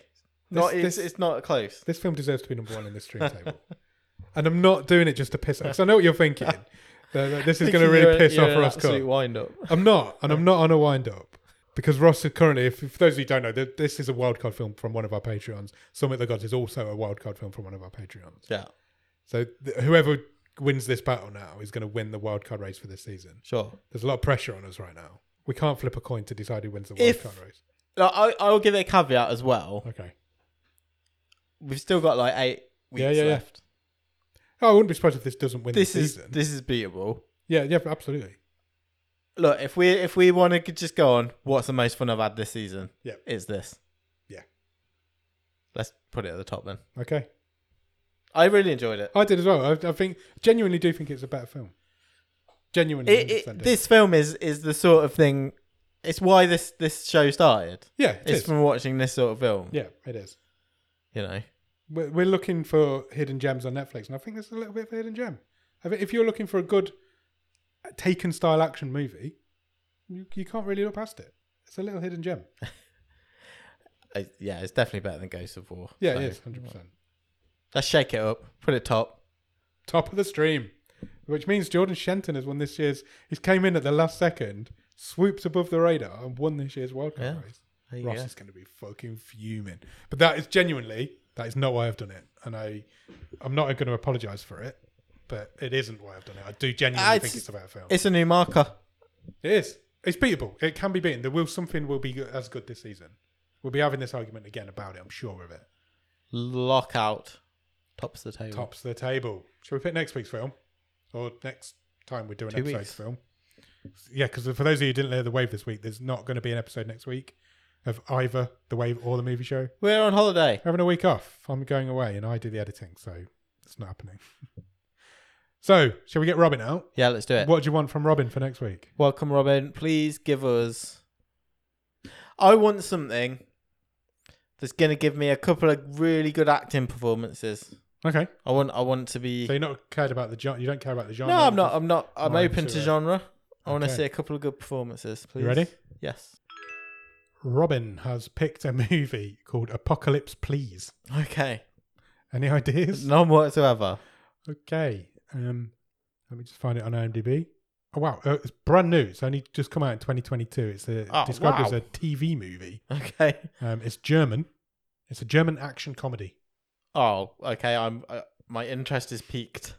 [SPEAKER 1] Not.
[SPEAKER 2] This-
[SPEAKER 1] it's,
[SPEAKER 2] this-
[SPEAKER 1] it's not close.
[SPEAKER 2] this film deserves to be number one in this stream table And I'm not doing it just to piss off. 'cause I know what you're thinking. That- that this is going to
[SPEAKER 1] Thinking
[SPEAKER 2] really
[SPEAKER 1] you're-
[SPEAKER 2] piss
[SPEAKER 1] you're
[SPEAKER 2] off
[SPEAKER 1] an
[SPEAKER 2] Ross Cook.
[SPEAKER 1] Absolute wind up.
[SPEAKER 2] I'm not, and I'm not on a wind up because Ross is currently. If, for those of you who don't know, th- this is a wildcard film from one of our Patreons. Summit of the Gods is also a wildcard film from one of our Patreons.
[SPEAKER 1] Yeah,
[SPEAKER 2] So th- whoever wins this battle now is going to win the wildcard race for this season.
[SPEAKER 1] sure.
[SPEAKER 2] There's a lot of pressure on us right now. We can't flip a coin to decide who wins the
[SPEAKER 1] If-
[SPEAKER 2] wildcard race.
[SPEAKER 1] Like, I I'll give it a caveat as well.
[SPEAKER 2] Okay.
[SPEAKER 1] We've still got like eight weeks
[SPEAKER 2] Yeah, yeah, yeah.
[SPEAKER 1] left.
[SPEAKER 2] Oh, I wouldn't be surprised if this doesn't win
[SPEAKER 1] This
[SPEAKER 2] the
[SPEAKER 1] is
[SPEAKER 2] season.
[SPEAKER 1] this is beatable.
[SPEAKER 2] yeah, yeah, absolutely.
[SPEAKER 1] Look, if we if we want to just go on, what's the most fun I've had this season?
[SPEAKER 2] Yeah.
[SPEAKER 1] is this.
[SPEAKER 2] Yeah.
[SPEAKER 1] Let's put it at the top then.
[SPEAKER 2] Okay,
[SPEAKER 1] I really enjoyed it.
[SPEAKER 2] I did as well. I, I think genuinely do think it's a better film. Genuinely,
[SPEAKER 1] It,
[SPEAKER 2] 100%
[SPEAKER 1] it,
[SPEAKER 2] do.
[SPEAKER 1] this film is is the sort of thing. It's why this this show started.
[SPEAKER 2] yeah, it
[SPEAKER 1] it's
[SPEAKER 2] is.
[SPEAKER 1] from watching this sort of film.
[SPEAKER 2] yeah, it is.
[SPEAKER 1] You know.
[SPEAKER 2] we're, we're looking for hidden gems on Netflix, and I think there's a little bit of a hidden gem. I think if you're looking for a good Taken style action movie, you, you can't really look past it. It's a little hidden gem.
[SPEAKER 1] I, yeah, it's definitely better than Ghosts of War.
[SPEAKER 2] Yeah,
[SPEAKER 1] so.
[SPEAKER 2] it is hundred percent
[SPEAKER 1] Let's shake it up. Put it top.
[SPEAKER 2] top of the stream, which means Jordan Shenton has won this year's. He's came in at the last second, swoops above the radar, and won this year's wildcard
[SPEAKER 1] Yeah,
[SPEAKER 2] race.
[SPEAKER 1] There you
[SPEAKER 2] Ross
[SPEAKER 1] go.
[SPEAKER 2] is going to be fucking fuming. But that is genuinely that is not why I've done it, and I I'm not going to apologise for it. But it isn't why I've done it. I do genuinely
[SPEAKER 1] Ah,
[SPEAKER 2] think
[SPEAKER 1] it's-
[SPEAKER 2] it's about film.
[SPEAKER 1] It's a new marker.
[SPEAKER 2] It is. It's beatable. It can be beaten. There will something will be go- as good this season. We'll be having this argument again about it. I'm sure of it.
[SPEAKER 1] Lockout. Tops the table.
[SPEAKER 2] Tops the table. Shall we pick next week's film, or next time we do an
[SPEAKER 1] Two
[SPEAKER 2] episode
[SPEAKER 1] weeks.
[SPEAKER 2] film? Yeah, because for those of you who didn't hear the wave this week, there's not going to be an episode next week of either the wave or the movie show.
[SPEAKER 1] We're on holiday.
[SPEAKER 2] Having a week off. I'm going away, and I do the editing, so it's not happening. so, shall we get Robin out?
[SPEAKER 1] Yeah, let's do it.
[SPEAKER 2] What do you want from Robin for next week?
[SPEAKER 1] Welcome, Robin. Please give us. I want something that's going to give me a couple of really good acting performances.
[SPEAKER 2] Okay.
[SPEAKER 1] I want. I want to be.
[SPEAKER 2] So you're not cared about the genre. You don't care about the genre.
[SPEAKER 1] no, I'm
[SPEAKER 2] Just-
[SPEAKER 1] not. I'm not. I'm
[SPEAKER 2] Mine
[SPEAKER 1] open
[SPEAKER 2] too,
[SPEAKER 1] to
[SPEAKER 2] eh?
[SPEAKER 1] genre. I want to
[SPEAKER 2] Okay.
[SPEAKER 1] see a couple of good performances. Please.
[SPEAKER 2] You ready?
[SPEAKER 1] Yes.
[SPEAKER 2] Robin has picked a movie called Apocalypse Please.
[SPEAKER 1] Okay.
[SPEAKER 2] Any ideas?
[SPEAKER 1] None whatsoever.
[SPEAKER 2] Okay. Um, let me just find it on IMDb. Oh wow, uh, it's brand new. It's only just come out in 2022. It's a,
[SPEAKER 1] Oh,
[SPEAKER 2] described
[SPEAKER 1] wow.
[SPEAKER 2] as a TV movie.
[SPEAKER 1] Okay.
[SPEAKER 2] Um, it's German. It's a German action comedy.
[SPEAKER 1] Oh, okay. I'm. Uh, my interest is peaked.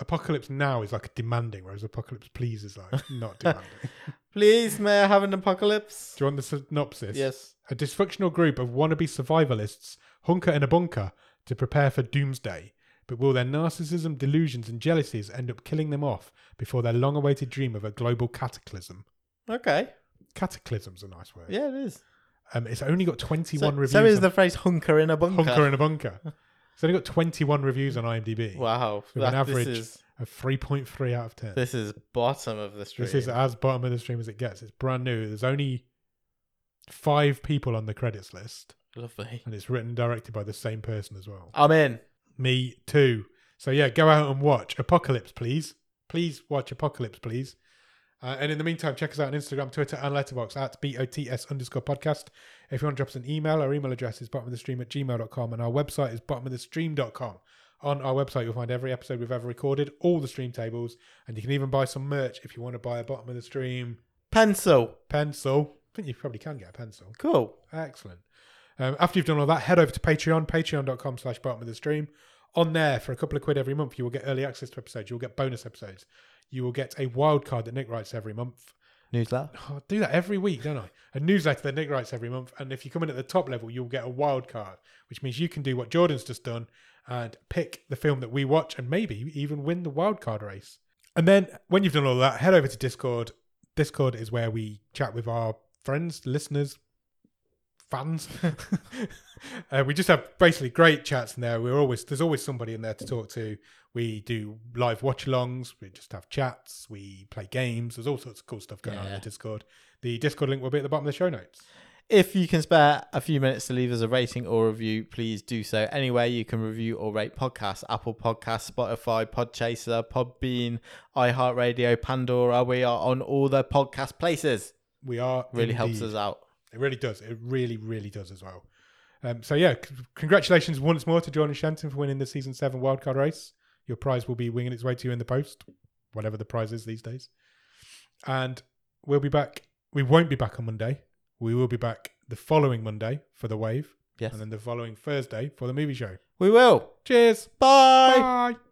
[SPEAKER 2] Apocalypse Now is like demanding, whereas Apocalypse Please is like not demanding. Do
[SPEAKER 1] Please, may I have an apocalypse?
[SPEAKER 2] you want the synopsis?
[SPEAKER 1] Yes.
[SPEAKER 2] A dysfunctional group of wannabe survivalists hunker in a bunker to prepare for doomsday. But will their narcissism, delusions, and jealousies end up killing them off before their long awaited dream of a global cataclysm?
[SPEAKER 1] Okay.
[SPEAKER 2] Cataclysm's a nice word.
[SPEAKER 1] Yeah, it is.
[SPEAKER 2] Um, it's only got 21
[SPEAKER 1] So,
[SPEAKER 2] reviews.
[SPEAKER 1] so is
[SPEAKER 2] on-
[SPEAKER 1] the phrase "hunker in a bunker."
[SPEAKER 2] hunker in a bunker. It's only got 21 reviews on IMDb.
[SPEAKER 1] Wow,
[SPEAKER 2] With
[SPEAKER 1] that,
[SPEAKER 2] an average
[SPEAKER 1] This is,
[SPEAKER 2] of 3.3 out of 10.
[SPEAKER 1] this is bottom of the stream.
[SPEAKER 2] This is as bottom of the stream as it gets. It's brand new. There's only five people on the credits list,
[SPEAKER 1] lovely.
[SPEAKER 2] and it's written and directed by the same person as well.
[SPEAKER 1] I'm in.
[SPEAKER 2] Me too. So yeah, go out and watch Apocalypse, please. Please watch Apocalypse, please. Uh, and in the meantime, check us out on Instagram, Twitter, and Letterbox at BOTS underscore podcast. If you want to drop us an email, our email address is bottom of the stream at gmail.com and our website is bottom of the stream.com. On our website, you'll find every episode we've ever recorded, all the stream tables, and you can even buy some merch if you want to buy a bottom of the stream
[SPEAKER 1] Pencil.
[SPEAKER 2] pencil. I think you probably can get a pencil.
[SPEAKER 1] Cool.
[SPEAKER 2] Excellent. Um, after you've done all that, head over to Patreon, patreon.com slash bottom of the stream. On there, for a couple of quid every month, you will get early access to episodes, you'll get bonus episodes, you will get a wild card that Nick writes every month.
[SPEAKER 1] Newsletter.
[SPEAKER 2] Oh, I do that every week, don't I? A newsletter that Nick writes every month. And if you come in at the top level, you'll get a wild card, which means you can do what Jordan's just done and pick the film that we watch and maybe even win the wild card race. And then when you've done all that, head over to Discord. Discord is where we chat with our friends, listeners, fans. uh, we just have basically great chats in there. We're always there's always somebody in there to talk to. We do live watch alongs. We just have chats. We play games. There's all sorts of cool stuff going on in the
[SPEAKER 1] Yeah.
[SPEAKER 2] Discord. The Discord link will be at the bottom of the show notes.
[SPEAKER 1] If you can spare a few minutes to leave us a rating or review, please do so. Anywhere you can review or rate podcasts Apple Podcasts, Spotify, Podchaser, Podbean, iHeartRadio, Pandora. We are on all the podcast places.
[SPEAKER 2] We are
[SPEAKER 1] Really helps
[SPEAKER 2] indeed-
[SPEAKER 1] us out.
[SPEAKER 2] It really does. It really really does as well. Um, so yeah, c- congratulations once more to Jordan Shenton for winning the season seven wildcard race. Your prize will be winging its way to you in the post, whatever the prize is these days. And we'll be back. We won't be back on Monday. We will be back the following Monday for the wave,
[SPEAKER 1] Yes.
[SPEAKER 2] and then the following Thursday for the movie show.
[SPEAKER 1] We will.
[SPEAKER 2] Cheers.
[SPEAKER 1] Bye.
[SPEAKER 2] Bye.